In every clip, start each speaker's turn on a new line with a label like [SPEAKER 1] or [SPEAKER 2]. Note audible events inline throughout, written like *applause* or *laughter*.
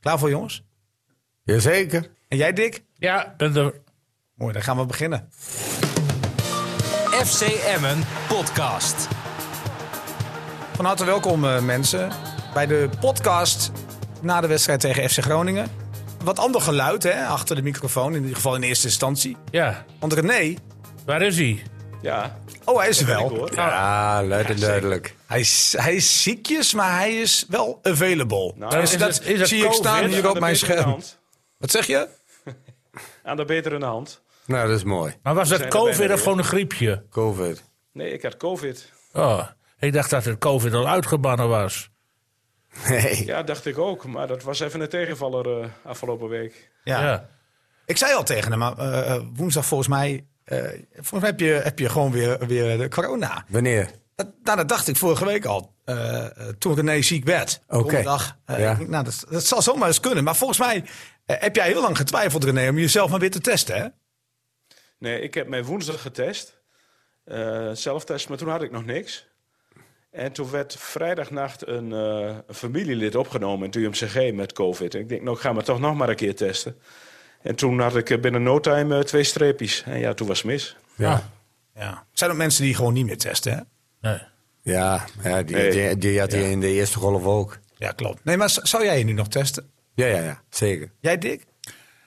[SPEAKER 1] Klaar voor jongens?
[SPEAKER 2] Jazeker.
[SPEAKER 1] En jij Dick?
[SPEAKER 3] Ja, ben er.
[SPEAKER 1] Mooi, dan gaan we beginnen.
[SPEAKER 4] FC Emmen podcast.
[SPEAKER 1] Van harte welkom eh, mensen bij de podcast na de wedstrijd tegen FC Groningen. Wat ander geluid hè, achter de microfoon, in ieder geval in eerste instantie.
[SPEAKER 3] Ja,
[SPEAKER 1] Want René,
[SPEAKER 3] waar is hij?
[SPEAKER 5] Ja,
[SPEAKER 1] oh hij is er
[SPEAKER 5] ik
[SPEAKER 1] wel.
[SPEAKER 5] hoor.
[SPEAKER 2] Ja, luid Ah, en duidelijk.
[SPEAKER 1] Hij is, hij is ziekjes, maar hij is wel available.
[SPEAKER 5] Nou,
[SPEAKER 1] Dus
[SPEAKER 3] is
[SPEAKER 1] dat
[SPEAKER 3] het- is het
[SPEAKER 1] zie ik staan
[SPEAKER 3] COVID?
[SPEAKER 1] hier
[SPEAKER 5] Aan
[SPEAKER 1] op
[SPEAKER 5] de
[SPEAKER 1] mijn
[SPEAKER 5] betere
[SPEAKER 1] scherm.
[SPEAKER 5] hand.
[SPEAKER 1] Wat zeg je?
[SPEAKER 5] Aan de betere hand.
[SPEAKER 2] Nou, dat is mooi.
[SPEAKER 3] Maar was dat
[SPEAKER 5] zijn er bijna
[SPEAKER 3] COVID
[SPEAKER 5] weer.
[SPEAKER 3] of gewoon een griepje?
[SPEAKER 2] COVID.
[SPEAKER 5] Nee, ik had COVID.
[SPEAKER 3] Oh, ik dacht dat het COVID al uitgebannen was.
[SPEAKER 2] Nee.
[SPEAKER 5] Ja, dacht ik ook. Maar dat was even een tegenvaller eh, afgelopen week.
[SPEAKER 1] Ja.
[SPEAKER 3] Ja.
[SPEAKER 1] Ik zei al tegen hem, maar eh, eh, woensdag volgens mij, eh, volgens mij heb, je, heb je gewoon weer, weer de corona.
[SPEAKER 2] Wanneer?
[SPEAKER 1] Dat, nou, dat dacht ik vorige week al. eh, eh, toen René ziek werd.
[SPEAKER 2] Oké.
[SPEAKER 1] Donderdag. Eh,
[SPEAKER 2] Ja.
[SPEAKER 1] ik denk, nou, dat, dat zal zomaar eens kunnen. Maar volgens mij eh, heb jij heel lang getwijfeld, René, om jezelf maar weer te testen. Hè?
[SPEAKER 5] Nee, ik heb mij woensdag getest. Eh zelftest, maar toen had ik nog niks. En toen werd vrijdagnacht een, eh, een familielid opgenomen in het UMCG met COVID. En ik denk, nou, ik ga me toch nog maar een keer testen. En toen had ik eh, binnen no time eh, twee streepjes. En ja, toen was het mis.
[SPEAKER 3] Ah,
[SPEAKER 2] Ja.
[SPEAKER 1] Ja. Er zijn ook mensen die gewoon niet meer testen. Hè?
[SPEAKER 3] nee.
[SPEAKER 2] Ja, ja die,
[SPEAKER 5] Nee.
[SPEAKER 2] die, die had hij in de eerste golf ook.
[SPEAKER 1] Ja, klopt. Nee, maar z- zou jij je nu nog testen?
[SPEAKER 2] Ja, ja, ja. Zeker.
[SPEAKER 1] Jij, Dick?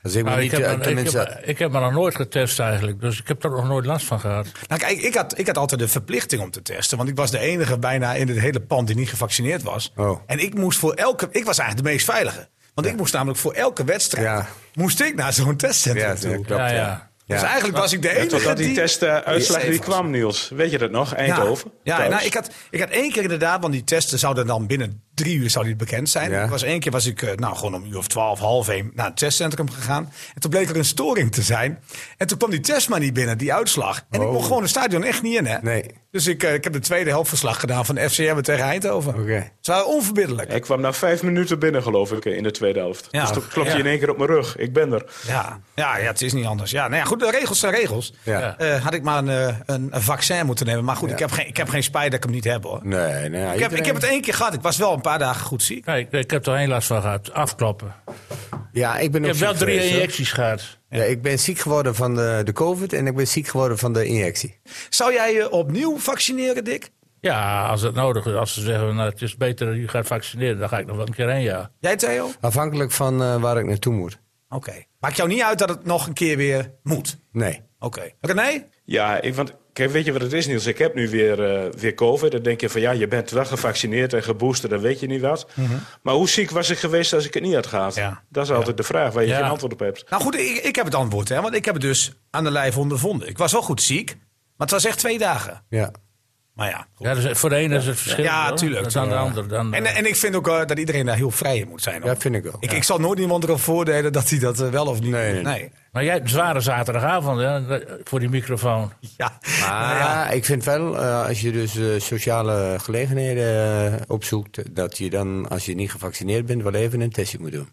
[SPEAKER 2] Als ik me
[SPEAKER 3] Nou,
[SPEAKER 2] niet...
[SPEAKER 3] ik, heb
[SPEAKER 2] eh,
[SPEAKER 3] me, ik,
[SPEAKER 2] tenminste-
[SPEAKER 3] heb, ik heb me nog nooit getest eigenlijk, dus ik heb er nog nooit last van gehad.
[SPEAKER 1] Nou, kijk, ik had, ik had altijd de verplichting om te testen. Want ik was de enige bijna in het hele pand die niet gevaccineerd was.
[SPEAKER 2] Oh.
[SPEAKER 1] En ik moest voor elke. Ik was eigenlijk de meest veilige. Want ik moest namelijk voor elke wedstrijd.
[SPEAKER 2] Ja.
[SPEAKER 1] moest ik naar zo'n testcentrum
[SPEAKER 2] Ja,
[SPEAKER 1] toe.
[SPEAKER 2] ja, klopt.
[SPEAKER 3] ja, ja.
[SPEAKER 2] ja.
[SPEAKER 1] Dus
[SPEAKER 2] Ja.
[SPEAKER 1] eigenlijk was ik de enige.
[SPEAKER 5] Totdat die,
[SPEAKER 1] die
[SPEAKER 5] testuitslag
[SPEAKER 1] die
[SPEAKER 5] die kwam, Niels. Weet je dat nog? Eindhoven.
[SPEAKER 1] Ja, ja
[SPEAKER 5] Thuis.
[SPEAKER 1] nou, ik, had, ik had één keer inderdaad, want die testen zouden dan binnen drie uur zou die bekend zijn.
[SPEAKER 2] Ja.
[SPEAKER 1] Ik was één keer was ik eh, nou, gewoon om een uur of twaalf, half één naar het testcentrum gegaan. En toen bleek er een storing te zijn. En toen kwam die test maar niet binnen, die uitslag. En ik
[SPEAKER 2] Oh.
[SPEAKER 1] mocht gewoon het stadion echt niet in, hè?
[SPEAKER 2] Nee.
[SPEAKER 1] Dus ik, eh, ik heb de tweede helftverslag gedaan van FCM tegen Eindhoven.
[SPEAKER 2] Oké.
[SPEAKER 1] Ze waren onverbiddelijk.
[SPEAKER 5] Hij kwam na vijf minuten binnen, geloof ik, in de tweede helft.
[SPEAKER 1] Ja.
[SPEAKER 5] dus toen klopte
[SPEAKER 1] Ja.
[SPEAKER 5] je in één keer op mijn rug. Ik ben er.
[SPEAKER 1] Ja. Ja, ja, het is niet anders. Ja, nou ja, goed, de regels zijn regels.
[SPEAKER 2] Ja.
[SPEAKER 3] Ja.
[SPEAKER 1] Eh, had ik maar een, eh, een, een vaccin moeten nemen. Maar goed,
[SPEAKER 2] Ja.
[SPEAKER 1] ik, heb geen, ik heb geen spijt dat ik hem niet heb, hoor.
[SPEAKER 2] Nee, nou, nee.
[SPEAKER 1] Ik heb, ik heb het één keer gehad. Ik was wel een paar dagen goed ziek.
[SPEAKER 3] Nee, ik, ik heb er één last van gehad, afkloppen.
[SPEAKER 2] Ja, ik ben
[SPEAKER 3] Ik
[SPEAKER 2] ook
[SPEAKER 3] heb wel
[SPEAKER 2] ziek
[SPEAKER 3] drie
[SPEAKER 2] geweest, hoor.
[SPEAKER 3] injecties gehad.
[SPEAKER 2] Ja, ik ben ziek geworden van de, de COVID en ik ben ziek geworden van de injectie.
[SPEAKER 1] Zou jij je opnieuw vaccineren, Dick?
[SPEAKER 3] Ja, als het nodig is. Als ze zeggen, nou, het is beter dat je gaat vaccineren, dan ga ik nog wel een keer heen, ja.
[SPEAKER 1] Jij, Theo? Oké.
[SPEAKER 2] Afhankelijk van eh, waar ik naartoe moet.
[SPEAKER 1] Maakt jou niet uit dat het nog een keer weer moet?
[SPEAKER 2] Nee.
[SPEAKER 1] Oké. René?
[SPEAKER 5] Ja, ik, want kijk, weet je wat het is, Niels? Ik heb nu weer, eh, weer COVID. Dan denk je van ja, je bent wel gevaccineerd en geboosterd, dan weet je niet wat. Maar hoe ziek was ik geweest als ik het niet had gehad?
[SPEAKER 1] Mhm. Ja.
[SPEAKER 5] Dat is altijd de vraag waar je
[SPEAKER 3] Ja.
[SPEAKER 5] geen antwoord op hebt.
[SPEAKER 1] Nou goed, ik, ik heb het antwoord, hè. Want ik heb het dus aan de lijf ondervonden. Ik was wel goed ziek, maar het was echt twee dagen.
[SPEAKER 2] Ja.
[SPEAKER 1] Maar ja. goed.
[SPEAKER 3] ja dus voor de ene is het verschil.
[SPEAKER 1] Ja,
[SPEAKER 3] hoor.
[SPEAKER 1] tuurlijk.
[SPEAKER 3] Dan de ander. Dan,
[SPEAKER 1] En,
[SPEAKER 3] eh,
[SPEAKER 1] en ik vind ook eh, dat iedereen daar heel vrij in moet zijn. hoor.
[SPEAKER 2] Dat vind ik wel.
[SPEAKER 1] Ik, ik zal nooit iemand erop voordelen dat hij dat eh, wel of niet
[SPEAKER 2] Nee,
[SPEAKER 1] doet.
[SPEAKER 2] nee.
[SPEAKER 3] Maar jij hebt een zware zaterdagavond hè, voor die microfoon.
[SPEAKER 1] *laughs* Ja.
[SPEAKER 3] Ah,
[SPEAKER 2] Maar
[SPEAKER 1] Nou ja.
[SPEAKER 2] ik vind wel, eh, als je dus eh, sociale gelegenheden eh, opzoekt, dat je dan, als je niet gevaccineerd bent, wel even een testje moet doen.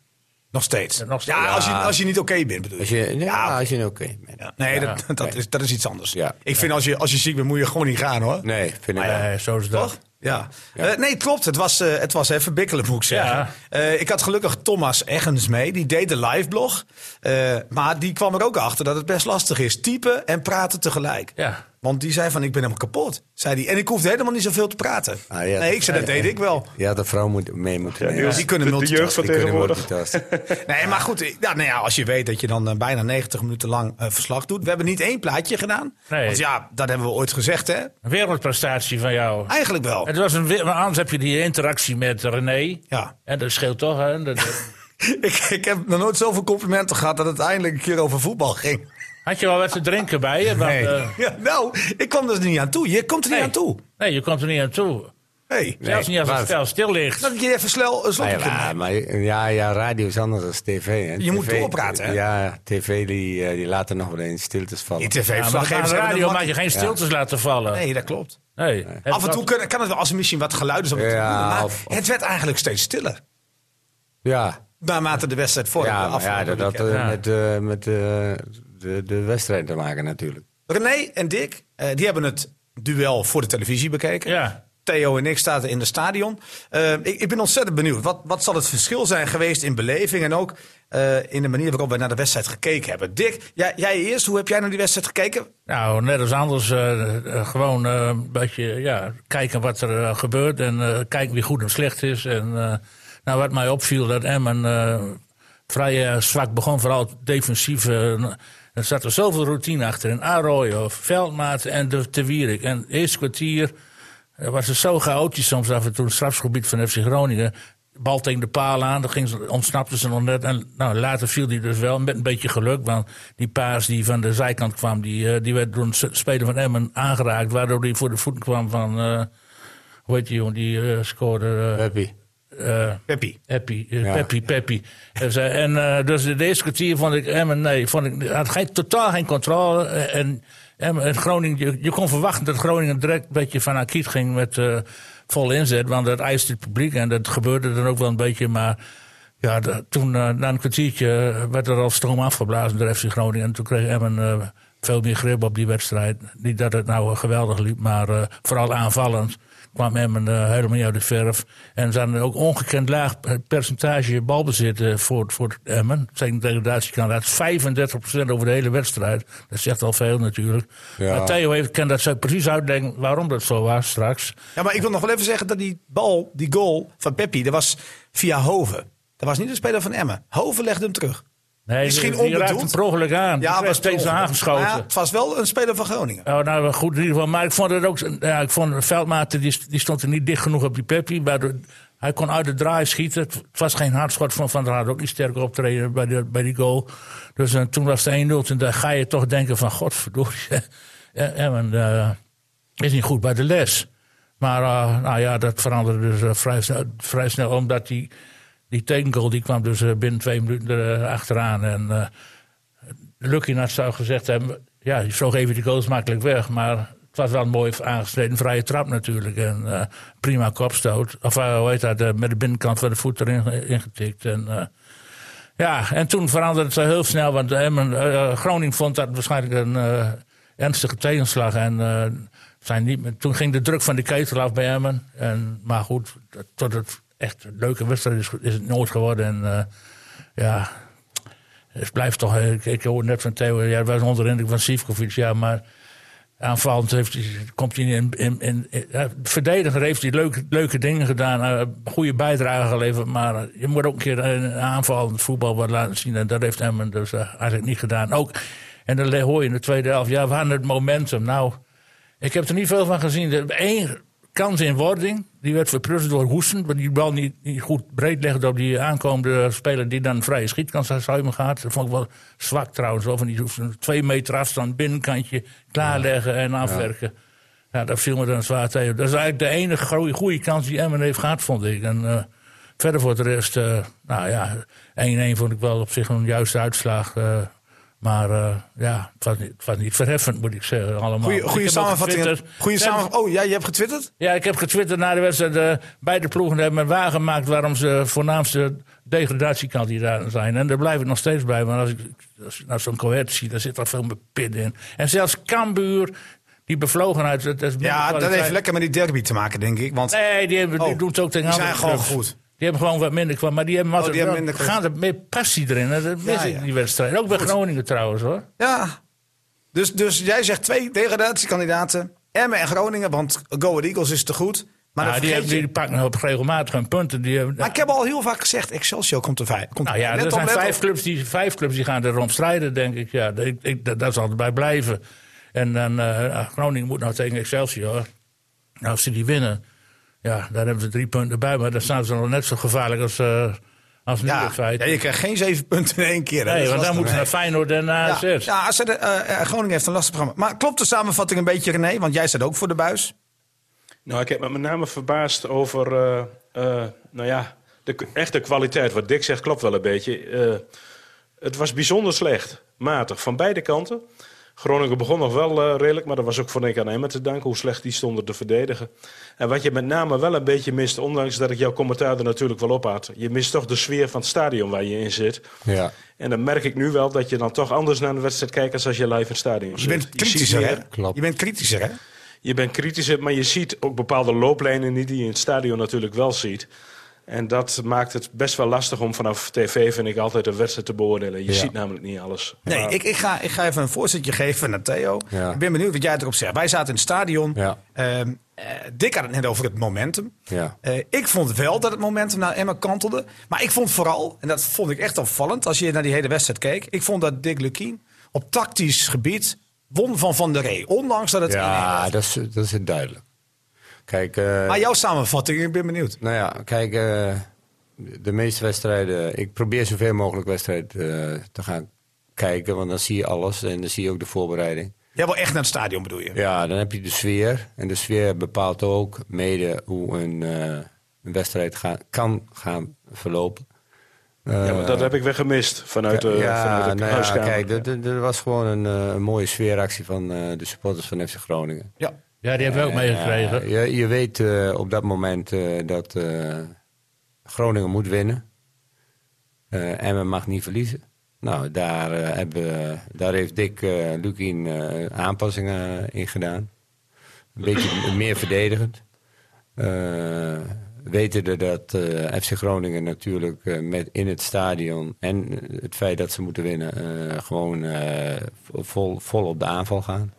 [SPEAKER 1] Nog steeds. Ja,
[SPEAKER 3] nog steeds.
[SPEAKER 1] Als, je, als je niet oké bent, bedoel
[SPEAKER 2] Als je, ja,
[SPEAKER 1] Ja.
[SPEAKER 2] als je nou oké bent.
[SPEAKER 1] Ja. Nee,
[SPEAKER 2] Ja.
[SPEAKER 1] dat, *laughs* dat,
[SPEAKER 2] Nee.
[SPEAKER 1] Is, dat is iets anders.
[SPEAKER 2] Ja.
[SPEAKER 1] Ik vind als je, als je ziek bent, moet je gewoon niet gaan hoor.
[SPEAKER 2] Nee, vind ik wel.
[SPEAKER 3] Eh, zo is dat.
[SPEAKER 1] Toch? Ja. Eh, nee, klopt. Het was, eh, het was even bikkelen, moet ik zeggen.
[SPEAKER 3] Ja.
[SPEAKER 1] Eh, ik had gelukkig Thomas Eggens mee. Die deed de live blog. Eh, maar die kwam er ook achter dat het best lastig is. Typen en praten tegelijk.
[SPEAKER 3] Ja.
[SPEAKER 1] Want die zei van, ik ben helemaal kapot. Zei die. En ik hoefde helemaal niet zoveel te praten.
[SPEAKER 2] Ah, ja.
[SPEAKER 1] Nee, ik zei, dat deed ik
[SPEAKER 2] *laughs*
[SPEAKER 1] wel.
[SPEAKER 2] Ja, de vrouw moet mee moeten
[SPEAKER 5] Ja,
[SPEAKER 2] nemen.
[SPEAKER 5] Niels,
[SPEAKER 1] die kunnen
[SPEAKER 5] de, de jeugd
[SPEAKER 1] multitasken,
[SPEAKER 5] van
[SPEAKER 2] Die kunnen
[SPEAKER 1] *laughs*
[SPEAKER 5] tegenwoordig.
[SPEAKER 2] multitasken.
[SPEAKER 1] Nee, maar goed. ik- Ja, nou ja, als je weet dat je dan eh, bijna 90 minuten lang eh, verslag doet. We hebben niet één plaatje gedaan.
[SPEAKER 3] Nee.
[SPEAKER 1] Want ja, dat hebben we ooit gezegd, hè?
[SPEAKER 3] Een wereldprestatie van jou.
[SPEAKER 1] Eigenlijk wel.
[SPEAKER 3] Het was een, we- maar anders heb je die interactie met René.
[SPEAKER 1] Ja.
[SPEAKER 3] En dat scheelt toch, hè? Dat-
[SPEAKER 1] *laughs* *laughs* ik, ik heb nog nooit zoveel complimenten gehad dat het eindelijk een keer over voetbal ging.
[SPEAKER 3] had je wel wat te drinken bij je? Want, eh,
[SPEAKER 1] *laughs* Ja, nou, ik kwam er niet aan toe. Je komt er niet
[SPEAKER 3] nee.
[SPEAKER 1] aan toe.
[SPEAKER 3] Nee, je komt er niet aan toe.
[SPEAKER 1] Hey.
[SPEAKER 3] Zelfs niet als het
[SPEAKER 2] maar-
[SPEAKER 3] spel stil ligt.
[SPEAKER 1] Dat je even snel een slokje
[SPEAKER 2] Nee,
[SPEAKER 1] kunt
[SPEAKER 2] maar,
[SPEAKER 1] nemen.
[SPEAKER 2] maar- ja, ja, radio is anders dan tv. Hè.
[SPEAKER 1] Je moet
[SPEAKER 2] TV
[SPEAKER 1] doorpraten, hè?
[SPEAKER 2] Ja, tv die, eh, die laten nog wel eens stiltes vallen.
[SPEAKER 1] Die
[SPEAKER 3] Ja, maar aan
[SPEAKER 1] tv-verslaggevers
[SPEAKER 3] de
[SPEAKER 1] hebben
[SPEAKER 3] radio
[SPEAKER 1] een
[SPEAKER 3] mag je
[SPEAKER 1] mak-
[SPEAKER 3] geen stiltes laten vallen.
[SPEAKER 1] Nee, dat klopt.
[SPEAKER 3] Nee. Het
[SPEAKER 1] Af en
[SPEAKER 3] was-
[SPEAKER 1] toe kan, kan het wel, als er misschien wat geluid is op de
[SPEAKER 2] Ja,
[SPEAKER 1] tribune, maar
[SPEAKER 2] of- of-
[SPEAKER 1] het werd eigenlijk steeds stiller. Oh,
[SPEAKER 2] Ja,
[SPEAKER 1] Naarmate de wedstrijd voor
[SPEAKER 2] ja, maar ja, dat had eh,
[SPEAKER 3] Ja.
[SPEAKER 2] met, eh, met eh, de, de wedstrijd te maken natuurlijk.
[SPEAKER 1] René en Dick, eh, die hebben het duel voor de televisie bekeken.
[SPEAKER 3] Ja.
[SPEAKER 1] Theo en ik zaten in het stadion. Eh, ik, ik ben ontzettend benieuwd. Wat, wat zal het verschil zijn geweest in beleving en ook eh, in de manier waarop wij naar de wedstrijd gekeken hebben? Dick, jij, jij eerst, hoe heb jij naar die wedstrijd gekeken?
[SPEAKER 3] Nou, net als anders. eh, eh, gewoon eh, een beetje ja, kijken wat er eh, gebeurt. En eh, kijken wie goed en slecht is. En eh, nou, wat mij opviel, dat Emmen eh, vrij eh, zwak begon. Vooral defensief. eh, er zat er zoveel routine achter. En Aroy of Veldmaat en de Te Wierik. En het eerste kwartier eh, was het zo chaotisch soms af en toe. Het strafgebied van FC Groningen. Bal tegen de paal aan, dan ging ze, ontsnapte ze nog net. En nou, later viel die dus wel met een beetje geluk. Want die paas die van de zijkant kwam, die, eh, die werd door een s- speler van Emmen aangeraakt. Waardoor die voor de voeten kwam van, eh, hoe heet die jongen, die eh, scoorde... eh,
[SPEAKER 2] Happy.
[SPEAKER 3] eh,
[SPEAKER 1] Peppy.
[SPEAKER 3] Peppy, eh,
[SPEAKER 2] Ja.
[SPEAKER 3] Peppy, Peppy. En, ze- en eh, dus de eerste kwartier vond ik Emmen, nee, vond ik, had geen, totaal geen controle. eh, En, Emmen- en Groningen, je, je kon verwachten dat Groningen direct een beetje van Akiet ging met eh vol inzet. Want dat eiste het publiek en dat gebeurde dan ook wel een beetje. Maar ja, da- toen, eh, na een kwartiertje, eh, werd er al stroom afgeblazen door FC Groningen. En toen kreeg Emmen eh, veel meer grip op die wedstrijd. Niet dat het nou eh, geweldig liep, maar eh, vooral aanvallend kwam Emmen eh, helemaal niet uit de verf. En ze hadden ook ongekend laag percentage balbezit eh, voor, voor Emmen. Zijn degradatiekandidaat 35% over de hele wedstrijd. Dat zegt al veel natuurlijk.
[SPEAKER 2] Ja.
[SPEAKER 3] Maar Theo heeft, kan dat zo precies uitdenken waarom dat zo was straks.
[SPEAKER 1] Ja, maar ik wil nog wel even zeggen dat die bal, die goal van Peppi, dat was via Hoven. Dat was niet de speler van Emmen. Hoven legde hem terug.
[SPEAKER 3] Nee,
[SPEAKER 1] Misschien
[SPEAKER 3] die, die raakte
[SPEAKER 1] onbedoeld.
[SPEAKER 3] hem per ongeluk aan. Ja, was steeds
[SPEAKER 1] toch-
[SPEAKER 3] aangeschoten.
[SPEAKER 1] Maar ja, het was wel een speler van Groningen.
[SPEAKER 3] Oh, nou, goed in ieder geval. Maar ik vond het ook... Ja, ik vond Veldmaten, die, die stond er niet dicht genoeg op die Peppi. waardoor- Hij kon uit de draai schieten. Het was geen hardschot van Van der Haar. Ook niet sterk optreden bij, de, bij die goal. Dus eh, toen was het 1-0. Toen dacht- ga je toch denken van... Godverdorie. *laughs* eh, Emmen eh, is niet goed bij de les. Maar eh, nou ja, dat veranderde dus eh, vrij, snel, vrij snel. Omdat die, die tegengoal die kwam dus eh, binnen twee minuten er, eh, achteraan. En... eh, Lucky Nat zou gezegd hebben... ja, je vloog even die goals makkelijk weg... maar het was wel een mooi aangesneden vrije trap natuurlijk. En eh, prima kopstoot. Of eh, hoe heet dat, eh, met de binnenkant van de voet erin ge- ingetikt. En, eh, ja, en toen veranderde het zo heel snel... want Emmen, eh, Groningen vond dat waarschijnlijk een eh, ernstige tegenslag... en eh, zijn niet meer- toen ging de druk van de ketel af bij Emmen. En, maar goed, tot het echt een leuke wedstrijd is, is het nooit geworden. En eh, ja, het blijft toch. Ik, ik hoor net van Theo. Ja, het was onder de indruk van Sivkovic. Ja, maar aanvallend heeft hij, komt hij in. in, in, in- ja, verdediger heeft hij leuke, leuke dingen gedaan. eh, goede bijdrage geleverd. Maar eh, je moet ook een keer een aanvallend voetbal wat laten zien. En dat heeft Emmen dus eh, eigenlijk niet gedaan. Ook, en dan le- hoor je in de tweede helft. Ja, we hadden het momentum. Nou, ik heb er niet veel van gezien. Er één kans in wording. Die werd verprutst door Hoesen. Want die bal niet, niet goed breed legde op die aankomende speler. die dan een vrije schietkans uit Zuimen gaat. Dat vond ik wel zwak trouwens. Of die hoeft een twee meter afstand, binnenkantje klaarleggen en afwerken. Ja. dat viel me dan zwaar tegen. Dat is eigenlijk de enige goeie- goede kans die Emmen heeft gehad, vond ik. En eh, verder voor de rest, eh, nou ja, 1-1 vond ik wel op zich een juiste uitslag. eh. maar eh, ja, het was, niet, het was niet verheffend, moet ik zeggen. Allemaal.
[SPEAKER 1] Goeie,
[SPEAKER 3] Ik
[SPEAKER 1] goeie
[SPEAKER 3] heb ook
[SPEAKER 1] samenvatting.
[SPEAKER 3] getwitterd.
[SPEAKER 1] Goeie
[SPEAKER 3] Ja,
[SPEAKER 1] samenvatting. Oh, ja, je hebt getwitterd?
[SPEAKER 3] ja, ik heb getwitterd na de wedstrijd. eh, beide ploegen hebben een waar gemaakt waarom ze voornaamste degradatiekandidaten zijn. En daar blijf ik nog steeds bij. Want als ik, als ik nou zo'n cohert zie, daar zit al veel meer pit in. En zelfs Cambuur, die bevlogenheid. Dat is minder
[SPEAKER 1] Ja, dat
[SPEAKER 3] kwaliteit.
[SPEAKER 1] heeft lekker met die derby te maken, denk ik. Want
[SPEAKER 3] Nee, die, hebben, die
[SPEAKER 1] Oh,
[SPEAKER 3] doen het ook tegen
[SPEAKER 1] die
[SPEAKER 3] andere
[SPEAKER 1] zijn gewoon
[SPEAKER 3] clubs.
[SPEAKER 1] goed. Oh,
[SPEAKER 3] Die hebben gewoon wat minder kwam. Maar die hebben, altijd
[SPEAKER 1] die hebben
[SPEAKER 3] wel-
[SPEAKER 1] minder kwaliteit.
[SPEAKER 3] gaan er meer passie erin. hè. Dat mis
[SPEAKER 1] Ja,
[SPEAKER 3] ik
[SPEAKER 1] ja.
[SPEAKER 3] in die wedstrijd. Ook bij Groningen trouwens hoor.
[SPEAKER 1] ja. Dus, dus jij zegt twee degradatiekandidaten. Emmen en Groningen, want Go Ahead Eagles is te goed. Maar,
[SPEAKER 3] Nou,
[SPEAKER 1] dan vergeet
[SPEAKER 3] die, hebben,
[SPEAKER 1] je-
[SPEAKER 3] die pakken op regelmatig hun punten. Die hebben,
[SPEAKER 1] maar ik heb al heel vaak gezegd, Excelsior komt er vijf. Komt
[SPEAKER 3] Nou ja,
[SPEAKER 1] Let
[SPEAKER 3] er
[SPEAKER 1] op,
[SPEAKER 3] zijn
[SPEAKER 1] let op.
[SPEAKER 3] vijf clubs, die, vijf clubs die gaan erom strijden, denk ik. Ja, ik, ik, dat, dat zal erbij blijven. En dan, eh, Groningen moet nou tegen Excelsior. Nou, als ze die winnen, ja, daar hebben ze drie punten bij. Maar dan staan ze nog net zo gevaarlijk als, eh, als nu in
[SPEAKER 1] Ja,
[SPEAKER 3] feite.
[SPEAKER 1] ja, je krijgt geen zeven punten in één keer. hè.
[SPEAKER 3] nee,
[SPEAKER 1] Dat
[SPEAKER 3] want
[SPEAKER 1] is
[SPEAKER 3] dan moeten ze naar
[SPEAKER 1] lastig.
[SPEAKER 3] Feyenoord en naar AZ.
[SPEAKER 1] Ja, ja AZ, eh, eh, Groningen heeft een lastig programma. Maar klopt de samenvatting een beetje, René? Want jij staat ook voor de buis.
[SPEAKER 5] Nou, ik heb me met name verbaasd over, eh, eh, nou ja, de k- echte kwaliteit. Wat Dick zegt klopt wel een beetje. Eh, het was bijzonder slecht, matig, van beide kanten. Groningen begon nog wel eh, redelijk, maar dat was ook voor ik aan Emmen te danken... hoe slecht die stonden te verdedigen. En wat je met name wel een beetje mist, ondanks dat ik jouw commentaar er natuurlijk wel op had... je mist toch de sfeer van het stadion waar je in zit.
[SPEAKER 2] Ja,
[SPEAKER 5] En dan merk ik nu wel dat je dan toch anders naar een wedstrijd kijkt... als als je live in het stadion zit.
[SPEAKER 1] Je bent
[SPEAKER 5] ziet
[SPEAKER 1] kritischer,
[SPEAKER 5] meer-
[SPEAKER 1] hè?
[SPEAKER 2] Klopt.
[SPEAKER 1] Je bent kritischer, hè?
[SPEAKER 5] je bent kritisch, maar je ziet ook bepaalde looplijnen niet die je in het stadion natuurlijk wel ziet. En dat maakt het best wel lastig om vanaf tv, vind ik, altijd een wedstrijd te beoordelen. Je
[SPEAKER 2] Ja.
[SPEAKER 5] ziet namelijk niet alles.
[SPEAKER 1] Nee,
[SPEAKER 5] Maar-
[SPEAKER 1] ik, ik, ga, ik ga even een voorzetje geven naar Theo.
[SPEAKER 2] Ja.
[SPEAKER 1] Ik ben benieuwd wat jij erop zegt. Wij zaten in het stadion.
[SPEAKER 2] Ja.
[SPEAKER 1] Ehm, eh, Dick had het net over het momentum.
[SPEAKER 2] Ja.
[SPEAKER 1] Eh, ik vond wel dat het momentum naar Emma kantelde. Maar ik vond vooral, en dat vond ik echt opvallend... als je naar die hele wedstrijd keek... ik vond dat Dick Lukien op tactisch gebied won van Van der Rey. Ondanks dat het...
[SPEAKER 2] Ja, dat is, dat is duidelijk. Kijk, eh,
[SPEAKER 1] Maar jouw samenvatting, ik ben benieuwd.
[SPEAKER 2] nou ja, kijk eh, de meeste wedstrijden... Ik probeer zoveel mogelijk wedstrijd eh, te gaan kijken, want dan zie je alles. En dan zie je ook de voorbereiding.
[SPEAKER 1] Jij wil echt naar het stadion, bedoel je?
[SPEAKER 2] Ja, dan heb je de sfeer. En de sfeer bepaalt ook mede hoe een, eh, een wedstrijd ga- kan gaan verlopen.
[SPEAKER 5] ja, maar dat heb ik weer gemist vanuit de, eh, vanuit de
[SPEAKER 2] nou ja,
[SPEAKER 5] huiskamer.
[SPEAKER 2] kijk, er- er- er was gewoon een, eh, een mooie sfeeractie van eh, de supporters van FC Groningen.
[SPEAKER 1] Ja.
[SPEAKER 3] Ja, die hebben we ook meegekregen.
[SPEAKER 2] Ja, je, je weet eh, op dat moment eh, dat eh, Groningen moet winnen. Eh, en we mag niet verliezen. Nou, daar, eh, hebben, we- daar heeft Dick eh Lukien eh, aanpassingen in gedaan. Een beetje meer verdedigend. Eh wetende dat eh, FC Groningen natuurlijk eh, met in het stadion en het feit dat ze moeten winnen, eh, gewoon eh, vol, vol op de aanval gaan.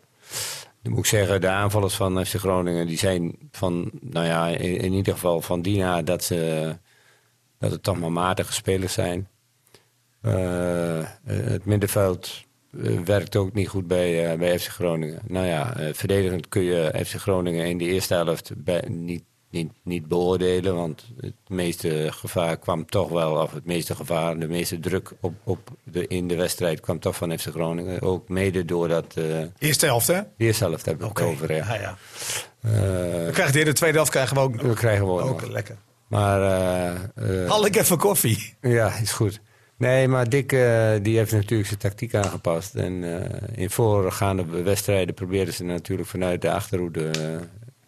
[SPEAKER 2] Dan moet ik zeggen, de aanvallers van FC Groningen die zijn van, nou ja, in, in ieder geval van Dina dat ze dat het toch maar matige spelers zijn. Eh, het middenveld eh, werkt ook niet goed bij, eh, bij FC Groningen. Nou ja, eh, verdedigend kun je FC Groningen in de eerste helft bij- niet, niet, niet beoordelen. Want het meeste gevaar kwam toch wel, of het meeste gevaar, de meeste druk op, op de, in de wedstrijd kwam toch van FC Groningen. Ook mede doordat eh
[SPEAKER 1] Eerste helft, hè?
[SPEAKER 2] de eerste helft hebben we
[SPEAKER 1] Oké.
[SPEAKER 2] het over. Ja.
[SPEAKER 1] Ja, ja.
[SPEAKER 2] Eh,
[SPEAKER 1] We krijgen de hele tweede helft krijgen we ook nog.
[SPEAKER 2] we krijgen we ook
[SPEAKER 1] Ook
[SPEAKER 2] nog.
[SPEAKER 1] lekker.
[SPEAKER 2] Maar eh, eh,
[SPEAKER 1] Haal ik even koffie.
[SPEAKER 2] Ja, is goed. Nee, maar Dick eh, die heeft natuurlijk zijn tactiek aangepast. En eh, in voorgaande wedstrijden probeerden ze natuurlijk vanuit de achterhoede eh,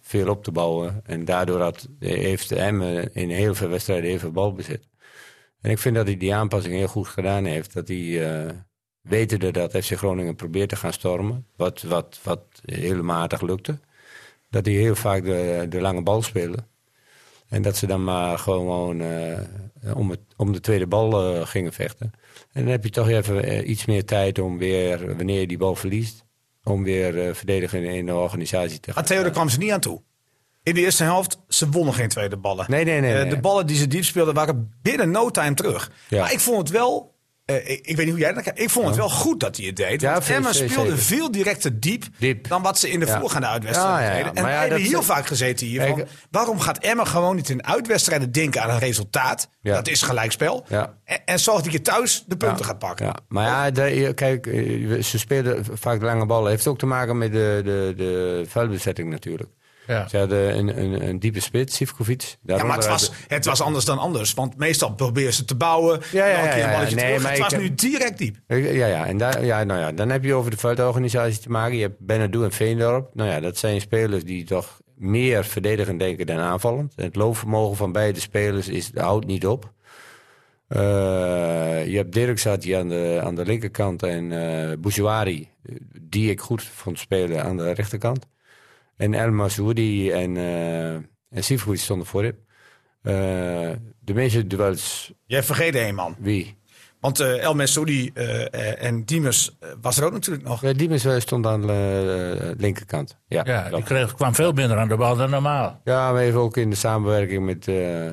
[SPEAKER 2] veel op te bouwen. En daardoor had, heeft Emmen in heel veel wedstrijden heel veel balbezit. En ik vind dat hij die aanpassing heel goed gedaan heeft. Dat hij eh, wetende dat FC Groningen probeert te gaan stormen. Wat, wat, wat heel matig lukte. Dat hij heel vaak de, de lange bal speelde. En dat ze dan maar gewoon eh, om, het, om de tweede bal eh, gingen vechten. En dan heb je toch even eh, iets meer tijd om weer, wanneer je die bal verliest, om weer eh verdedigen in de organisatie te
[SPEAKER 1] Maar
[SPEAKER 2] gaan.
[SPEAKER 1] Theo, daar kwamen ze niet aan toe. In de eerste helft, ze wonnen geen tweede ballen.
[SPEAKER 2] Nee, nee, nee,
[SPEAKER 1] Eh,
[SPEAKER 2] nee.
[SPEAKER 1] De ballen die ze diep speelden waren binnen no time terug.
[SPEAKER 2] Ja.
[SPEAKER 1] Maar ik vond het wel, eh, ik, ik weet niet hoe jij dat kijkt, ik vond het wel goed dat hij het deed.
[SPEAKER 2] Ja,
[SPEAKER 1] want
[SPEAKER 2] vind-
[SPEAKER 1] Emma
[SPEAKER 2] vind-
[SPEAKER 1] speelde
[SPEAKER 2] zeker.
[SPEAKER 1] veel directer diep,
[SPEAKER 2] Diep.
[SPEAKER 1] dan wat ze in de
[SPEAKER 2] Ja.
[SPEAKER 1] voorgaande uitwedstrijden
[SPEAKER 2] Ja, ja, ja.
[SPEAKER 1] deden. En
[SPEAKER 2] Maar
[SPEAKER 1] wij
[SPEAKER 2] ja,
[SPEAKER 1] hebben
[SPEAKER 2] dat-
[SPEAKER 1] heel vaak gezeten hier van,
[SPEAKER 2] Kijk, eh,
[SPEAKER 1] waarom gaat Emma gewoon niet in uitwedstrijden denken aan een resultaat?
[SPEAKER 2] Ja.
[SPEAKER 1] Dat is gelijkspel.
[SPEAKER 2] Ja.
[SPEAKER 1] En, en zorg dat je thuis de punten gaat pakken.
[SPEAKER 2] Ja, maar ja, daar- kijk, eh, ze speelden vaak lange ballen. Heeft ook te maken met de, de, de vuilbezetting natuurlijk.
[SPEAKER 3] Ja.
[SPEAKER 2] Ze hadden een, een, een diepe spits, Sivkovic.
[SPEAKER 1] Ja, maar het was, het was anders dan anders. Want meestal proberen ze te bouwen.
[SPEAKER 2] Ja, ja,
[SPEAKER 1] dan een keer
[SPEAKER 2] ja,
[SPEAKER 1] een
[SPEAKER 2] ja.
[SPEAKER 1] balletje
[SPEAKER 2] Nee,
[SPEAKER 1] terug.
[SPEAKER 2] maar
[SPEAKER 1] Het was
[SPEAKER 2] ik-
[SPEAKER 1] nu direct diep.
[SPEAKER 2] Eh, Ja, ja, en daar, ja, nou ja, dan heb je over de veldorganisatie te maken. Je hebt Benadou en Veendorp. Nou ja, dat zijn spelers die toch meer verdedigend denken dan aanvallend. Het loopvermogen van beide spelers is, houdt niet op. Eh, je hebt Dirk zat hier aan de, aan de linkerkant en eh Bouzouari, eh, die ik goed vond spelen, aan de rechterkant. En El Mazoudi en, eh en Sivkovic stonden voorop. Eh, de meeste duels,
[SPEAKER 1] Jij vergeet één man.
[SPEAKER 2] wie?
[SPEAKER 1] Want eh, El Messoudi eh, eh, en Diemers eh, was er ook natuurlijk nog.
[SPEAKER 2] Ja, Diemers eh, stond aan de eh, linkerkant. Ja,
[SPEAKER 3] Ja, die
[SPEAKER 2] klopt.
[SPEAKER 3] kreeg, kwam veel minder aan de bal dan normaal.
[SPEAKER 2] ja, maar even ook in de samenwerking met eh,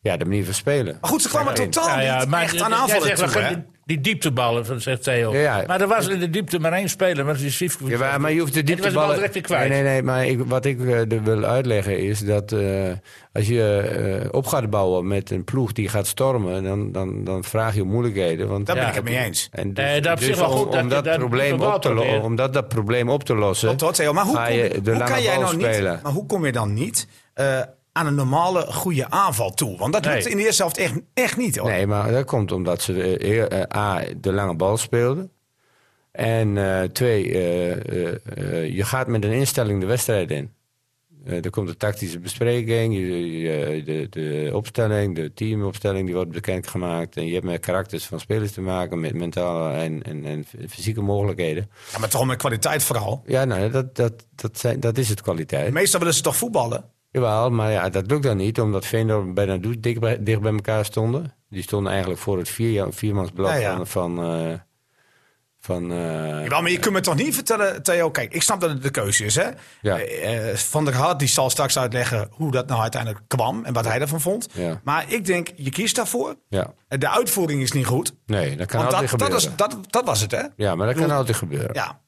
[SPEAKER 2] ja, de manier van spelen.
[SPEAKER 1] Maar goed, ze kwamen
[SPEAKER 2] Ja,
[SPEAKER 1] totaal Oh,
[SPEAKER 3] Nou
[SPEAKER 1] niet echt aan
[SPEAKER 3] jij
[SPEAKER 1] aanvallen
[SPEAKER 3] zegt,
[SPEAKER 1] toe.
[SPEAKER 3] we gaan
[SPEAKER 1] hè?
[SPEAKER 3] die- Die diepteballen, van- zegt Theo.
[SPEAKER 2] Ja, ja.
[SPEAKER 3] Maar er was in de diepte maar één speler. Maar, die Sivkovic-
[SPEAKER 2] Ja, maar, maar je hoeft de
[SPEAKER 3] En die was
[SPEAKER 2] diepteballen...
[SPEAKER 3] de bal direct weer kwijt.
[SPEAKER 2] Nee, nee, nee, maar ik, wat ik eh, er wil uitleggen is dat eh, als je eh, op gaat bouwen met een ploeg die gaat stormen, dan, dan, dan vraag je om moeilijkheden. Want,
[SPEAKER 1] Daar ben
[SPEAKER 3] Ja.
[SPEAKER 1] ik het mee eens.
[SPEAKER 2] en dus-
[SPEAKER 3] Nee, dat is op zich wel
[SPEAKER 2] om-
[SPEAKER 3] goed dat
[SPEAKER 2] om
[SPEAKER 3] je
[SPEAKER 2] dat,
[SPEAKER 3] dat
[SPEAKER 2] probleem
[SPEAKER 3] wel
[SPEAKER 2] op te lo-
[SPEAKER 3] probeert.
[SPEAKER 2] om dat, dat probleem op te lossen.
[SPEAKER 1] Klopt hoor, Theo. Maar hoe,
[SPEAKER 2] ga
[SPEAKER 1] kom,
[SPEAKER 2] je de
[SPEAKER 1] hoe
[SPEAKER 2] lange
[SPEAKER 1] kan jij
[SPEAKER 2] bal
[SPEAKER 1] nou
[SPEAKER 2] spelen.
[SPEAKER 1] niet, maar hoe kom je dan niet eh, aan een normale goede aanval toe? Want dat
[SPEAKER 3] Nee.
[SPEAKER 1] lukte in de eerste helft echt, echt niet hoor.
[SPEAKER 2] Nee, maar dat komt omdat ze eh, heel- eh, A, de lange bal speelden. En eh, twee, eh, eh, eh, je gaat met een instelling de wedstrijd in. Eh, er komt een tactische bespreking, je- je- de, de opstelling, de teamopstelling die wordt bekendgemaakt. En je hebt met karakters van spelers te maken, met mentale en, en, en fysieke mogelijkheden.
[SPEAKER 1] Ja, maar toch met kwaliteit vooral.
[SPEAKER 2] Ja, nou, dat, dat, dat, zijn, dat is het kwaliteit.
[SPEAKER 1] Meestal willen ze toch voetballen?
[SPEAKER 2] Jawel, maar ja, dat lukt dan niet, omdat Veendorp bijna doet dicht bij, dicht bij elkaar stonden. Die stonden eigenlijk voor het vier, viermansblad
[SPEAKER 1] Ja, ja.
[SPEAKER 2] van... van, eh, van eh,
[SPEAKER 1] Jawel, maar je kunt me toch niet vertellen, Theo, kijk, ik snap dat het de keuze is. Hè?
[SPEAKER 2] Ja.
[SPEAKER 1] Eh, eh, Van der Hart die zal straks uitleggen hoe dat nou uiteindelijk kwam en wat hij ervan vond.
[SPEAKER 2] Ja.
[SPEAKER 1] Maar ik denk, je kiest daarvoor.
[SPEAKER 2] ja,
[SPEAKER 1] En De uitvoering is niet goed.
[SPEAKER 2] nee, dat kan
[SPEAKER 1] Want
[SPEAKER 2] altijd
[SPEAKER 1] dat, dat,
[SPEAKER 2] gebeuren.
[SPEAKER 1] is, dat, dat was het, hè?
[SPEAKER 2] Ja, maar dat kan altijd gebeuren.
[SPEAKER 1] Ja.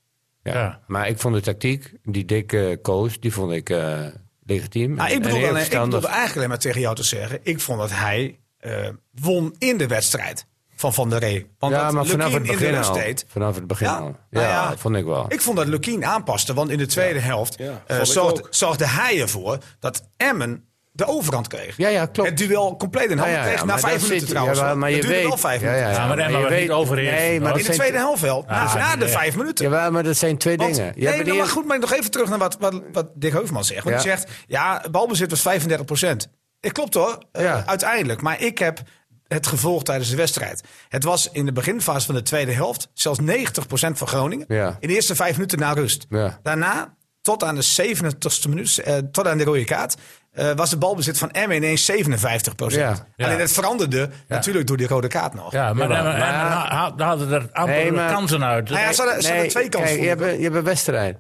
[SPEAKER 2] Ja.
[SPEAKER 3] Ja.
[SPEAKER 2] Maar ik vond de tactiek die Dick eh, koos, die vond ik eh, legitiem.
[SPEAKER 1] Nou, ik
[SPEAKER 2] en
[SPEAKER 1] bedoel
[SPEAKER 2] heel
[SPEAKER 1] dan, ik
[SPEAKER 2] verstandig.
[SPEAKER 1] bedoelde eigenlijk alleen maar tegen jou te zeggen. Ik vond dat hij eh, won in de wedstrijd van Van der Ree. Want
[SPEAKER 2] ja,
[SPEAKER 1] dat
[SPEAKER 2] maar vanaf
[SPEAKER 1] Lukien
[SPEAKER 2] het
[SPEAKER 1] in de
[SPEAKER 2] begin
[SPEAKER 1] rust
[SPEAKER 2] al.
[SPEAKER 1] deed-
[SPEAKER 2] Vanaf het begin
[SPEAKER 1] Ja?
[SPEAKER 2] al. Ja,
[SPEAKER 1] Nou ja.
[SPEAKER 2] dat vond ik wel.
[SPEAKER 1] Ik vond dat Lukien aanpaste, want in de tweede helft
[SPEAKER 5] Ja,
[SPEAKER 1] eh,
[SPEAKER 5] vond ik
[SPEAKER 1] zorgde,
[SPEAKER 5] ook.
[SPEAKER 1] zorgde hij ervoor dat Emmen de overhand kreeg.
[SPEAKER 2] Ja, ja, klopt.
[SPEAKER 1] Het duel compleet in
[SPEAKER 2] Nou
[SPEAKER 1] handen
[SPEAKER 2] ja,
[SPEAKER 1] kreeg
[SPEAKER 2] ja,
[SPEAKER 1] na
[SPEAKER 2] maar
[SPEAKER 1] vijf
[SPEAKER 2] dat
[SPEAKER 1] minuten
[SPEAKER 2] zit-
[SPEAKER 1] trouwens.
[SPEAKER 2] jawel, maar
[SPEAKER 1] dat
[SPEAKER 2] je
[SPEAKER 1] duurde
[SPEAKER 2] weet,
[SPEAKER 1] wel vijf
[SPEAKER 2] ja,
[SPEAKER 1] minuten.
[SPEAKER 2] ja,
[SPEAKER 3] Ja, maar Emma
[SPEAKER 2] je
[SPEAKER 3] was niet
[SPEAKER 2] weet-
[SPEAKER 3] overheerst.
[SPEAKER 2] Nee, maar
[SPEAKER 3] Dat
[SPEAKER 2] dat Ah,
[SPEAKER 1] In de
[SPEAKER 2] zijn
[SPEAKER 1] tweede helft wel. Na-
[SPEAKER 3] Ja,
[SPEAKER 1] na de
[SPEAKER 3] ja.
[SPEAKER 1] vijf minuten.
[SPEAKER 2] Jawel, maar dat zijn twee
[SPEAKER 1] Want-
[SPEAKER 2] dingen. Je
[SPEAKER 1] nee,
[SPEAKER 2] hebt
[SPEAKER 1] nou,
[SPEAKER 2] eerst-
[SPEAKER 1] maar goed, maar nog even terug naar wat, wat, wat Dick Heufman zegt. Want
[SPEAKER 2] Ja.
[SPEAKER 1] hij zegt, ja, balbezit was 35 procent. Klopt hoor, eh,
[SPEAKER 2] Ja.
[SPEAKER 1] uiteindelijk. Maar ik heb het gevolgd tijdens de wedstrijd. Het was in de beginfase van de tweede helft zelfs 90 procent van Groningen.
[SPEAKER 2] Ja.
[SPEAKER 1] In de eerste vijf minuten na rust.
[SPEAKER 2] Ja.
[SPEAKER 1] Daarna, tot aan de 70ste minuut, eh, tot aan de rode kaart... eh, was de balbezit van Emmen ineens 57 procent.
[SPEAKER 2] Ja. Ja.
[SPEAKER 1] Alleen het veranderde natuurlijk door die rode kaart nog.
[SPEAKER 3] Ja, maar,
[SPEAKER 2] Jawel,
[SPEAKER 3] en- en-
[SPEAKER 2] maar-
[SPEAKER 3] en ha- daar hadden er amper
[SPEAKER 2] Nee, maar-
[SPEAKER 3] kansen uit.
[SPEAKER 1] Nou ja, ze hadden, ze hadden twee kansen.
[SPEAKER 2] Kijk, je hebt, een- je hebt een wedstrijd.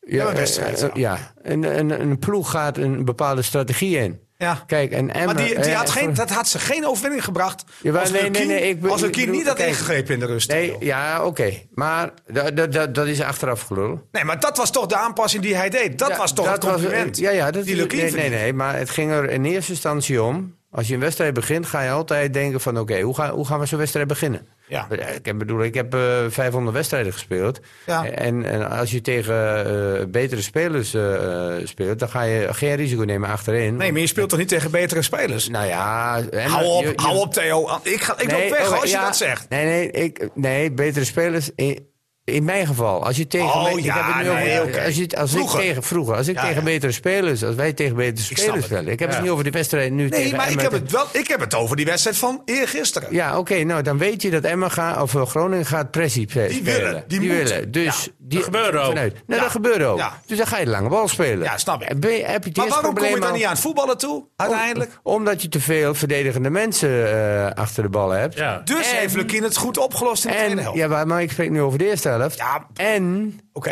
[SPEAKER 2] Je
[SPEAKER 1] hebt een wedstrijd,
[SPEAKER 2] eh, eh, ja. En, en, een ploeg gaat een bepaalde strategie in.
[SPEAKER 1] Ja.
[SPEAKER 2] Kijk, en Emmen-
[SPEAKER 1] Maar die, die
[SPEAKER 2] eh,
[SPEAKER 1] had geen,
[SPEAKER 2] voor-
[SPEAKER 1] dat had ze geen overwinning gebracht.
[SPEAKER 2] Jawel,
[SPEAKER 1] als
[SPEAKER 2] nee,
[SPEAKER 1] Lukien,
[SPEAKER 2] nee, nee, ik be-
[SPEAKER 1] als Lukien
[SPEAKER 2] ik bedoel-
[SPEAKER 1] niet had
[SPEAKER 2] kijk,
[SPEAKER 1] ingegrepen in de rust.
[SPEAKER 2] Nee, ja, oké. Maar dat, dat, dat, dat is achteraf gelul.
[SPEAKER 1] Nee, maar dat was toch de aanpassing die hij deed. Dat
[SPEAKER 2] Ja,
[SPEAKER 1] was toch het
[SPEAKER 2] was-
[SPEAKER 1] compliment.
[SPEAKER 2] ja, ja, dat,
[SPEAKER 1] die
[SPEAKER 2] is-
[SPEAKER 1] Lukien
[SPEAKER 2] nee, nee,
[SPEAKER 1] verdiende.
[SPEAKER 2] nee, maar het ging er in eerste instantie om. Als je een wedstrijd begint, ga je altijd denken van... oké, hoe, ga, hoe gaan we zo'n wedstrijd beginnen?
[SPEAKER 1] Ja.
[SPEAKER 2] Ik heb, bedoel, ik heb eh, 500 wedstrijden gespeeld.
[SPEAKER 1] Ja.
[SPEAKER 2] En, en als je tegen eh, betere spelers eh, eh, speelt... dan ga je geen risico nemen achterin.
[SPEAKER 1] Nee, maar je speelt toch niet tegen betere spelers?
[SPEAKER 2] Nou ja... en-
[SPEAKER 1] hou op,
[SPEAKER 2] je- je-
[SPEAKER 1] hou op Theo. Ik, ga, ik loop weg
[SPEAKER 2] oké,
[SPEAKER 1] hoor, als je
[SPEAKER 2] oh, ja.
[SPEAKER 1] dat zegt.
[SPEAKER 2] Nee, nee, ik, nee betere spelers in, in mijn geval. Als je tegen
[SPEAKER 1] Oh,
[SPEAKER 2] ik
[SPEAKER 1] ja,
[SPEAKER 2] heb het nu over-
[SPEAKER 1] nee, oké.
[SPEAKER 2] als je, als
[SPEAKER 1] Vroeger.
[SPEAKER 2] ik tegen vroeger, als ik
[SPEAKER 1] Ja,
[SPEAKER 2] tegen
[SPEAKER 1] ja.
[SPEAKER 2] betere spelers, als wij tegen betere
[SPEAKER 1] snap
[SPEAKER 2] spelers
[SPEAKER 1] het.
[SPEAKER 2] spelen. Ik heb
[SPEAKER 3] Ja.
[SPEAKER 2] het niet over de wedstrijd nu
[SPEAKER 1] Nee,
[SPEAKER 2] tegen
[SPEAKER 1] maar ik
[SPEAKER 2] Emmen.
[SPEAKER 1] heb, het wel, ik heb het over die wedstrijd van eergisteren.
[SPEAKER 2] Ja, oké, nou dan weet je dat Emma gaat, of eh, Groningen gaat pressie spelen.
[SPEAKER 1] Die willen, die moeten.
[SPEAKER 2] willen. Dus
[SPEAKER 1] Ja,
[SPEAKER 2] die
[SPEAKER 3] dat gebeurt ook.
[SPEAKER 2] Vanuit. Nou,
[SPEAKER 1] Ja.
[SPEAKER 2] dat gebeurt ook.
[SPEAKER 1] Ja.
[SPEAKER 2] Dus dan ga je de lange bal spelen.
[SPEAKER 1] Ja, snap ik.
[SPEAKER 2] En ben je- heb je het
[SPEAKER 1] maar
[SPEAKER 2] eerste
[SPEAKER 1] waarom kom je
[SPEAKER 2] probleem Oh,
[SPEAKER 1] dan
[SPEAKER 2] al-
[SPEAKER 1] niet aan het voetballen toe, uiteindelijk?
[SPEAKER 2] Omdat je te veel verdedigende mensen eh, achter de bal hebt.
[SPEAKER 3] Ja.
[SPEAKER 1] dus
[SPEAKER 2] en-
[SPEAKER 1] heeft Lukien het goed opgelost in de tweede
[SPEAKER 2] En,
[SPEAKER 1] helft.
[SPEAKER 2] ja, maar maar ik spreek nu over de eerste helft.
[SPEAKER 1] Ja.
[SPEAKER 2] En
[SPEAKER 1] Oké.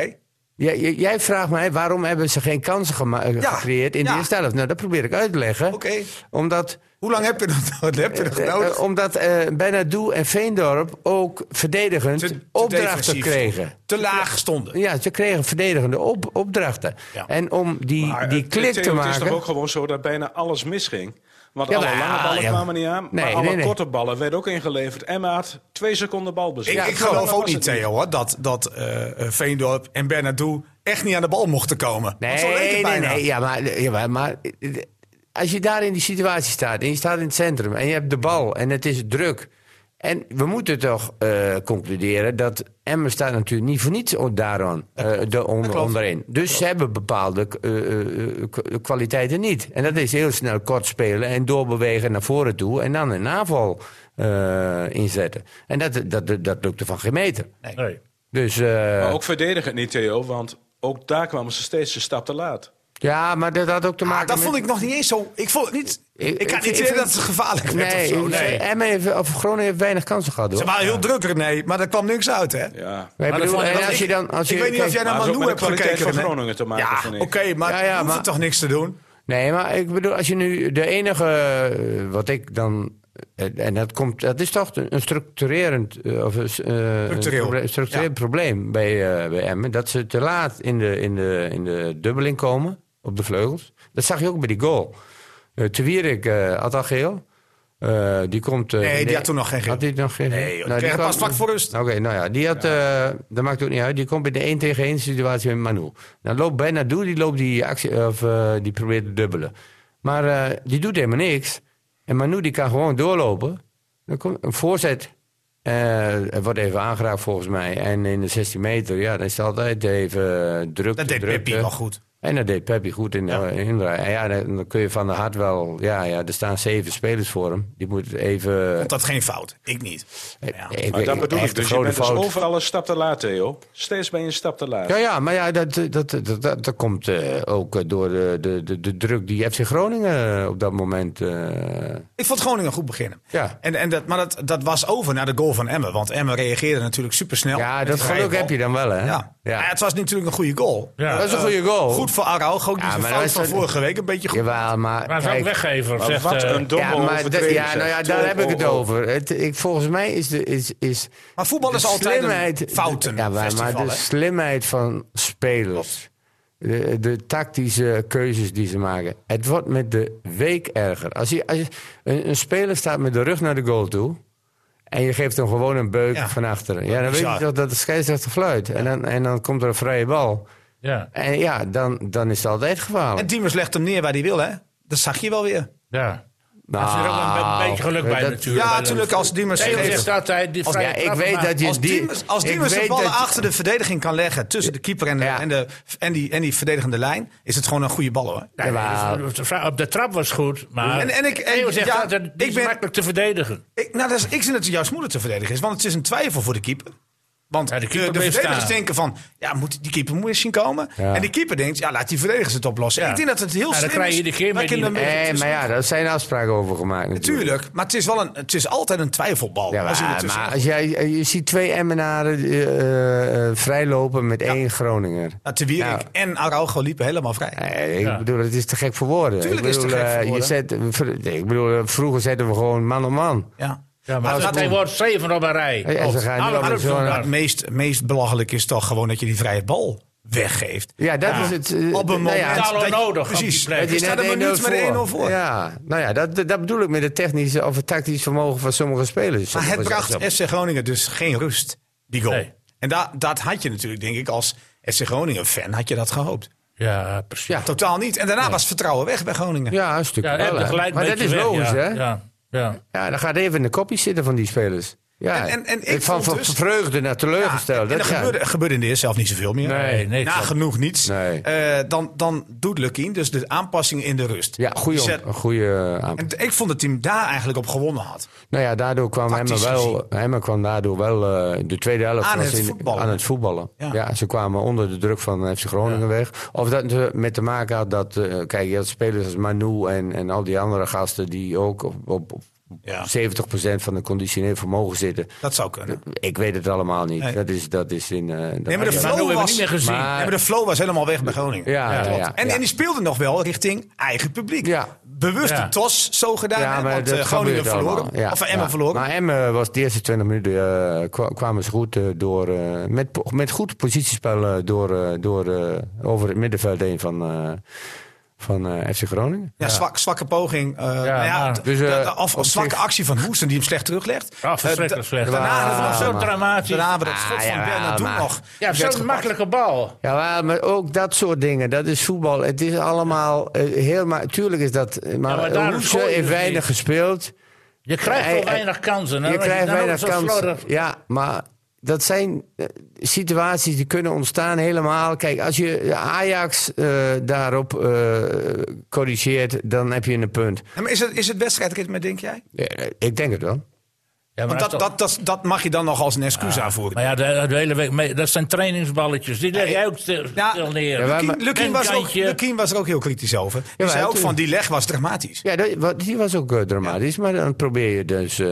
[SPEAKER 2] jij, jij- jij vraagt mij waarom hebben ze geen kansen gema- eh,
[SPEAKER 1] Ja,
[SPEAKER 2] gecreëerd in
[SPEAKER 1] ja.
[SPEAKER 2] de eerste helft. Nou, dat probeer ik uit te leggen.
[SPEAKER 1] Oké.
[SPEAKER 2] Omdat,
[SPEAKER 1] Hoe lang heb je dat *laughs* heb je dat
[SPEAKER 2] eh,
[SPEAKER 1] nodig?
[SPEAKER 2] eh, omdat eh bijna Doe en Veendorp ook verdedigend
[SPEAKER 1] Te- te
[SPEAKER 2] opdrachten
[SPEAKER 1] defensief.
[SPEAKER 2] kregen.
[SPEAKER 1] Te laag stonden.
[SPEAKER 2] Ja, ze kregen verdedigende op- opdrachten.
[SPEAKER 1] Ja.
[SPEAKER 2] En om die,
[SPEAKER 5] Maar
[SPEAKER 2] die
[SPEAKER 5] het-
[SPEAKER 2] klik
[SPEAKER 5] Theo,
[SPEAKER 2] te
[SPEAKER 5] Het is
[SPEAKER 2] maken...
[SPEAKER 5] toch ook gewoon zo dat bijna alles misging? Want
[SPEAKER 2] Ja,
[SPEAKER 5] alle
[SPEAKER 2] maar-
[SPEAKER 5] lange ballen
[SPEAKER 2] ja.
[SPEAKER 5] kwamen niet aan,
[SPEAKER 2] Nee,
[SPEAKER 5] maar alle
[SPEAKER 2] nee, nee.
[SPEAKER 5] korte ballen werden ook ingeleverd. Emma had twee seconden balbezit.
[SPEAKER 1] Ik,
[SPEAKER 2] Ja,
[SPEAKER 1] ik
[SPEAKER 2] klopt.
[SPEAKER 1] geloof
[SPEAKER 5] Dat
[SPEAKER 1] ook
[SPEAKER 5] was
[SPEAKER 1] niet,
[SPEAKER 5] het niet.
[SPEAKER 1] Theo, hoor, dat, dat eh, eh, Veendorp en Bernardo echt niet aan de bal mochten komen. Want zo leek
[SPEAKER 2] Nee,
[SPEAKER 1] het
[SPEAKER 2] nee,
[SPEAKER 1] bijna.
[SPEAKER 2] nee. Ja, maar, ja, maar, maar eh, als je daar in die situatie staat en je staat in het centrum en je hebt de bal en het is druk. En we moeten toch eh, concluderen dat Emmen staat natuurlijk niet voor niets o- daaraan, eh, de on-
[SPEAKER 1] klopt.
[SPEAKER 2] onderin. Dus ze hebben bepaalde eh, eh, eh, k- kwaliteiten niet. En dat is heel snel kort spelen en doorbewegen naar voren toe en dan een aanval eh, inzetten. En dat, dat, dat, dat lukte van geen meter.
[SPEAKER 3] Nee.
[SPEAKER 2] Dus, eh,
[SPEAKER 1] Oh.
[SPEAKER 5] Maar ook verdedigend niet, Theo, want ook daar kwamen ze steeds een stap te laat.
[SPEAKER 2] Ja, maar dat had ook te maken
[SPEAKER 1] Ah, dat
[SPEAKER 2] met...
[SPEAKER 1] vond ik nog niet eens zo. Ik vond het niet. Ik,
[SPEAKER 2] Ik-
[SPEAKER 1] had niet
[SPEAKER 2] ik- ik
[SPEAKER 1] idee
[SPEAKER 2] vind-
[SPEAKER 1] dat het gevaarlijk werd
[SPEAKER 2] Nee,
[SPEAKER 1] of zo. Nee.
[SPEAKER 2] nee. Emmen heeft, of Groningen heeft weinig kansen gehad,
[SPEAKER 1] Ze
[SPEAKER 2] hoor.
[SPEAKER 1] waren heel druk, René, maar er kwam niks uit, hè?
[SPEAKER 5] Ja.
[SPEAKER 2] Maar ik
[SPEAKER 3] Maar dat
[SPEAKER 2] bedoel,
[SPEAKER 3] vond ik
[SPEAKER 2] en
[SPEAKER 3] wel-
[SPEAKER 2] als je
[SPEAKER 1] ik-
[SPEAKER 2] dan... Als
[SPEAKER 1] ik
[SPEAKER 2] je,
[SPEAKER 1] weet niet of
[SPEAKER 2] kijk-
[SPEAKER 1] jij naar
[SPEAKER 5] Maar het is ook
[SPEAKER 1] Manu hebt
[SPEAKER 5] met de kwaliteit
[SPEAKER 1] gekeken.
[SPEAKER 5] van
[SPEAKER 1] René.
[SPEAKER 5] Groningen te maken,
[SPEAKER 1] Ja,
[SPEAKER 5] vind
[SPEAKER 1] oké,
[SPEAKER 5] ik.
[SPEAKER 1] maar
[SPEAKER 2] Ja, ja,
[SPEAKER 1] je hoeft
[SPEAKER 2] maar-
[SPEAKER 1] er toch niks te doen?
[SPEAKER 2] Nee, maar ik bedoel, als je nu de enige... eh, Wat ik dan... eh, En dat, komt, dat is toch een structurerend eh, of, eh,
[SPEAKER 1] Structureel.
[SPEAKER 2] een proble- structureel
[SPEAKER 1] Ja.
[SPEAKER 2] probleem bij, eh bij Emmen. Dat ze te laat in de, in, de, in de dubbeling komen op de vleugels. Dat zag je ook bij die goal. Eh te Wierik eh, had al geel. Eh, die komt... eh,
[SPEAKER 1] Nee, die
[SPEAKER 2] in de-
[SPEAKER 1] had toen nog geen geel.
[SPEAKER 2] Had die nog geen geel?
[SPEAKER 1] Nee, joh, die kreeg
[SPEAKER 2] kwam-
[SPEAKER 1] pas vlak voor rust.
[SPEAKER 2] Oké, nou ja, die had, eh, dat maakt ook niet uit. Die komt bij de 1 tegen 1 situatie met Manu. Dan loopt bijna Doe, die loopt die actie, of eh, die probeert te dubbelen. Maar eh, die doet helemaal niks. En Manu die kan gewoon doorlopen. Dan komt een voorzet. eh, wordt even aangeraakt volgens mij. En in de 16 meter, ja, dan is het altijd even eh, drukte.
[SPEAKER 1] Dat deed
[SPEAKER 2] drukte.
[SPEAKER 1] Pippi wel goed.
[SPEAKER 2] En dat deed Peppi goed in de Indra. En ja, dan dan kun je van de hart wel... Ja, ja, er staan zeven spelers voor hem. Die moet even...
[SPEAKER 1] Dat geen fout. Ik niet. Ja.
[SPEAKER 2] ik
[SPEAKER 5] Maar
[SPEAKER 2] weet-
[SPEAKER 5] dat bedoel
[SPEAKER 2] echt
[SPEAKER 5] ik.
[SPEAKER 2] een
[SPEAKER 5] Dus je
[SPEAKER 2] grote
[SPEAKER 5] bent dus
[SPEAKER 2] fout.
[SPEAKER 5] overal een stap te laat, Theo. Steeds ben je een stap te laat.
[SPEAKER 2] Ja, ja, maar ja, dat, dat, dat, dat, dat komt eh, ook eh, door de, de, de, de druk die FC Groningen eh, op dat moment. eh,
[SPEAKER 1] Ik vond Groningen goed beginnen.
[SPEAKER 2] Ja.
[SPEAKER 1] En, en dat, maar dat, dat was over naar de goal van Emmen. Want Emmen reageerde natuurlijk supersnel.
[SPEAKER 2] ja,
[SPEAKER 1] met
[SPEAKER 2] dat
[SPEAKER 1] die vrije
[SPEAKER 2] geluk
[SPEAKER 1] bal.
[SPEAKER 2] heb je dan wel, hè?
[SPEAKER 1] Ja.
[SPEAKER 2] ja.
[SPEAKER 1] Maar het was natuurlijk een goede goal.
[SPEAKER 3] Ja.
[SPEAKER 2] Dat is een goede goal.
[SPEAKER 1] Goed voor Araujo. Ook
[SPEAKER 2] Ja,
[SPEAKER 1] niet een
[SPEAKER 2] maar
[SPEAKER 1] fout
[SPEAKER 2] dat is
[SPEAKER 1] van
[SPEAKER 2] een-
[SPEAKER 1] vorige week. Een beetje goed.
[SPEAKER 2] Jawel, maar.
[SPEAKER 3] Maar zo'n
[SPEAKER 2] kijk,
[SPEAKER 3] weggever,
[SPEAKER 5] Maar
[SPEAKER 3] zegt...
[SPEAKER 5] wat
[SPEAKER 3] eh,
[SPEAKER 5] een domme
[SPEAKER 2] ja, maar dat-
[SPEAKER 5] overtreding,
[SPEAKER 2] ja, nou ja,
[SPEAKER 5] zeg.
[SPEAKER 2] daar heb ik het
[SPEAKER 5] Oh, oh, oh.
[SPEAKER 2] over. Het, ik, volgens mij is de. Is, is
[SPEAKER 1] Maar voetbal
[SPEAKER 2] de
[SPEAKER 1] is altijd een
[SPEAKER 2] slimheid-
[SPEAKER 1] fouten.
[SPEAKER 2] Ja, maar, maar de slimheid van spelers. De, de tactische keuzes die ze maken. Het wordt met de week erger. Als je, als je, een, een speler staat met de rug naar de goal toe. En je geeft hem gewoon een beuk
[SPEAKER 1] Ja.
[SPEAKER 2] van achteren. Ja, dan weet
[SPEAKER 1] Bizar.
[SPEAKER 2] je toch dat de scheidsrechter fluit. En, dan, en dan komt er een vrije bal.
[SPEAKER 3] ja,
[SPEAKER 2] En ja, dan, dan is het altijd gevaarlijk.
[SPEAKER 1] En Diemers legt hem neer waar hij wil, hè? Dat zag je wel weer.
[SPEAKER 3] ja.
[SPEAKER 2] nou,
[SPEAKER 3] er zit ook wel een be- beetje geluk bij natuurlijk.
[SPEAKER 1] Ja,
[SPEAKER 3] maar dat-
[SPEAKER 1] natuurlijk als Diemers...
[SPEAKER 3] Theo
[SPEAKER 1] geeft-
[SPEAKER 3] zegt altijd... Die
[SPEAKER 2] Of,
[SPEAKER 3] vrije
[SPEAKER 2] ja, ik
[SPEAKER 3] trap
[SPEAKER 2] weet
[SPEAKER 3] maar-
[SPEAKER 2] dat je
[SPEAKER 1] Als
[SPEAKER 2] die-
[SPEAKER 1] Diemers, als
[SPEAKER 2] ik
[SPEAKER 1] Diemers de
[SPEAKER 2] weet
[SPEAKER 1] bal
[SPEAKER 2] dat-
[SPEAKER 1] achter de verdediging kan leggen... tussen de keeper en de,
[SPEAKER 2] Ja.
[SPEAKER 1] en, de, en, die, en die verdedigende lijn... is het gewoon een goede bal, hoor.
[SPEAKER 3] Nee,
[SPEAKER 2] Jawel.
[SPEAKER 3] dus de vra- op de trap was goed, maar
[SPEAKER 1] En- en ik- en-
[SPEAKER 3] Theo zegt
[SPEAKER 1] ja,
[SPEAKER 3] altijd, die
[SPEAKER 1] ik
[SPEAKER 3] is
[SPEAKER 1] ben-
[SPEAKER 3] makkelijk te verdedigen.
[SPEAKER 1] Ik, nou, dat is, ik vind dat het juist moeilijk te verdedigen is, want het is een twijfel voor de keeper. Want
[SPEAKER 3] Ja, de
[SPEAKER 1] de,
[SPEAKER 3] keeper
[SPEAKER 1] de
[SPEAKER 3] bleef
[SPEAKER 1] verdedigers
[SPEAKER 3] staan.
[SPEAKER 1] denken van, ja, moet die keeper moet eens zien komen.
[SPEAKER 2] Ja.
[SPEAKER 1] En die keeper denkt, ja, laat die verdedigers het oplossen.
[SPEAKER 3] Ja.
[SPEAKER 1] Ik denk dat het heel
[SPEAKER 3] Ja, dan
[SPEAKER 1] slim
[SPEAKER 3] krijg je
[SPEAKER 1] is.
[SPEAKER 3] iedere keer
[SPEAKER 1] Wij
[SPEAKER 3] met
[SPEAKER 1] kunnen
[SPEAKER 3] die-
[SPEAKER 1] hem-
[SPEAKER 2] Eh,
[SPEAKER 1] het is-
[SPEAKER 2] maar ja, daar zijn afspraken over gemaakt. Natuurlijk.
[SPEAKER 1] Natuurlijk, maar het is, wel een, het is altijd een twijfelbal.
[SPEAKER 2] Ja,
[SPEAKER 1] als je
[SPEAKER 2] maar,
[SPEAKER 1] ertussen-
[SPEAKER 2] maar als jij, eh, je ziet twee Emmenaren eh, eh, vrijlopen met één Groninger.
[SPEAKER 1] Nou, Te Wierik
[SPEAKER 2] Ja.
[SPEAKER 1] en Araujo liepen helemaal vrij.
[SPEAKER 2] Nee, ik
[SPEAKER 3] Ja.
[SPEAKER 2] bedoel, het is te gek voor woorden.
[SPEAKER 1] Tuurlijk
[SPEAKER 2] ik
[SPEAKER 1] is het
[SPEAKER 2] bedoel,
[SPEAKER 1] te gek
[SPEAKER 2] eh,
[SPEAKER 1] voor
[SPEAKER 2] je
[SPEAKER 1] woorden.
[SPEAKER 2] zet, vr- nee, ik bedoel, eh, vroeger zetten we gewoon man op man.
[SPEAKER 1] Ja.
[SPEAKER 3] Ja, maar
[SPEAKER 1] als-
[SPEAKER 3] dat hij wordt zeven op een rij.
[SPEAKER 2] Ja, ze gaan
[SPEAKER 3] Alle
[SPEAKER 2] niet op
[SPEAKER 3] clubs
[SPEAKER 2] zo'n-
[SPEAKER 3] doen
[SPEAKER 1] Maar
[SPEAKER 3] dat.
[SPEAKER 1] het meest, meest belachelijk is toch gewoon dat je die vrije bal weggeeft.
[SPEAKER 2] Ja, dat is het. eh,
[SPEAKER 1] Op een
[SPEAKER 2] nou ja,
[SPEAKER 1] moment
[SPEAKER 3] totaal
[SPEAKER 1] dat je-
[SPEAKER 3] onnodig op die
[SPEAKER 1] Precies.
[SPEAKER 3] plek.
[SPEAKER 2] dat
[SPEAKER 1] Je
[SPEAKER 2] je
[SPEAKER 1] staat
[SPEAKER 2] net
[SPEAKER 1] een minuut
[SPEAKER 2] 1-0
[SPEAKER 1] met 1-0 voor.
[SPEAKER 2] Ja, nou ja, dat, dat bedoel ik met het technische of het tactisch vermogen van sommige spelers.
[SPEAKER 1] Maar het
[SPEAKER 2] Sommige zeggen-
[SPEAKER 1] bracht FC Groningen dus geen rust, die goal.
[SPEAKER 3] Nee.
[SPEAKER 1] En da dat had je natuurlijk, denk ik, als FC Groningen-fan had je dat gehoopt.
[SPEAKER 3] Ja, precies.
[SPEAKER 2] Ja.
[SPEAKER 1] Totaal niet. En daarna was het vertrouwen weg bij Groningen.
[SPEAKER 2] Ja, een stuk
[SPEAKER 3] Ja,
[SPEAKER 2] wel,
[SPEAKER 3] en
[SPEAKER 2] hè.
[SPEAKER 3] gelijk
[SPEAKER 2] Maar dat
[SPEAKER 3] beetje
[SPEAKER 2] is
[SPEAKER 3] weg,
[SPEAKER 2] logisch,
[SPEAKER 3] ja.
[SPEAKER 2] hè? Ja.
[SPEAKER 3] Ja, ja.
[SPEAKER 2] dat gaat even in de kopjes zitten van die spelers. Ja,
[SPEAKER 1] En- en- en ik
[SPEAKER 2] van
[SPEAKER 1] vond
[SPEAKER 2] van
[SPEAKER 1] dus-
[SPEAKER 2] vreugde naar
[SPEAKER 1] Ja,
[SPEAKER 2] teleurgesteld.
[SPEAKER 1] en er
[SPEAKER 2] dat, ja. nou,
[SPEAKER 1] gebeurde, gebeurde in de eerste helft niet zoveel meer.
[SPEAKER 3] Nee, niks.
[SPEAKER 1] Nagenoeg niets.
[SPEAKER 2] Nee.
[SPEAKER 1] Eh, dan, dan doet Lukien dus de aanpassing in de rust.
[SPEAKER 2] Ja, goede,
[SPEAKER 1] Die zet-
[SPEAKER 2] een goede aanpak.
[SPEAKER 1] en ik vond dat hij hem daar eigenlijk op gewonnen had.
[SPEAKER 2] Nou ja, daardoor kwam Emmen
[SPEAKER 1] Tactisch
[SPEAKER 2] wel.
[SPEAKER 1] gezien.
[SPEAKER 2] Emmen kwam daardoor wel eh, de tweede helft
[SPEAKER 1] Aan
[SPEAKER 2] was
[SPEAKER 1] het voetballen.
[SPEAKER 2] aan het voetballen.
[SPEAKER 1] Ja.
[SPEAKER 2] Ja. ze kwamen onder de druk van FC Groningen weg. Of dat het met te maken had dat, eh, kijk, je had spelers als Manu en, en al die andere gasten die ook op, op, op
[SPEAKER 1] Ja.
[SPEAKER 2] 70% van hun conditioneel vermogen zitten.
[SPEAKER 1] Dat zou kunnen.
[SPEAKER 2] Ik weet het allemaal niet.
[SPEAKER 1] Nee.
[SPEAKER 2] Dat is, dat is in. eh, dat-
[SPEAKER 1] Nee, maar de
[SPEAKER 2] ja.
[SPEAKER 3] Maar nu
[SPEAKER 1] flow
[SPEAKER 3] hebben we
[SPEAKER 1] was,
[SPEAKER 3] niet meer gezien.
[SPEAKER 1] Nee, maar de flow was helemaal weg bij Groningen.
[SPEAKER 2] Ja, ja,
[SPEAKER 1] klopt.
[SPEAKER 2] ja,
[SPEAKER 1] en,
[SPEAKER 2] ja.
[SPEAKER 1] en die speelde nog wel richting eigen publiek.
[SPEAKER 2] Ja.
[SPEAKER 1] Bewust
[SPEAKER 3] Ja.
[SPEAKER 1] de TOS zo gedaan.
[SPEAKER 2] Ja,
[SPEAKER 1] hè,
[SPEAKER 2] maar
[SPEAKER 1] want
[SPEAKER 2] dat
[SPEAKER 1] eh, Groningen
[SPEAKER 2] gebeurt
[SPEAKER 1] verloren.
[SPEAKER 2] allemaal. Ja,
[SPEAKER 1] Of eh, Emmen
[SPEAKER 2] ja.
[SPEAKER 1] verloren.
[SPEAKER 2] Maar Emmen was de eerste 20 minuten eh, kwa- kwamen ze goed eh, door. eh, met, po- met goed positiespel eh, door, eh, door, eh, over het middenveld heen van, eh, van eh, FC Groningen.
[SPEAKER 1] ja, zwak, zwakke poging. eh, nou ja,
[SPEAKER 3] maar-
[SPEAKER 1] d-
[SPEAKER 2] Dus, eh,
[SPEAKER 1] d- of,
[SPEAKER 2] op
[SPEAKER 1] of zwakke
[SPEAKER 2] zich-
[SPEAKER 1] actie van Hoesten die hem slecht teruglegt.
[SPEAKER 3] Ja, verschrikkelijk
[SPEAKER 1] Eh, d-
[SPEAKER 3] slecht.
[SPEAKER 1] Daarna
[SPEAKER 2] Ja,
[SPEAKER 1] hebben we nog
[SPEAKER 3] Zo
[SPEAKER 1] zo
[SPEAKER 3] maar- dramatisch.
[SPEAKER 1] Daarna hebben we dat
[SPEAKER 2] Ah,
[SPEAKER 1] schot van
[SPEAKER 2] jawel,
[SPEAKER 1] Bernard toen
[SPEAKER 2] maar-
[SPEAKER 1] nog.
[SPEAKER 3] Ja,
[SPEAKER 1] werd
[SPEAKER 3] zo'n
[SPEAKER 1] gepakt.
[SPEAKER 3] makkelijke bal.
[SPEAKER 2] Ja, maar- maar ook dat soort dingen. Dat is voetbal. Het is allemaal eh, heel... Maar, tuurlijk is dat... eh,
[SPEAKER 3] Ja,
[SPEAKER 2] Maar,
[SPEAKER 3] maar
[SPEAKER 2] eh,
[SPEAKER 3] daarom
[SPEAKER 2] Hoese
[SPEAKER 3] gooi je
[SPEAKER 2] heeft
[SPEAKER 3] dus
[SPEAKER 2] weinig
[SPEAKER 3] niet.
[SPEAKER 2] gespeeld.
[SPEAKER 3] Je krijgt
[SPEAKER 2] Hij-
[SPEAKER 3] wel
[SPEAKER 2] hij-
[SPEAKER 3] weinig kansen.
[SPEAKER 1] Nou,
[SPEAKER 2] je
[SPEAKER 3] Dan-
[SPEAKER 2] krijgt
[SPEAKER 3] dan
[SPEAKER 2] weinig
[SPEAKER 3] ook zo
[SPEAKER 2] kansen.
[SPEAKER 3] slordig.
[SPEAKER 2] Ja, maar dat zijn eh, situaties die kunnen ontstaan helemaal. Kijk, als je Ajax eh, daarop eh, corrigeert, dan heb je een punt.
[SPEAKER 1] Ja, maar is het, is het wedstrijdritme, denk jij?
[SPEAKER 2] Eh, eh, Ik denk het wel.
[SPEAKER 3] Ja, maar
[SPEAKER 1] Want
[SPEAKER 3] dat,
[SPEAKER 1] dat, dat, dat, dat mag je dan nog als een excuus aanvoeren.
[SPEAKER 3] maar ja, de, de hele week mee, dat zijn trainingsballetjes. Die leg jij ook stil, stil neer.
[SPEAKER 2] Ja, maar-
[SPEAKER 1] Lukien- Lukien
[SPEAKER 3] En
[SPEAKER 1] was er ook-
[SPEAKER 3] Jantje.
[SPEAKER 1] Lukien was er ook heel kritisch over. Die
[SPEAKER 2] maar
[SPEAKER 1] zei ook
[SPEAKER 2] toen-
[SPEAKER 1] van, die leg was dramatisch.
[SPEAKER 2] Ja, dat, wat, die was ook eh, dramatisch. Maar dan probeer je dus... eh,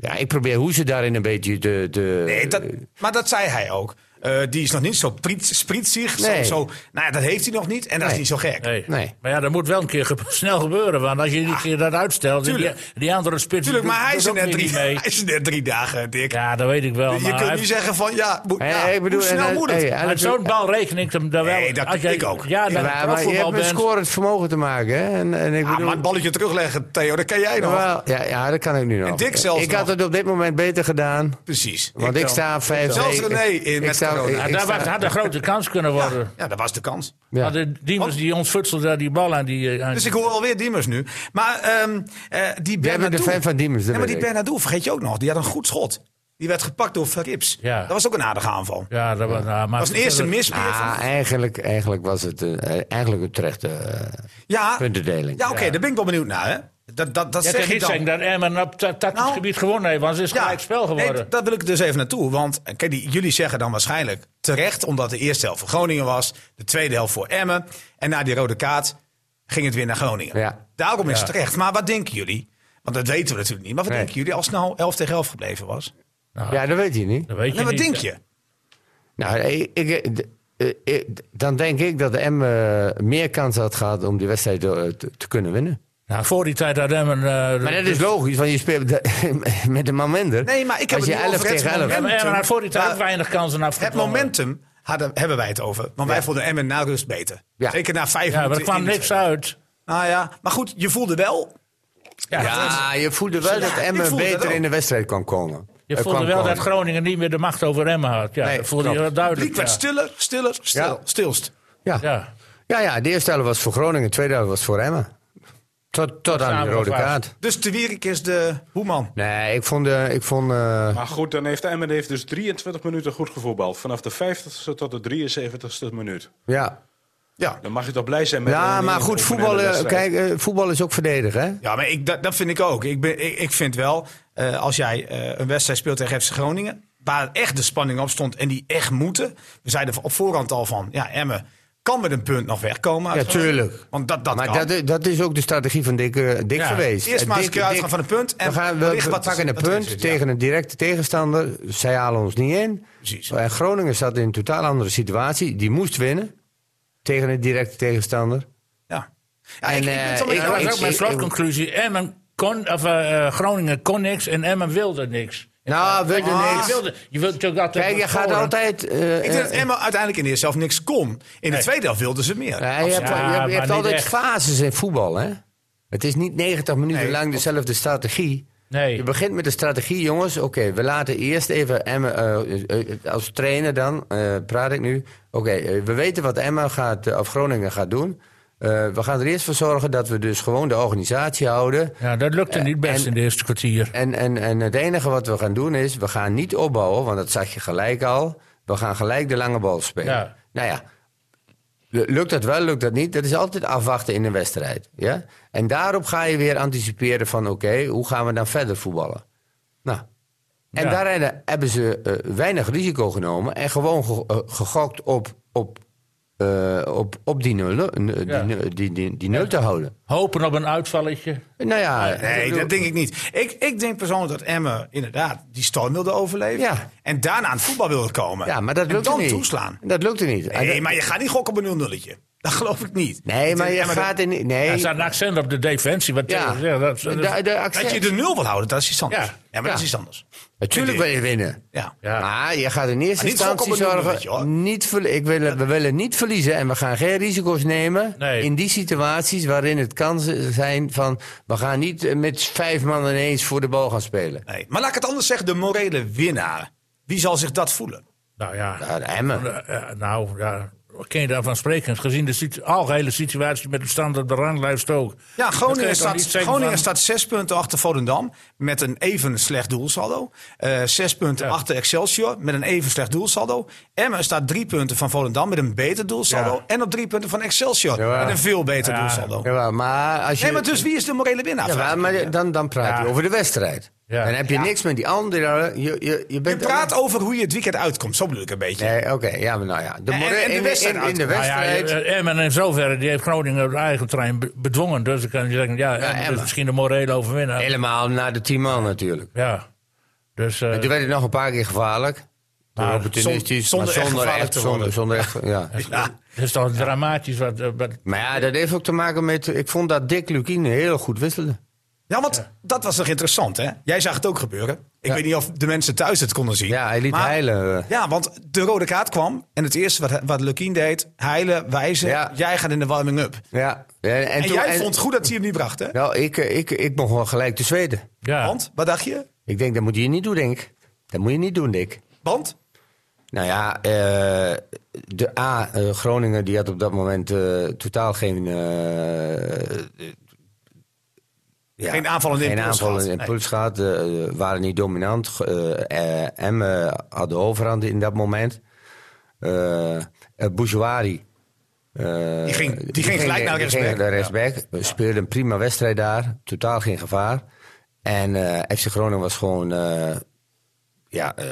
[SPEAKER 2] ja, ik probeer hoe ze daarin een beetje de... de
[SPEAKER 1] Nee, dat, maar dat zei hij ook. Eh, die is nog niet zo priet- sprietzig.
[SPEAKER 2] Nee.
[SPEAKER 1] Zo, zo, nou ja, dat heeft hij nog niet. En dat is
[SPEAKER 2] Nee.
[SPEAKER 1] niet zo gek.
[SPEAKER 3] Nee.
[SPEAKER 2] Nee.
[SPEAKER 3] Maar ja, dat moet wel een keer ge- *laughs* snel gebeuren. Want als je die keer dat uitstelt, die,
[SPEAKER 1] Tuurlijk.
[SPEAKER 3] die andere spits...
[SPEAKER 1] Tuurlijk,
[SPEAKER 3] doet-
[SPEAKER 1] maar hij
[SPEAKER 3] doet
[SPEAKER 1] is, er
[SPEAKER 3] ook
[SPEAKER 1] net
[SPEAKER 3] weer
[SPEAKER 1] drie,
[SPEAKER 3] niet mee.
[SPEAKER 1] *laughs* hij is er net drie dagen, Dick.
[SPEAKER 3] Ja, dat weet ik wel.
[SPEAKER 1] je
[SPEAKER 3] maar
[SPEAKER 1] kunt
[SPEAKER 3] hij-
[SPEAKER 1] niet zeggen van, ja, moet,
[SPEAKER 2] Hey,
[SPEAKER 1] ja,
[SPEAKER 2] ik bedoel,
[SPEAKER 1] hoe
[SPEAKER 2] en
[SPEAKER 1] snel
[SPEAKER 2] hij-
[SPEAKER 1] moet het?
[SPEAKER 2] hey, hij-
[SPEAKER 3] Met zo'n bal reken ik hem daar wel.
[SPEAKER 1] Nee, dat-
[SPEAKER 3] als jij,
[SPEAKER 1] ik ook.
[SPEAKER 3] Ja,
[SPEAKER 2] Ja,
[SPEAKER 3] dan
[SPEAKER 2] maar, maar je hebt met
[SPEAKER 3] bent.
[SPEAKER 2] scorend vermogen te maken. Hè? En, en ik
[SPEAKER 1] Ja,
[SPEAKER 2] bedoel,
[SPEAKER 1] maar een balletje terugleggen, Theo, dat kan jij nog.
[SPEAKER 2] Jawel, ja, ja, dat kan ik nu nog.
[SPEAKER 1] Dick zelfs
[SPEAKER 2] ik had
[SPEAKER 1] nog.
[SPEAKER 2] het op dit moment beter gedaan.
[SPEAKER 1] Precies.
[SPEAKER 2] Want ik, sta 5
[SPEAKER 1] Zelfs René in met corona.
[SPEAKER 3] Ja, daar had een grote kans kunnen worden.
[SPEAKER 1] Ja, dat was de kans.
[SPEAKER 3] Maar de Diemers die ontfutselde daar die bal aan die... eh, aan-
[SPEAKER 1] Dus ik hoor alweer Diemers nu. Maar ehm eh die
[SPEAKER 2] bent een
[SPEAKER 1] Bernardo...
[SPEAKER 2] fan van Diemers, dat
[SPEAKER 1] Ja, maar
[SPEAKER 2] weet
[SPEAKER 1] die
[SPEAKER 2] ik.
[SPEAKER 1] Bernardo vergeet je ook nog. Die had een goed schot. Die werd gepakt door Verrips.
[SPEAKER 3] Ja.
[SPEAKER 1] Dat was ook een aardige aanval. Dat
[SPEAKER 3] Ja, dat was, nou, maar
[SPEAKER 1] was een eerste mispeer. van-
[SPEAKER 2] Ah, eigenlijk, eigenlijk was het eh, eigenlijk een terechte eh,
[SPEAKER 1] Ja, ja
[SPEAKER 2] puntendeling.
[SPEAKER 1] oké, daar ben ik wel benieuwd naar. Hè. Dat, dat, dat
[SPEAKER 3] Ja,
[SPEAKER 1] zeg
[SPEAKER 3] het kan
[SPEAKER 1] ik
[SPEAKER 3] niet
[SPEAKER 1] dan.
[SPEAKER 3] zijn dat Emmen op dat tactisch
[SPEAKER 1] Nou,
[SPEAKER 3] gebied gewonnen heeft, want het is
[SPEAKER 1] Ja,
[SPEAKER 3] gelijk spel geworden.
[SPEAKER 1] Nee, d- daar wil ik dus even naartoe. Want eh, kijk, die, jullie zeggen dan waarschijnlijk terecht, omdat de eerste helft voor Groningen was, de tweede helft voor Emmen. En na die rode kaart ging het weer naar Groningen.
[SPEAKER 2] Ja.
[SPEAKER 1] Daarom is het terecht. Maar wat denken jullie? Want dat weten we natuurlijk niet. Maar wat
[SPEAKER 2] Nee.
[SPEAKER 1] denken jullie als het nou 11 tegen 11 gebleven was?
[SPEAKER 2] Ja, dat weet je niet.
[SPEAKER 3] Dat weet je
[SPEAKER 1] Nou, wat
[SPEAKER 3] niet.
[SPEAKER 1] denk je?
[SPEAKER 2] Nou, ik, ik- d- eh, ik- dan denk ik dat Emmen eh, meer kans had gehad om die wedstrijd eh, te, te kunnen winnen.
[SPEAKER 3] Nou, voor die tijd had Emmen... eh,
[SPEAKER 2] Maar dat is logisch, want je speelt de- *laughs* met een man minder.
[SPEAKER 1] Nee, maar ik heb
[SPEAKER 2] Als
[SPEAKER 1] het
[SPEAKER 2] je
[SPEAKER 1] nu
[SPEAKER 2] 11
[SPEAKER 1] over het
[SPEAKER 2] tegen 11.
[SPEAKER 1] moment.
[SPEAKER 3] Emmen Emmen had voor die tijd
[SPEAKER 1] Maar
[SPEAKER 3] ook weinig kansen
[SPEAKER 1] Het
[SPEAKER 3] afgedwongen.
[SPEAKER 1] momentum hadden, hebben wij het over. Want wij voelden Emmen na rust beter.
[SPEAKER 2] Ja.
[SPEAKER 1] Zeker na vijf
[SPEAKER 3] Ja, maar
[SPEAKER 1] minuten.
[SPEAKER 3] er kwam
[SPEAKER 1] in de
[SPEAKER 3] niks
[SPEAKER 1] tweede.
[SPEAKER 3] uit.
[SPEAKER 1] Nou ja, maar goed, je voelde wel.
[SPEAKER 3] Ja,
[SPEAKER 2] Ja, je voelde wel
[SPEAKER 1] Ja,
[SPEAKER 2] dat
[SPEAKER 1] ik
[SPEAKER 2] Emmen
[SPEAKER 1] voelde dat
[SPEAKER 2] beter
[SPEAKER 1] ook.
[SPEAKER 2] in de wedstrijd kon komen.
[SPEAKER 3] Je
[SPEAKER 2] Eh,
[SPEAKER 3] voelde
[SPEAKER 2] kwam
[SPEAKER 3] wel
[SPEAKER 2] komen.
[SPEAKER 3] dat Groningen niet meer de macht over Emmen had. Ja,
[SPEAKER 2] Nee,
[SPEAKER 3] dat voelde je
[SPEAKER 2] klopt.
[SPEAKER 3] wel
[SPEAKER 1] Het publiek
[SPEAKER 3] duidelijk.
[SPEAKER 1] werd
[SPEAKER 3] ja.
[SPEAKER 1] stiller, stiller, stil,
[SPEAKER 2] Ja.
[SPEAKER 1] stilst.
[SPEAKER 2] Ja. Ja.
[SPEAKER 3] Ja.
[SPEAKER 2] Ja, de eerste helft was voor Groningen, de tweede helft was voor Emmen. Tot, tot aan die rode
[SPEAKER 3] Samengevat.
[SPEAKER 2] kaart.
[SPEAKER 1] Dus de Wierik is de hoeman.
[SPEAKER 2] Nee, ik vond... eh, ik vond eh,
[SPEAKER 5] Maar goed, dan heeft Emmen heeft dus 23 minuten goed gevoetbald. Vanaf de 50ste tot de 73ste minuut.
[SPEAKER 2] ja. Ja,
[SPEAKER 5] Dan mag je toch blij zijn met
[SPEAKER 2] ja
[SPEAKER 5] een-
[SPEAKER 2] maar goed,
[SPEAKER 5] een
[SPEAKER 2] voetbal, eh,
[SPEAKER 5] wedstrijd.
[SPEAKER 2] kijk, eh, voetbal is ook verdedigen, hè?
[SPEAKER 1] Ja, maar ik, dat, dat vind ik ook. Ik, ben, ik, ik vind wel, eh, als jij eh, een wedstrijd speelt tegen FC Groningen... waar echt de spanning op stond en die echt moeten... we zeiden op voorhand al van, ja, Emmen kan met een punt nog wegkomen.
[SPEAKER 2] Ja, tuurlijk.
[SPEAKER 1] Want dat, dat
[SPEAKER 2] maar
[SPEAKER 1] kan.
[SPEAKER 2] dat, is- dat is ook de strategie van Dick, eh, Dick
[SPEAKER 3] Ja.
[SPEAKER 2] geweest.
[SPEAKER 1] Eerst
[SPEAKER 2] Eh,
[SPEAKER 1] maar eens
[SPEAKER 2] Dick-
[SPEAKER 1] een keer uitgaan
[SPEAKER 2] Dick-
[SPEAKER 1] van een punt. En
[SPEAKER 2] we gaan
[SPEAKER 1] wellicht
[SPEAKER 2] we,
[SPEAKER 1] wat
[SPEAKER 2] pakken een
[SPEAKER 1] wat
[SPEAKER 2] punt
[SPEAKER 1] is het, ja.
[SPEAKER 2] tegen een directe tegenstander. Zij halen ons niet in.
[SPEAKER 1] Precies.
[SPEAKER 2] En Groningen zat in een totaal andere situatie. Die moest winnen tegen een directe tegenstander.
[SPEAKER 1] Ja. Ja,
[SPEAKER 2] En,
[SPEAKER 1] ik, ik ben het wel
[SPEAKER 2] eh,
[SPEAKER 1] met
[SPEAKER 2] ik-
[SPEAKER 1] jou
[SPEAKER 3] Dat
[SPEAKER 1] eens.
[SPEAKER 3] was ook mijn
[SPEAKER 2] ik-
[SPEAKER 3] slotconclusie. Emmen kon, of, eh, eh, Groningen kon niks en Emmen wilde niks.
[SPEAKER 2] Nou, wilde
[SPEAKER 3] Ah, Je,
[SPEAKER 2] niks.
[SPEAKER 3] wilde, je wilt natuurlijk altijd...
[SPEAKER 2] Kijk, je gaat
[SPEAKER 3] scoren.
[SPEAKER 2] altijd... eh,
[SPEAKER 1] Ik
[SPEAKER 2] eh,
[SPEAKER 1] denk dat Emma uiteindelijk in de eerste helft niks kon. In de
[SPEAKER 3] Nee.
[SPEAKER 1] tweede helft wilden ze meer.
[SPEAKER 2] Ja, je hebt, je
[SPEAKER 3] Ja,
[SPEAKER 2] hebt-
[SPEAKER 3] maar
[SPEAKER 2] je hebt
[SPEAKER 3] niet
[SPEAKER 2] altijd
[SPEAKER 3] echt.
[SPEAKER 2] fases in voetbal, hè? Het is niet 90 minuten
[SPEAKER 1] Nee,
[SPEAKER 2] lang dezelfde strategie.
[SPEAKER 3] Nee.
[SPEAKER 2] Je begint met de strategie, jongens. Oké, we laten eerst even Emma, eh, als trainer dan, eh, praat ik nu. Oké, eh, we weten wat Emma gaat, eh, of Groningen gaat doen. Eh, we gaan er eerst voor zorgen dat we dus gewoon de organisatie houden.
[SPEAKER 3] Ja, dat
[SPEAKER 1] Eh,
[SPEAKER 3] lukte niet best
[SPEAKER 2] en-
[SPEAKER 3] in de eerste kwartier.
[SPEAKER 2] En, en, en het enige wat we gaan doen is, we gaan niet opbouwen, want dat zag je gelijk al. We gaan gelijk de lange bal spelen.
[SPEAKER 3] Ja.
[SPEAKER 2] Nou ja, l- lukt dat wel, lukt dat niet? Dat is altijd afwachten in een wedstrijd. Ja? En daarop ga je weer anticiperen van, oké, hoe gaan we dan verder voetballen? Nou, en
[SPEAKER 3] Ja.
[SPEAKER 2] daarin hebben ze eh, weinig risico genomen en gewoon ge- eh, gegokt op, op, eh, op, op die nul, eh,
[SPEAKER 3] Ja.
[SPEAKER 2] die, nul- die, die, die nul te houden.
[SPEAKER 3] Hopen op een uitvalletje.
[SPEAKER 2] Nou ja,
[SPEAKER 1] Nee, dat denk ik niet. Ik, ik denk persoonlijk dat Emmen inderdaad die storm wilde overleven.
[SPEAKER 2] Ja.
[SPEAKER 1] En daarna aan het voetbal wilde komen.
[SPEAKER 2] ja, maar dat
[SPEAKER 1] en
[SPEAKER 2] lukte
[SPEAKER 1] dan
[SPEAKER 2] niet.
[SPEAKER 1] toeslaan.
[SPEAKER 2] Dat lukte niet. En dat-
[SPEAKER 1] Nee, maar je gaat niet gokken op een 0 nulletje. Dat geloof ik niet.
[SPEAKER 2] Nee,
[SPEAKER 1] Ik
[SPEAKER 2] maar
[SPEAKER 1] denk
[SPEAKER 2] je
[SPEAKER 1] Emmen
[SPEAKER 2] gaat in. Nee,
[SPEAKER 3] Ja, er staat een accent op de defensie. Wat
[SPEAKER 2] Ja.
[SPEAKER 3] Theo zegt, dat- dat-
[SPEAKER 2] de, de
[SPEAKER 1] dat, dat je
[SPEAKER 2] accent.
[SPEAKER 1] de nul wil houden, dat is iets anders. Ja,
[SPEAKER 3] Ja.
[SPEAKER 1] maar
[SPEAKER 2] Ja.
[SPEAKER 1] dat is iets anders.
[SPEAKER 2] Natuurlijk wil je winnen.
[SPEAKER 1] Ja.
[SPEAKER 3] Ja.
[SPEAKER 2] Maar je gaat in eerste
[SPEAKER 1] Maar niet gokken op
[SPEAKER 2] instantie
[SPEAKER 1] een nulletje, hoor.
[SPEAKER 2] zorgen. Niet verli- ik wil, we willen niet verliezen en we gaan geen risico's nemen.
[SPEAKER 3] Nee.
[SPEAKER 2] In die situaties waarin het kansen zijn van. We gaan niet eh, met vijf man ineens voor de bal gaan spelen.
[SPEAKER 1] Nee. Maar laat ik het anders zeggen, de morele winnaar. Wie zal zich dat voelen?
[SPEAKER 3] Nou ja.
[SPEAKER 2] Ja, de Emmen.
[SPEAKER 3] Eh, eh, nou, ja, wat kun je daarvan spreken? Gezien de situ- algehele situatie met de stand op de ranglijst ook.
[SPEAKER 1] Ja,
[SPEAKER 3] Dan kun
[SPEAKER 1] Groningen,
[SPEAKER 3] je toch
[SPEAKER 1] staat,
[SPEAKER 3] niet zeggen
[SPEAKER 1] Groningen
[SPEAKER 3] van-
[SPEAKER 1] staat zes punten achter Volendam met een even slecht doelsaldo. Eh, zes punten
[SPEAKER 3] Ja.
[SPEAKER 1] achter Excelsior met een even slecht doelsaldo. Emmen staat drie punten van Volendam met een beter doelsaldo.
[SPEAKER 3] Ja.
[SPEAKER 1] En op drie punten van Excelsior
[SPEAKER 2] Jawel.
[SPEAKER 1] met een veel beter
[SPEAKER 3] Ja.
[SPEAKER 1] doelsaldo.
[SPEAKER 2] Jawel, maar als je.
[SPEAKER 1] Nee, maar dus wie is de morele winnaar?
[SPEAKER 2] Jawel,
[SPEAKER 1] vraag ik
[SPEAKER 2] maar
[SPEAKER 1] me.
[SPEAKER 2] je- dan, dan praat
[SPEAKER 3] Ja.
[SPEAKER 2] je over de wedstrijd.
[SPEAKER 3] Ja.
[SPEAKER 2] Dan heb je niks met die anderen. Je, je, je,
[SPEAKER 1] je
[SPEAKER 2] bent
[SPEAKER 1] praat over hoe je het weekend uitkomt. Zo bedoel ik een beetje.
[SPEAKER 2] Nee, oké, ja, maar nou ja. De
[SPEAKER 1] En-
[SPEAKER 2] morel-
[SPEAKER 1] en de
[SPEAKER 2] in-
[SPEAKER 1] wedstrijd
[SPEAKER 2] in, in de
[SPEAKER 1] uit-
[SPEAKER 3] Nou ja,
[SPEAKER 2] wedstrijd.
[SPEAKER 3] eh, Emmen in zoverre die heeft Groningen op de eigen trein be- bedwongen. Dus dan kan je zeggen, ja, Emmen is
[SPEAKER 2] Emmen.
[SPEAKER 3] misschien de morele overwinnaar.
[SPEAKER 2] Helemaal naar de 10 man natuurlijk.
[SPEAKER 3] Ja. Dus, eh,
[SPEAKER 2] En toen werd het nog een paar keer gevaarlijk.
[SPEAKER 3] Maar
[SPEAKER 2] Maar opportunistisch,
[SPEAKER 1] Nou, zon-
[SPEAKER 2] maar
[SPEAKER 1] zonder echt
[SPEAKER 2] zonder
[SPEAKER 1] gevaarlijk
[SPEAKER 2] echt,
[SPEAKER 1] te
[SPEAKER 2] zonder,
[SPEAKER 1] worden.
[SPEAKER 2] zonder echt, ja.
[SPEAKER 1] Ja.
[SPEAKER 3] het is toch dramatisch wat... eh, wat-
[SPEAKER 2] Maar ja, dat heeft ook te maken met, ik vond dat Dick Lukine heel goed wisselde.
[SPEAKER 1] Ja, want dat was nog interessant, hè? Jij zag het ook gebeuren. Ik
[SPEAKER 2] Ja.
[SPEAKER 1] weet niet of de mensen thuis het konden zien.
[SPEAKER 2] Ja, hij liet
[SPEAKER 1] Maar-
[SPEAKER 2] heilen. eh.
[SPEAKER 1] Ja, want de rode kaart kwam. En het eerste wat, wat Lukien deed, heilen, wijzen.
[SPEAKER 2] Ja.
[SPEAKER 1] Jij gaat in de warming-up.
[SPEAKER 2] Ja. En, en
[SPEAKER 1] En,
[SPEAKER 2] toen-
[SPEAKER 1] jij
[SPEAKER 2] en-
[SPEAKER 1] vond goed dat hij hem niet bracht, hè?
[SPEAKER 2] Nou, ik, eh, ik, ik mocht wel gelijk te zweten.
[SPEAKER 3] ja.
[SPEAKER 1] Want, wat dacht je?
[SPEAKER 2] Ik denk, dat moet je niet doen, Dick. Dat moet je niet doen, Dick.
[SPEAKER 1] Want?
[SPEAKER 2] Nou ja, eh, de A, eh, Groningen, die had op dat moment eh, totaal geen eh, Ja,
[SPEAKER 1] Geen aanvallende
[SPEAKER 2] geen
[SPEAKER 1] impuls
[SPEAKER 2] aanvallende
[SPEAKER 1] gehad. Nee.
[SPEAKER 2] impuls gehad. eh, waren niet dominant. G- eh, eh, Emmen had de overhand in dat moment. Eh eh, Bourgeoisie, eh,
[SPEAKER 1] Die ging- die ging gelijk naar de
[SPEAKER 2] die ging
[SPEAKER 1] rechtsback.
[SPEAKER 2] naar de rechtsback. We speelden een prima wedstrijd daar. Totaal geen gevaar. En eh, FC Groningen was gewoon... eh, ja, eh,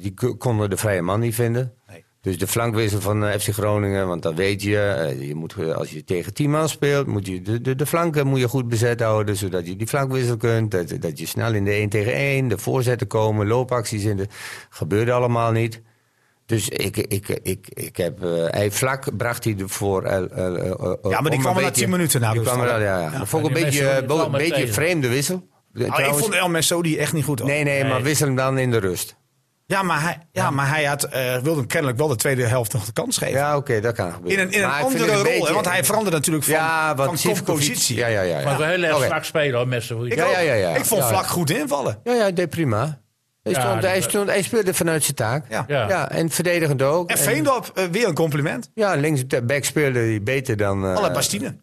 [SPEAKER 2] die k- konden de vrije man niet vinden.
[SPEAKER 1] Nee.
[SPEAKER 2] Dus de flankwissel van eh, FC Groningen, want dan weet je, eh, je moet, eh, als je tegen 10 man speelt, moet je de, de, de flanken moet je goed bezet houden, zodat je die flankwissel kunt, dat, dat je snel in de 1 tegen 1, de voorzetten komen, loopacties in de, gebeurde allemaal niet. Dus ik, ik, ik, ik heb, eh, hij vlak bracht hij er voor. eh, eh, eh, om
[SPEAKER 1] kwam
[SPEAKER 2] een
[SPEAKER 1] er na
[SPEAKER 2] beetje-
[SPEAKER 1] 10 minuten na
[SPEAKER 2] Die
[SPEAKER 1] rust
[SPEAKER 2] kwam er,
[SPEAKER 1] al.
[SPEAKER 2] ja, ja. Dat vond ik
[SPEAKER 3] die
[SPEAKER 2] een beetje,
[SPEAKER 3] mensen
[SPEAKER 2] eh, bo-
[SPEAKER 3] kwamen
[SPEAKER 2] een beetje
[SPEAKER 3] tegen.
[SPEAKER 2] vreemde wissel.
[SPEAKER 1] Nou, ik
[SPEAKER 2] Trouwens-
[SPEAKER 1] vond El Mensodi echt niet goed. hoor.
[SPEAKER 2] nee, nee, maar wissel hem dan in de rust.
[SPEAKER 1] Ja, maar hij, ja, maar hij had, eh, wilde hem kennelijk wel de tweede helft nog de kans geven.
[SPEAKER 2] Ja, oké, dat kan
[SPEAKER 1] In
[SPEAKER 2] gebeuren.
[SPEAKER 1] een, in een
[SPEAKER 2] Maar ik vind
[SPEAKER 1] andere
[SPEAKER 2] het
[SPEAKER 1] rol,
[SPEAKER 2] een
[SPEAKER 1] hè,
[SPEAKER 2] beetje-
[SPEAKER 1] want hij veranderde natuurlijk van,
[SPEAKER 2] ja,
[SPEAKER 1] van
[SPEAKER 2] want Sivkovic-
[SPEAKER 1] compositie.
[SPEAKER 2] Ja, ja, ja.
[SPEAKER 3] Maar
[SPEAKER 2] ja.
[SPEAKER 3] wel heel erg
[SPEAKER 2] Oké.
[SPEAKER 3] strak spelen hoor, mensen. hoe je-
[SPEAKER 1] Ik,
[SPEAKER 2] Ja,
[SPEAKER 1] ook.
[SPEAKER 2] ja, ja, ja.
[SPEAKER 1] ik vond
[SPEAKER 2] Ja, ja.
[SPEAKER 1] Vlak goed invallen.
[SPEAKER 2] Ja, ja, hij deed prima. Hij,
[SPEAKER 3] Ja,
[SPEAKER 2] stond,
[SPEAKER 3] dat-
[SPEAKER 2] hij, stond, hij speelde vanuit zijn taak.
[SPEAKER 1] Ja.
[SPEAKER 3] Ja.
[SPEAKER 2] en verdedigend ook.
[SPEAKER 1] En Veendorp, eh, weer een compliment.
[SPEAKER 2] Ja, linksback speelde hij beter dan... eh,
[SPEAKER 1] Alle Bastine.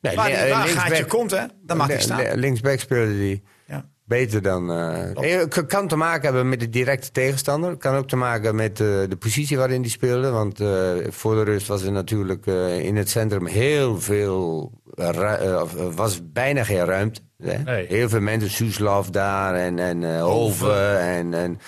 [SPEAKER 2] nee,
[SPEAKER 1] Waar,
[SPEAKER 2] li-
[SPEAKER 1] die,
[SPEAKER 2] eh,
[SPEAKER 1] waar een
[SPEAKER 2] linksback-
[SPEAKER 1] gaatje komt, hè, dan mag hij
[SPEAKER 2] li-
[SPEAKER 1] staan.
[SPEAKER 2] li- Linksback speelde hij
[SPEAKER 1] Ja.
[SPEAKER 2] beter dan...
[SPEAKER 1] Oh.
[SPEAKER 2] eh eh, kan te maken hebben met de directe tegenstander. Kan ook te maken met eh, de positie waarin hij speelde. Want eh, voor de rust was er natuurlijk eh, in het centrum heel veel... ru- eh, of, eh, was bijna geen ruimte. Hè?
[SPEAKER 3] Nee.
[SPEAKER 2] Heel veel mensen, Suslov daar en, en eh, Hoven en... en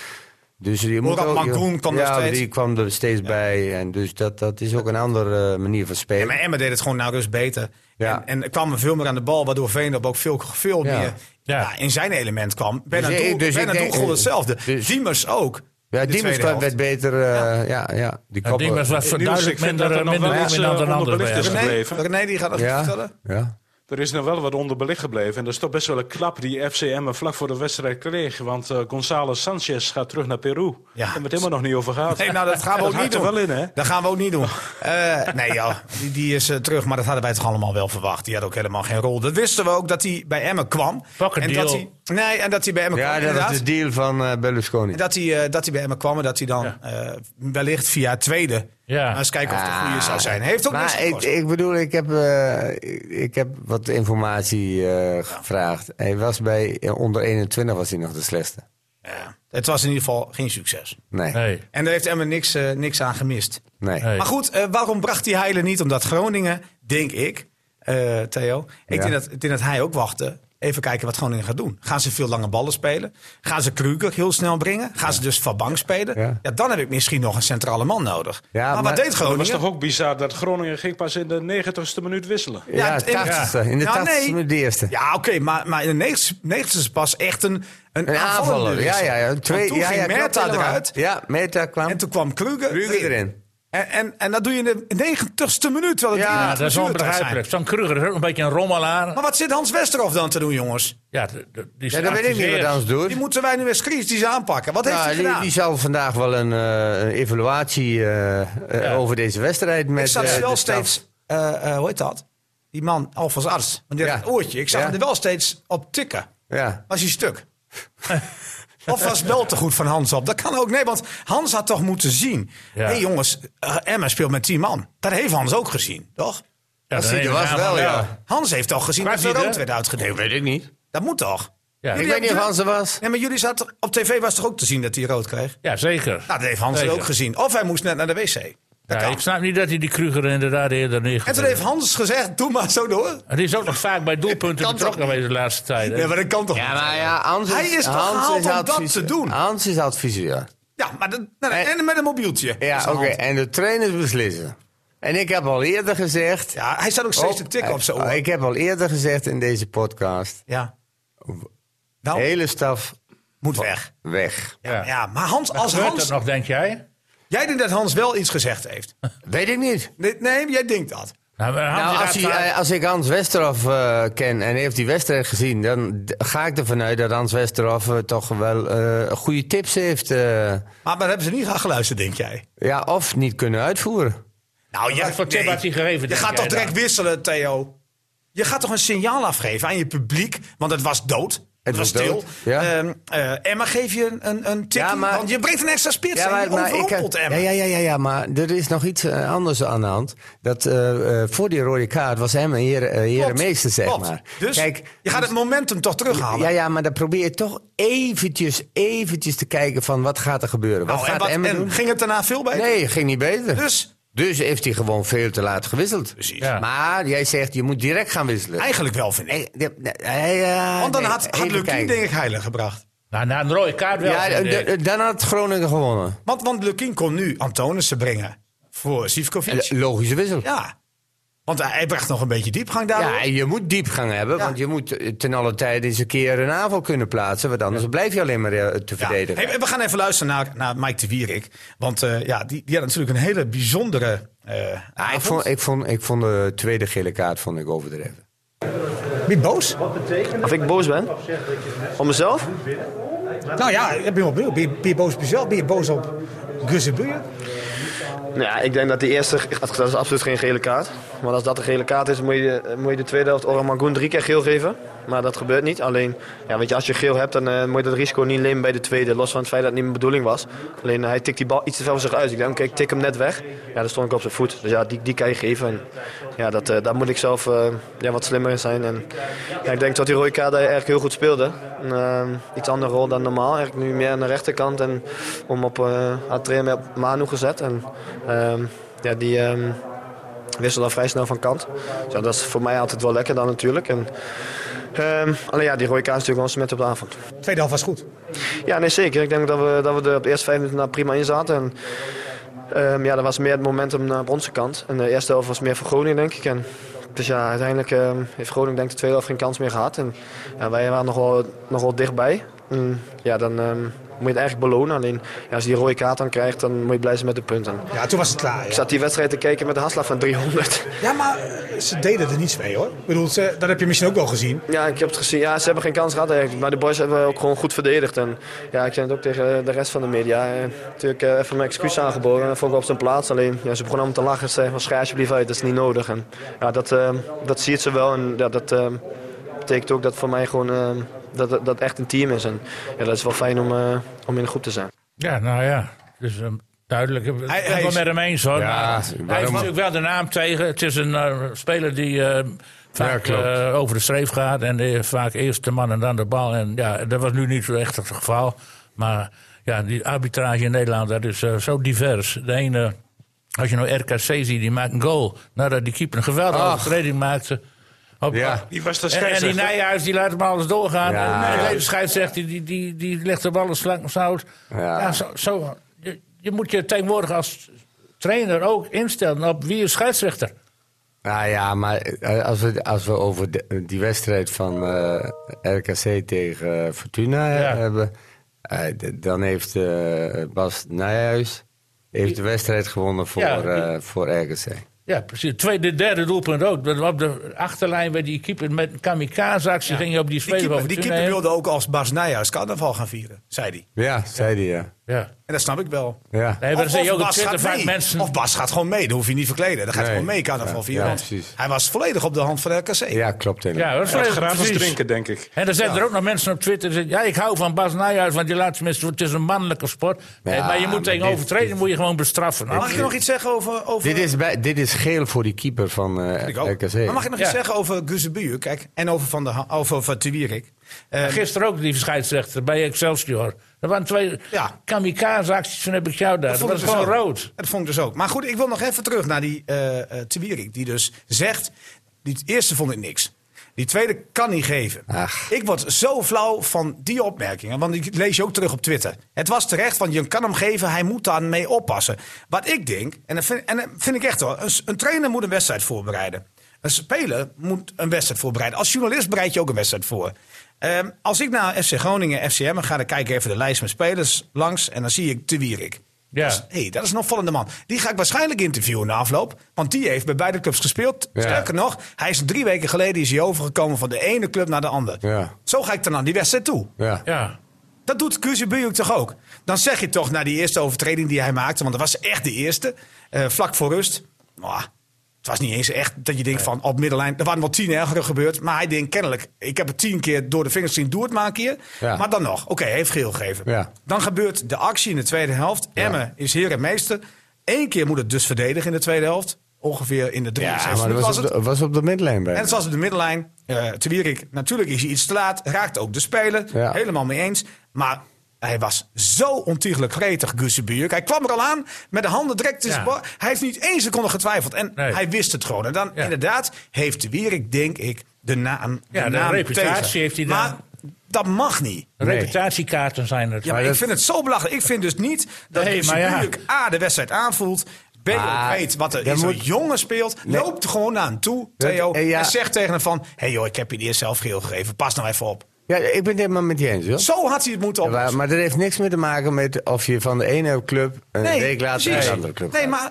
[SPEAKER 2] dus je moet
[SPEAKER 1] Murat
[SPEAKER 2] ook, je-
[SPEAKER 1] Mangun kwam er
[SPEAKER 2] ja,
[SPEAKER 1] steeds.
[SPEAKER 2] die kwam er steeds bij. En dus dat, dat is ook een andere eh, manier van spelen.
[SPEAKER 1] Ja, maar Emma deed het gewoon nou dus beter.
[SPEAKER 2] Ja.
[SPEAKER 1] En, en kwam er veel meer aan de bal, waardoor Veendorp ook veel, veel
[SPEAKER 2] Ja.
[SPEAKER 1] meer
[SPEAKER 3] Ja.
[SPEAKER 1] ja, in zijn element kwam. Bernardo
[SPEAKER 2] ik- dus ik
[SPEAKER 1] Bernardo
[SPEAKER 2] denk-
[SPEAKER 1] gold hetzelfde.
[SPEAKER 2] dus-
[SPEAKER 1] Diemers ook.
[SPEAKER 2] Ja,
[SPEAKER 1] in de
[SPEAKER 2] die
[SPEAKER 1] tweede
[SPEAKER 2] kwam-
[SPEAKER 1] helft.
[SPEAKER 2] werd beter. eh, ja. Ja, die
[SPEAKER 3] Dat
[SPEAKER 2] koppel-
[SPEAKER 3] ding was, was
[SPEAKER 5] Niels, ik
[SPEAKER 3] duidelijk
[SPEAKER 5] vind dat
[SPEAKER 3] minder,
[SPEAKER 5] er nog
[SPEAKER 3] minder
[SPEAKER 5] wel iets,
[SPEAKER 3] dominant
[SPEAKER 5] eh,
[SPEAKER 3] dan andere
[SPEAKER 5] onderbelicht is.
[SPEAKER 3] wedstrijden.
[SPEAKER 1] René,
[SPEAKER 5] gebleven.
[SPEAKER 1] René, die gaat dat
[SPEAKER 2] ja,
[SPEAKER 1] vertellen.
[SPEAKER 2] ja.
[SPEAKER 5] Er is nog wel wat onderbelicht gebleven. En dat is toch best wel een klap die FCM vlak voor de wedstrijd kreeg. Want eh Gonzalo Sanchez gaat terug naar Peru. Daar hebben we het helemaal nog niet over gehad.
[SPEAKER 1] Nee, nou, dat gaan we ook
[SPEAKER 5] hangt
[SPEAKER 1] niet
[SPEAKER 5] er
[SPEAKER 1] doen.
[SPEAKER 5] wel in, hè?
[SPEAKER 1] Dat gaan we ook niet doen. Eh, nee, joh, die, die is eh, terug, maar dat hadden wij toch allemaal wel verwacht. Die had ook helemaal geen rol. Dat wisten we ook dat hij bij Emmen kwam.
[SPEAKER 3] Pak een
[SPEAKER 1] en
[SPEAKER 3] deal.
[SPEAKER 1] Dat hij, nee, en dat hij bij Emmen
[SPEAKER 2] ja,
[SPEAKER 1] kwam.
[SPEAKER 2] dat was
[SPEAKER 1] inderdaad.
[SPEAKER 2] de deal van eh, Berlusconi.
[SPEAKER 1] En dat hij, eh, dat hij bij Emmen kwam en dat hij dan
[SPEAKER 3] Ja.
[SPEAKER 1] eh, wellicht via het tweede.
[SPEAKER 3] Ja.
[SPEAKER 1] Maar eens kijken of het een goede zou zijn. Hij Heeft ook niks
[SPEAKER 2] Ah. maar ik,
[SPEAKER 1] gekost.
[SPEAKER 2] ik bedoel, ik heb, eh, ik, ik heb wat informatie eh, gevraagd. Hij was bij eh, onder 21 was hij nog de slechtste.
[SPEAKER 1] Ja. Het was in ieder geval geen succes.
[SPEAKER 2] Nee, nee.
[SPEAKER 3] Nee.
[SPEAKER 1] En daar heeft Emmen niks, eh, niks aan gemist.
[SPEAKER 3] Nee.
[SPEAKER 1] Maar goed, eh, waarom bracht hij Heilen niet? Omdat Groningen, denk ik, eh, Theo. Ik
[SPEAKER 2] Ja.
[SPEAKER 1] denk, dat, ik denk dat hij ook wachtte. Even kijken wat Groningen gaat doen. Gaan ze veel lange ballen spelen? Gaan ze Kruger heel snel brengen? Gaan ze dus van bank spelen? Ja.
[SPEAKER 2] Ja.
[SPEAKER 1] dan heb ik misschien nog een centrale man nodig.
[SPEAKER 2] Ja,
[SPEAKER 1] maar,
[SPEAKER 2] maar-
[SPEAKER 1] wat deed
[SPEAKER 5] Het was
[SPEAKER 1] Groningen?
[SPEAKER 5] toch ook bizar dat Groningen ging pas in de 90ste minuut wisselen.
[SPEAKER 1] Ja,
[SPEAKER 2] Ja,
[SPEAKER 1] het- en-
[SPEAKER 2] 80ste. in de
[SPEAKER 1] Nou,
[SPEAKER 2] 80ste
[SPEAKER 1] nee.
[SPEAKER 2] met de eerste.
[SPEAKER 1] Ja, oké, maar, maar in de 90 is pas echt een, een,
[SPEAKER 2] Een aanvaller. Ja, ja, ja.
[SPEAKER 1] Twee,
[SPEAKER 2] Twee,
[SPEAKER 1] dus. toen
[SPEAKER 2] ja,
[SPEAKER 1] ging
[SPEAKER 2] ja, klopt
[SPEAKER 1] Merta
[SPEAKER 2] helemaal.
[SPEAKER 1] eruit
[SPEAKER 2] Ja, Meta kwam.
[SPEAKER 1] en toen kwam Kruger,
[SPEAKER 2] Kruger erin.
[SPEAKER 1] En, en, en dat doe je in de 90ste minuut. Terwijl het
[SPEAKER 2] Ja,
[SPEAKER 1] die
[SPEAKER 3] Ja, dat is
[SPEAKER 1] blessuretijd zijn. Hm.
[SPEAKER 3] onbegrijpelijk. Zo'n Kruger is ook een beetje een rommelaar.
[SPEAKER 1] Maar wat zit Hans Westerhof dan te doen, jongens?
[SPEAKER 3] Ja, d- d- die
[SPEAKER 2] ja, dat weet ik niet wat Dans doet.
[SPEAKER 1] Die moeten wij nu eens kritisch aanpakken. Wat heeft
[SPEAKER 2] Ja,
[SPEAKER 1] hij
[SPEAKER 2] Nou, die,
[SPEAKER 1] gedaan?
[SPEAKER 2] die zal vandaag wel een, eh, een evaluatie eh, eh,
[SPEAKER 3] Ja.
[SPEAKER 2] over deze wedstrijd met
[SPEAKER 1] ik zag
[SPEAKER 2] eh,
[SPEAKER 1] ze wel
[SPEAKER 2] de staf.
[SPEAKER 1] steeds... eh, eh, hoe heet dat? Die man, Alfons Arts. Want die had
[SPEAKER 2] Ja.
[SPEAKER 1] een oortje. Ik zag
[SPEAKER 2] Ja.
[SPEAKER 1] hem er wel steeds op tikken.
[SPEAKER 2] Ja.
[SPEAKER 1] Was hij
[SPEAKER 2] *laughs*
[SPEAKER 1] stuk? of was wel te goed van Hans op? Dat kan ook. Nee, want Hans had toch moeten zien. Hé
[SPEAKER 3] Ja.
[SPEAKER 1] hey jongens, eh, Emma speelt met 10 man. Dat heeft Hans ook gezien, toch?
[SPEAKER 2] Dat zie je was wel, ja.
[SPEAKER 1] Hans heeft toch gezien
[SPEAKER 3] Kwart
[SPEAKER 1] dat er
[SPEAKER 3] niet,
[SPEAKER 1] rood
[SPEAKER 3] hè?
[SPEAKER 1] werd
[SPEAKER 2] Nee,
[SPEAKER 1] uitgedeeld.
[SPEAKER 2] weet ik niet.
[SPEAKER 1] Dat moet toch?
[SPEAKER 3] Ja,
[SPEAKER 2] Ik
[SPEAKER 1] Jullie
[SPEAKER 2] weet niet of
[SPEAKER 1] hebben-
[SPEAKER 2] Hans er was.
[SPEAKER 1] Nee, maar jullie zaten op tv was toch ook te zien dat hij rood kreeg?
[SPEAKER 3] ja, zeker.
[SPEAKER 1] Nou, dat heeft Hans er
[SPEAKER 3] Zeker.
[SPEAKER 1] ook gezien. Of hij moest net naar de wc. Dat
[SPEAKER 3] Ja,
[SPEAKER 1] kan.
[SPEAKER 3] ik snap niet dat hij die Kruger inderdaad eerder neergezet
[SPEAKER 1] En toen heeft Hans gezegd, doe maar zo door.
[SPEAKER 3] En die is ook nog vaak bij doelpunten
[SPEAKER 1] Kan
[SPEAKER 3] betrokken
[SPEAKER 1] toch
[SPEAKER 3] geweest de laatste tijd. hè?
[SPEAKER 1] Ja, maar dat kan toch
[SPEAKER 2] Ja,
[SPEAKER 1] niet?
[SPEAKER 2] maar ja, Hans is,
[SPEAKER 1] Hij is toch
[SPEAKER 2] Hans
[SPEAKER 1] gehaald om dat te
[SPEAKER 2] adviseur.
[SPEAKER 1] doen?
[SPEAKER 2] Hans is adviseur.
[SPEAKER 1] Ja, maar dat, nou, en, met een mobieltje.
[SPEAKER 2] Ja,
[SPEAKER 1] Dus
[SPEAKER 2] oké.
[SPEAKER 1] Hans-
[SPEAKER 2] En de trainers beslissen. En ik heb al eerder gezegd...
[SPEAKER 1] Ja, hij staat ook steeds te tikken
[SPEAKER 2] Oh,
[SPEAKER 1] op zijn
[SPEAKER 2] eh,
[SPEAKER 1] oor.
[SPEAKER 2] Ik heb al eerder gezegd in deze podcast...
[SPEAKER 1] Ja. Nou,
[SPEAKER 2] hele staf
[SPEAKER 1] moet weg.
[SPEAKER 2] weg.
[SPEAKER 1] Ja. maar Hans, als
[SPEAKER 3] Gebeurt
[SPEAKER 1] Hans...
[SPEAKER 3] dat nog, denk jij?
[SPEAKER 1] Jij denkt dat Hans wel iets gezegd heeft.
[SPEAKER 2] Weet ik niet.
[SPEAKER 1] Nee, nee jij denkt dat.
[SPEAKER 3] Nou, maar Hans
[SPEAKER 2] Nou,
[SPEAKER 3] is
[SPEAKER 2] als, hij,
[SPEAKER 3] daar-
[SPEAKER 2] eh, als ik Hans Westerhof eh, ken en hij heeft die wedstrijd gezien, dan d- ga ik ervan uit dat Hans Westerhof eh, toch wel eh, goede tips heeft. eh,
[SPEAKER 1] Maar, maar hebben ze niet gaan geluisterd, denk jij?
[SPEAKER 2] ja, of niet kunnen uitvoeren.
[SPEAKER 1] Nou, jij-
[SPEAKER 3] Wat voor tip
[SPEAKER 1] nee.
[SPEAKER 3] had hij gegeven,
[SPEAKER 1] Je
[SPEAKER 3] denk
[SPEAKER 1] gaat
[SPEAKER 3] jij
[SPEAKER 1] toch direct
[SPEAKER 3] dan?
[SPEAKER 1] wisselen, Theo? Je gaat toch een signaal afgeven aan je publiek? Want het was dood. Het was
[SPEAKER 2] was
[SPEAKER 1] stil.
[SPEAKER 2] dood. Ja.
[SPEAKER 1] Ehm, eh, Emma geef je een, een, een tikkie,
[SPEAKER 2] Ja, maar-
[SPEAKER 1] want je brengt een extra spits
[SPEAKER 2] Ja,
[SPEAKER 1] en
[SPEAKER 2] maar,
[SPEAKER 1] je
[SPEAKER 2] maar ik, eh,
[SPEAKER 1] overrompelt
[SPEAKER 2] ja,
[SPEAKER 1] Emma.
[SPEAKER 2] ja, ja, ja, ja, maar er is nog iets eh, anders aan de hand. Dat eh, eh, voor die rode kaart was hem een heer, eh, herenmeester, zeg
[SPEAKER 1] Klopt.
[SPEAKER 2] maar.
[SPEAKER 1] Dus
[SPEAKER 2] Kijk,
[SPEAKER 1] je gaat het momentum toch terughalen.
[SPEAKER 2] ja, ja, maar dan probeer je toch eventjes, eventjes te kijken van wat gaat er gebeuren. Wat
[SPEAKER 1] Nou, en,
[SPEAKER 2] gaat
[SPEAKER 1] wat-
[SPEAKER 2] Emmen
[SPEAKER 1] en
[SPEAKER 2] doen?
[SPEAKER 1] ging het daarna veel beter?
[SPEAKER 2] Nee, ging niet beter. Dus,
[SPEAKER 1] Dus
[SPEAKER 2] heeft hij gewoon veel te laat gewisseld.
[SPEAKER 1] Precies.
[SPEAKER 3] Ja.
[SPEAKER 2] Maar jij zegt, je moet direct gaan wisselen.
[SPEAKER 1] eigenlijk wel, vind ik.
[SPEAKER 2] Eh, de- de- eh, ja,
[SPEAKER 1] Want dan
[SPEAKER 2] nee,
[SPEAKER 1] had, had
[SPEAKER 2] even
[SPEAKER 1] Lukien,
[SPEAKER 2] kijken.
[SPEAKER 1] denk ik, heilig gebracht.
[SPEAKER 3] Nou, na een rode kaart wel.
[SPEAKER 2] Ja,
[SPEAKER 3] vind ik.
[SPEAKER 2] de- de- dan had Groningen gewonnen.
[SPEAKER 1] Want, want Lukien kon nu Antonissen brengen voor Sivkovic.
[SPEAKER 2] Eh, Logische wissel.
[SPEAKER 1] Ja. Want hij- hij bracht nog een beetje diepgang
[SPEAKER 2] Ja,
[SPEAKER 1] daar.
[SPEAKER 2] en je moet diepgang hebben,
[SPEAKER 1] Ja.
[SPEAKER 2] want je moet eh, ten alle tijde eens een keer een aanval kunnen plaatsen. Want anders blijf je alleen maar eh, te verdedigen.
[SPEAKER 1] Hey, we gaan even luisteren naar, naar Mike de Wierik. Want eh, ja, die, die had natuurlijk een hele bijzondere eh
[SPEAKER 2] Ah, ik,
[SPEAKER 1] avond.
[SPEAKER 2] vond, ik, vond, ik vond de tweede gele kaart vond ik overdreven.
[SPEAKER 1] Ben je boos?
[SPEAKER 6] Of ik boos ben? Om mezelf?
[SPEAKER 1] Nou ja, ik ben wel benieuwd. Ben je, ben je boos op jezelf? Ben je boos op Guzzebuur?
[SPEAKER 6] Nou ja, ik denk dat die eerste, dat is absoluut geen gele kaart. Want als dat een gele kaart is, moet je, eh, moet je de tweede helft Oramangoen drie keer geel geven. Maar dat gebeurt niet. Alleen, ja, weet je, als je geel hebt, dan eh, moet je dat risico niet nemen bij de tweede. Los van het feit dat het niet mijn bedoeling was. Alleen, eh, hij tikt die bal iets te ver voor zich uit. Ik denk, oké, ik tik hem net weg. Ja, dan stond ik op zijn voet. Dus ja, die, die kan je geven. En, ja, dat, eh, daar moet ik zelf eh, ja, wat slimmer in zijn. En, ja, ik denk dat die rode kaart eigenlijk heel goed speelde. En, eh, iets andere rol dan normaal. Eigenlijk nu meer aan de rechterkant. En om op eh Atrem op Manu gezet. En, ehm, ja, die ehm wisselde al vrij snel van kant. Dus ja, dat is voor mij altijd wel lekker dan natuurlijk. En, ehm, alleen ja, die rode kaart is natuurlijk wel een smet op de avond.
[SPEAKER 1] Tweede helft was goed.
[SPEAKER 6] Ja, nee, zeker. Ik denk dat we, dat we er op de eerste vijf minuten na prima in zaten. En, ehm, ja, dat was meer het momentum naar op onze kant. En de eerste helft was meer voor Groningen, denk ik. En, dus ja, uiteindelijk ehm, heeft Groningen denk ik de tweede helft geen kans meer gehad. En ja, wij waren nog wel, nog wel dichtbij. En, ja, dan ehm, moet je het eigenlijk belonen. Alleen ja, als je die rode kaart dan krijgt, dan moet je blij zijn met de punten.
[SPEAKER 1] Ja, toen was het klaar.
[SPEAKER 6] Ik zat die wedstrijd te kijken met een haslag van 300.
[SPEAKER 1] Ja, maar eh, ze deden er niets mee hoor. Ik bedoel, ze- dat heb je misschien ook wel gezien.
[SPEAKER 6] Ja, ik heb het gezien. Ja, ze hebben geen kans gehad eigenlijk. Maar de boys hebben ook gewoon goed verdedigd. En ja, ik zei het ook tegen eh, de rest van de media. Eh, Natuurlijk eh, even mijn excuus aangeboden. Dat vond ik op zijn plaats. Alleen, ja, ze begonnen allemaal te lachen. Ze zeiden van schei alsjeblieft uit, dat is niet nodig. En ja, dat, eh, dat ziet ze wel. En ja, dat eh, betekent ook dat voor mij gewoon... eh, dat, dat- dat echt een team is. En ja, dat is wel fijn om, eh, om in de groep te zijn.
[SPEAKER 3] Ja, nou ja. Dus ehm, duidelijk. Ik ben
[SPEAKER 1] Hij-
[SPEAKER 3] het
[SPEAKER 1] hij
[SPEAKER 3] wel
[SPEAKER 1] is-
[SPEAKER 3] met hem eens hoor.
[SPEAKER 2] Ja,
[SPEAKER 3] maar
[SPEAKER 2] waarom-
[SPEAKER 3] hij heeft natuurlijk wel de naam tegen. Het is een eh, speler die eh, vaak
[SPEAKER 2] klopt.
[SPEAKER 3] eh, over de streef gaat. En die heeft vaak eerst de man en dan de bal. En ja, dat was nu niet zo echt het geval. Maar ja, die arbitrage in Nederland, dat is eh, zo divers. De ene, als je nou RKC ziet, die maakt een goal. Nadat die keeper een geweldige
[SPEAKER 2] Ach.
[SPEAKER 3] overtreding maakte. Op,
[SPEAKER 2] Ja.
[SPEAKER 5] Die was de
[SPEAKER 3] en, en die
[SPEAKER 5] scheidsrechter.
[SPEAKER 3] Nijhuis die laat hem alles doorgaan.
[SPEAKER 2] Ja.
[SPEAKER 3] En de tweede scheidsrechter die, die, die legt de ballen slank en zout. Ja.
[SPEAKER 2] Ja.
[SPEAKER 3] zo, zo, je, je moet je tegenwoordig als trainer ook instellen op wie is scheidsrechter.
[SPEAKER 2] Nou ja, maar eh, als we, als we over de- eh, die wedstrijd van eh, RKC tegen eh, Fortuna eh,
[SPEAKER 3] Ja.
[SPEAKER 2] hebben, eh, d- dan heeft eh, Bas Nijhuis heeft de wedstrijd gewonnen voor,
[SPEAKER 3] Ja, die-
[SPEAKER 2] eh, voor RKC.
[SPEAKER 3] Ja, precies. Tweede, derde doelpunt ook. Dat Op de achterlijn werd die keeper met een kamikaze-actie ging je op die
[SPEAKER 1] Die
[SPEAKER 3] speler
[SPEAKER 1] keeper,
[SPEAKER 3] van
[SPEAKER 1] die
[SPEAKER 3] Fortuna
[SPEAKER 1] keeper wilde ook als Bas Nijhuis carnaval gaan vieren, zei hij.
[SPEAKER 2] Ja, zei hij ja.
[SPEAKER 3] heen. Ja.
[SPEAKER 1] En dat snap ik wel.
[SPEAKER 2] ja.
[SPEAKER 3] Nee, maar dan zie je ook op Twitter
[SPEAKER 1] gaat
[SPEAKER 3] vaak
[SPEAKER 1] mee.
[SPEAKER 3] mensen...
[SPEAKER 1] of Bas gaat gewoon mee, dan hoef je niet verkleden. Dan gaat hij
[SPEAKER 2] Nee.
[SPEAKER 1] gewoon mee carnaval
[SPEAKER 2] Ja,
[SPEAKER 1] vieren.
[SPEAKER 2] ja,
[SPEAKER 1] want
[SPEAKER 2] precies.
[SPEAKER 1] hij was volledig op de hand van RKC.
[SPEAKER 2] Ja, klopt helemaal.
[SPEAKER 3] ja, dat is
[SPEAKER 5] Hij had
[SPEAKER 3] volledig
[SPEAKER 5] gratis
[SPEAKER 3] precies.
[SPEAKER 5] drinken, denk ik.
[SPEAKER 3] En er zijn er ook nog mensen op Twitter die zeggen... ja, ik hou van Bas Nijhuis, want die laat tenminste... het is een mannelijke sport. Nee, maar je
[SPEAKER 2] maar
[SPEAKER 3] moet
[SPEAKER 2] dit-
[SPEAKER 3] tegen overtreden,
[SPEAKER 2] dit-
[SPEAKER 3] moet je gewoon bestraffen.
[SPEAKER 1] Mag ik nog iets zeggen over... over
[SPEAKER 2] Dit is, bij, dit is geel voor die keeper van eh,
[SPEAKER 1] Ik ook.
[SPEAKER 2] RKC.
[SPEAKER 1] Maar mag ik nog
[SPEAKER 3] Ja.
[SPEAKER 1] iets zeggen over Guzebuur? Kijk, en over Van, de Ha- over, over Te Wierik. Eh,
[SPEAKER 3] Gisteren ook die scheidsrechter bij Excelsior. Er waren twee
[SPEAKER 1] Ja.
[SPEAKER 3] kamikaze-acties van heb ik jou daar. Dat,
[SPEAKER 1] vond
[SPEAKER 3] was
[SPEAKER 1] ik dus
[SPEAKER 3] gewoon
[SPEAKER 1] ook.
[SPEAKER 3] rood.
[SPEAKER 1] Dat vond ik dus ook. Maar goed, ik wil nog even terug naar die eh eh, Te Wierik. Die dus zegt, die eerste vond ik niks. Die tweede kan niet geven.
[SPEAKER 2] Ach.
[SPEAKER 1] Ik word zo flauw van die opmerkingen. Want ik lees je ook terug op Twitter. Het was terecht, want je kan hem geven. Hij moet daar mee oppassen. Wat ik denk, en dat vind, en dat vind ik echt hoor. Een, s- een trainer moet een wedstrijd voorbereiden. Een speler moet een wedstrijd voorbereiden. Als journalist bereid je ook een wedstrijd voor. Ehm, als ik naar FC Groningen, FCM ga, dan kijk ik even de lijst met spelers langs. En dan zie ik Te Wierik.
[SPEAKER 3] Ja.
[SPEAKER 1] Dat is, hey, dat is een opvallende man. Die ga ik waarschijnlijk interviewen na afloop. Want die heeft bij beide clubs gespeeld.
[SPEAKER 2] Ja.
[SPEAKER 1] Sterker nog, hij is drie weken geleden is hij overgekomen van de ene club naar de andere.
[SPEAKER 2] Ja.
[SPEAKER 1] Zo ga ik dan aan die wedstrijd toe.
[SPEAKER 2] Ja.
[SPEAKER 3] Ja.
[SPEAKER 1] Dat doet Kuzebujuk toch ook? Dan zeg je toch na die eerste overtreding die hij maakte, want dat was echt de eerste, eh, vlak voor rust. "Ah, Het was niet eens echt dat je denkt van op middenlijn. Er waren wel tien ergere gebeurd. Maar hij denkt kennelijk, ik heb het tien keer door de vingers zien. Doe het maar een keer.
[SPEAKER 2] Ja.
[SPEAKER 1] Maar dan nog. Oké, hij heeft geel gegeven.
[SPEAKER 2] Ja.
[SPEAKER 1] Dan gebeurt de actie in de tweede helft. Emmen is hier en meester. Eén keer moet het dus verdedigen in de tweede helft. Ongeveer in de drie.
[SPEAKER 2] Ja, maar dat was op, de, was op de midlijn bij.
[SPEAKER 1] En het was op de middenlijn. eh te Wierik, natuurlijk is hij iets te laat. Raakt ook de speler.
[SPEAKER 2] Ja.
[SPEAKER 1] Helemaal mee eens. Maar hij was zo ontiegelijk gretig, Gussebuurk. Hij kwam er al aan met de handen direct in zijn
[SPEAKER 3] Ja.
[SPEAKER 1] bal. Hij heeft niet één seconde getwijfeld. En
[SPEAKER 3] Nee.
[SPEAKER 1] hij wist het gewoon. En dan
[SPEAKER 3] Ja.
[SPEAKER 1] inderdaad heeft de Wierik, denk ik, de naam
[SPEAKER 3] Ja, de
[SPEAKER 1] naam
[SPEAKER 3] reputatie
[SPEAKER 1] tegen.
[SPEAKER 3] heeft hij
[SPEAKER 1] Maar
[SPEAKER 3] daar.
[SPEAKER 1] dat mag niet.
[SPEAKER 2] Nee.
[SPEAKER 3] Reputatiekaarten zijn
[SPEAKER 1] Ja,
[SPEAKER 3] het.
[SPEAKER 1] maar,
[SPEAKER 2] Maar
[SPEAKER 1] ik
[SPEAKER 2] dat-
[SPEAKER 1] vind het zo belachelijk. Ik vind dus niet dat
[SPEAKER 3] Nee,
[SPEAKER 1] nee,
[SPEAKER 3] maar ja.
[SPEAKER 1] A, de wedstrijd aanvoelt. B, ook
[SPEAKER 2] Maar
[SPEAKER 1] weet wat er
[SPEAKER 2] dan
[SPEAKER 1] in zo'n
[SPEAKER 2] moet-
[SPEAKER 1] jongen speelt.
[SPEAKER 2] Nee.
[SPEAKER 1] Loopt er gewoon naar hem toe, Theo.
[SPEAKER 2] eh, ja.
[SPEAKER 1] En zegt tegen hem van... Hé hey joh, ik heb je eerst zelf geel gegeven. Pas nou even op.
[SPEAKER 2] Ja, ik ben het helemaal met je eens, hoor.
[SPEAKER 1] Zo had hij het moeten
[SPEAKER 2] Ja,
[SPEAKER 1] oplossen.
[SPEAKER 2] maar, maar dat heeft niks meer te maken met of je van de ene club een
[SPEAKER 1] Nee,
[SPEAKER 2] week later naar
[SPEAKER 1] precies.
[SPEAKER 2] de andere club
[SPEAKER 1] Nee,
[SPEAKER 2] gaat.
[SPEAKER 1] maar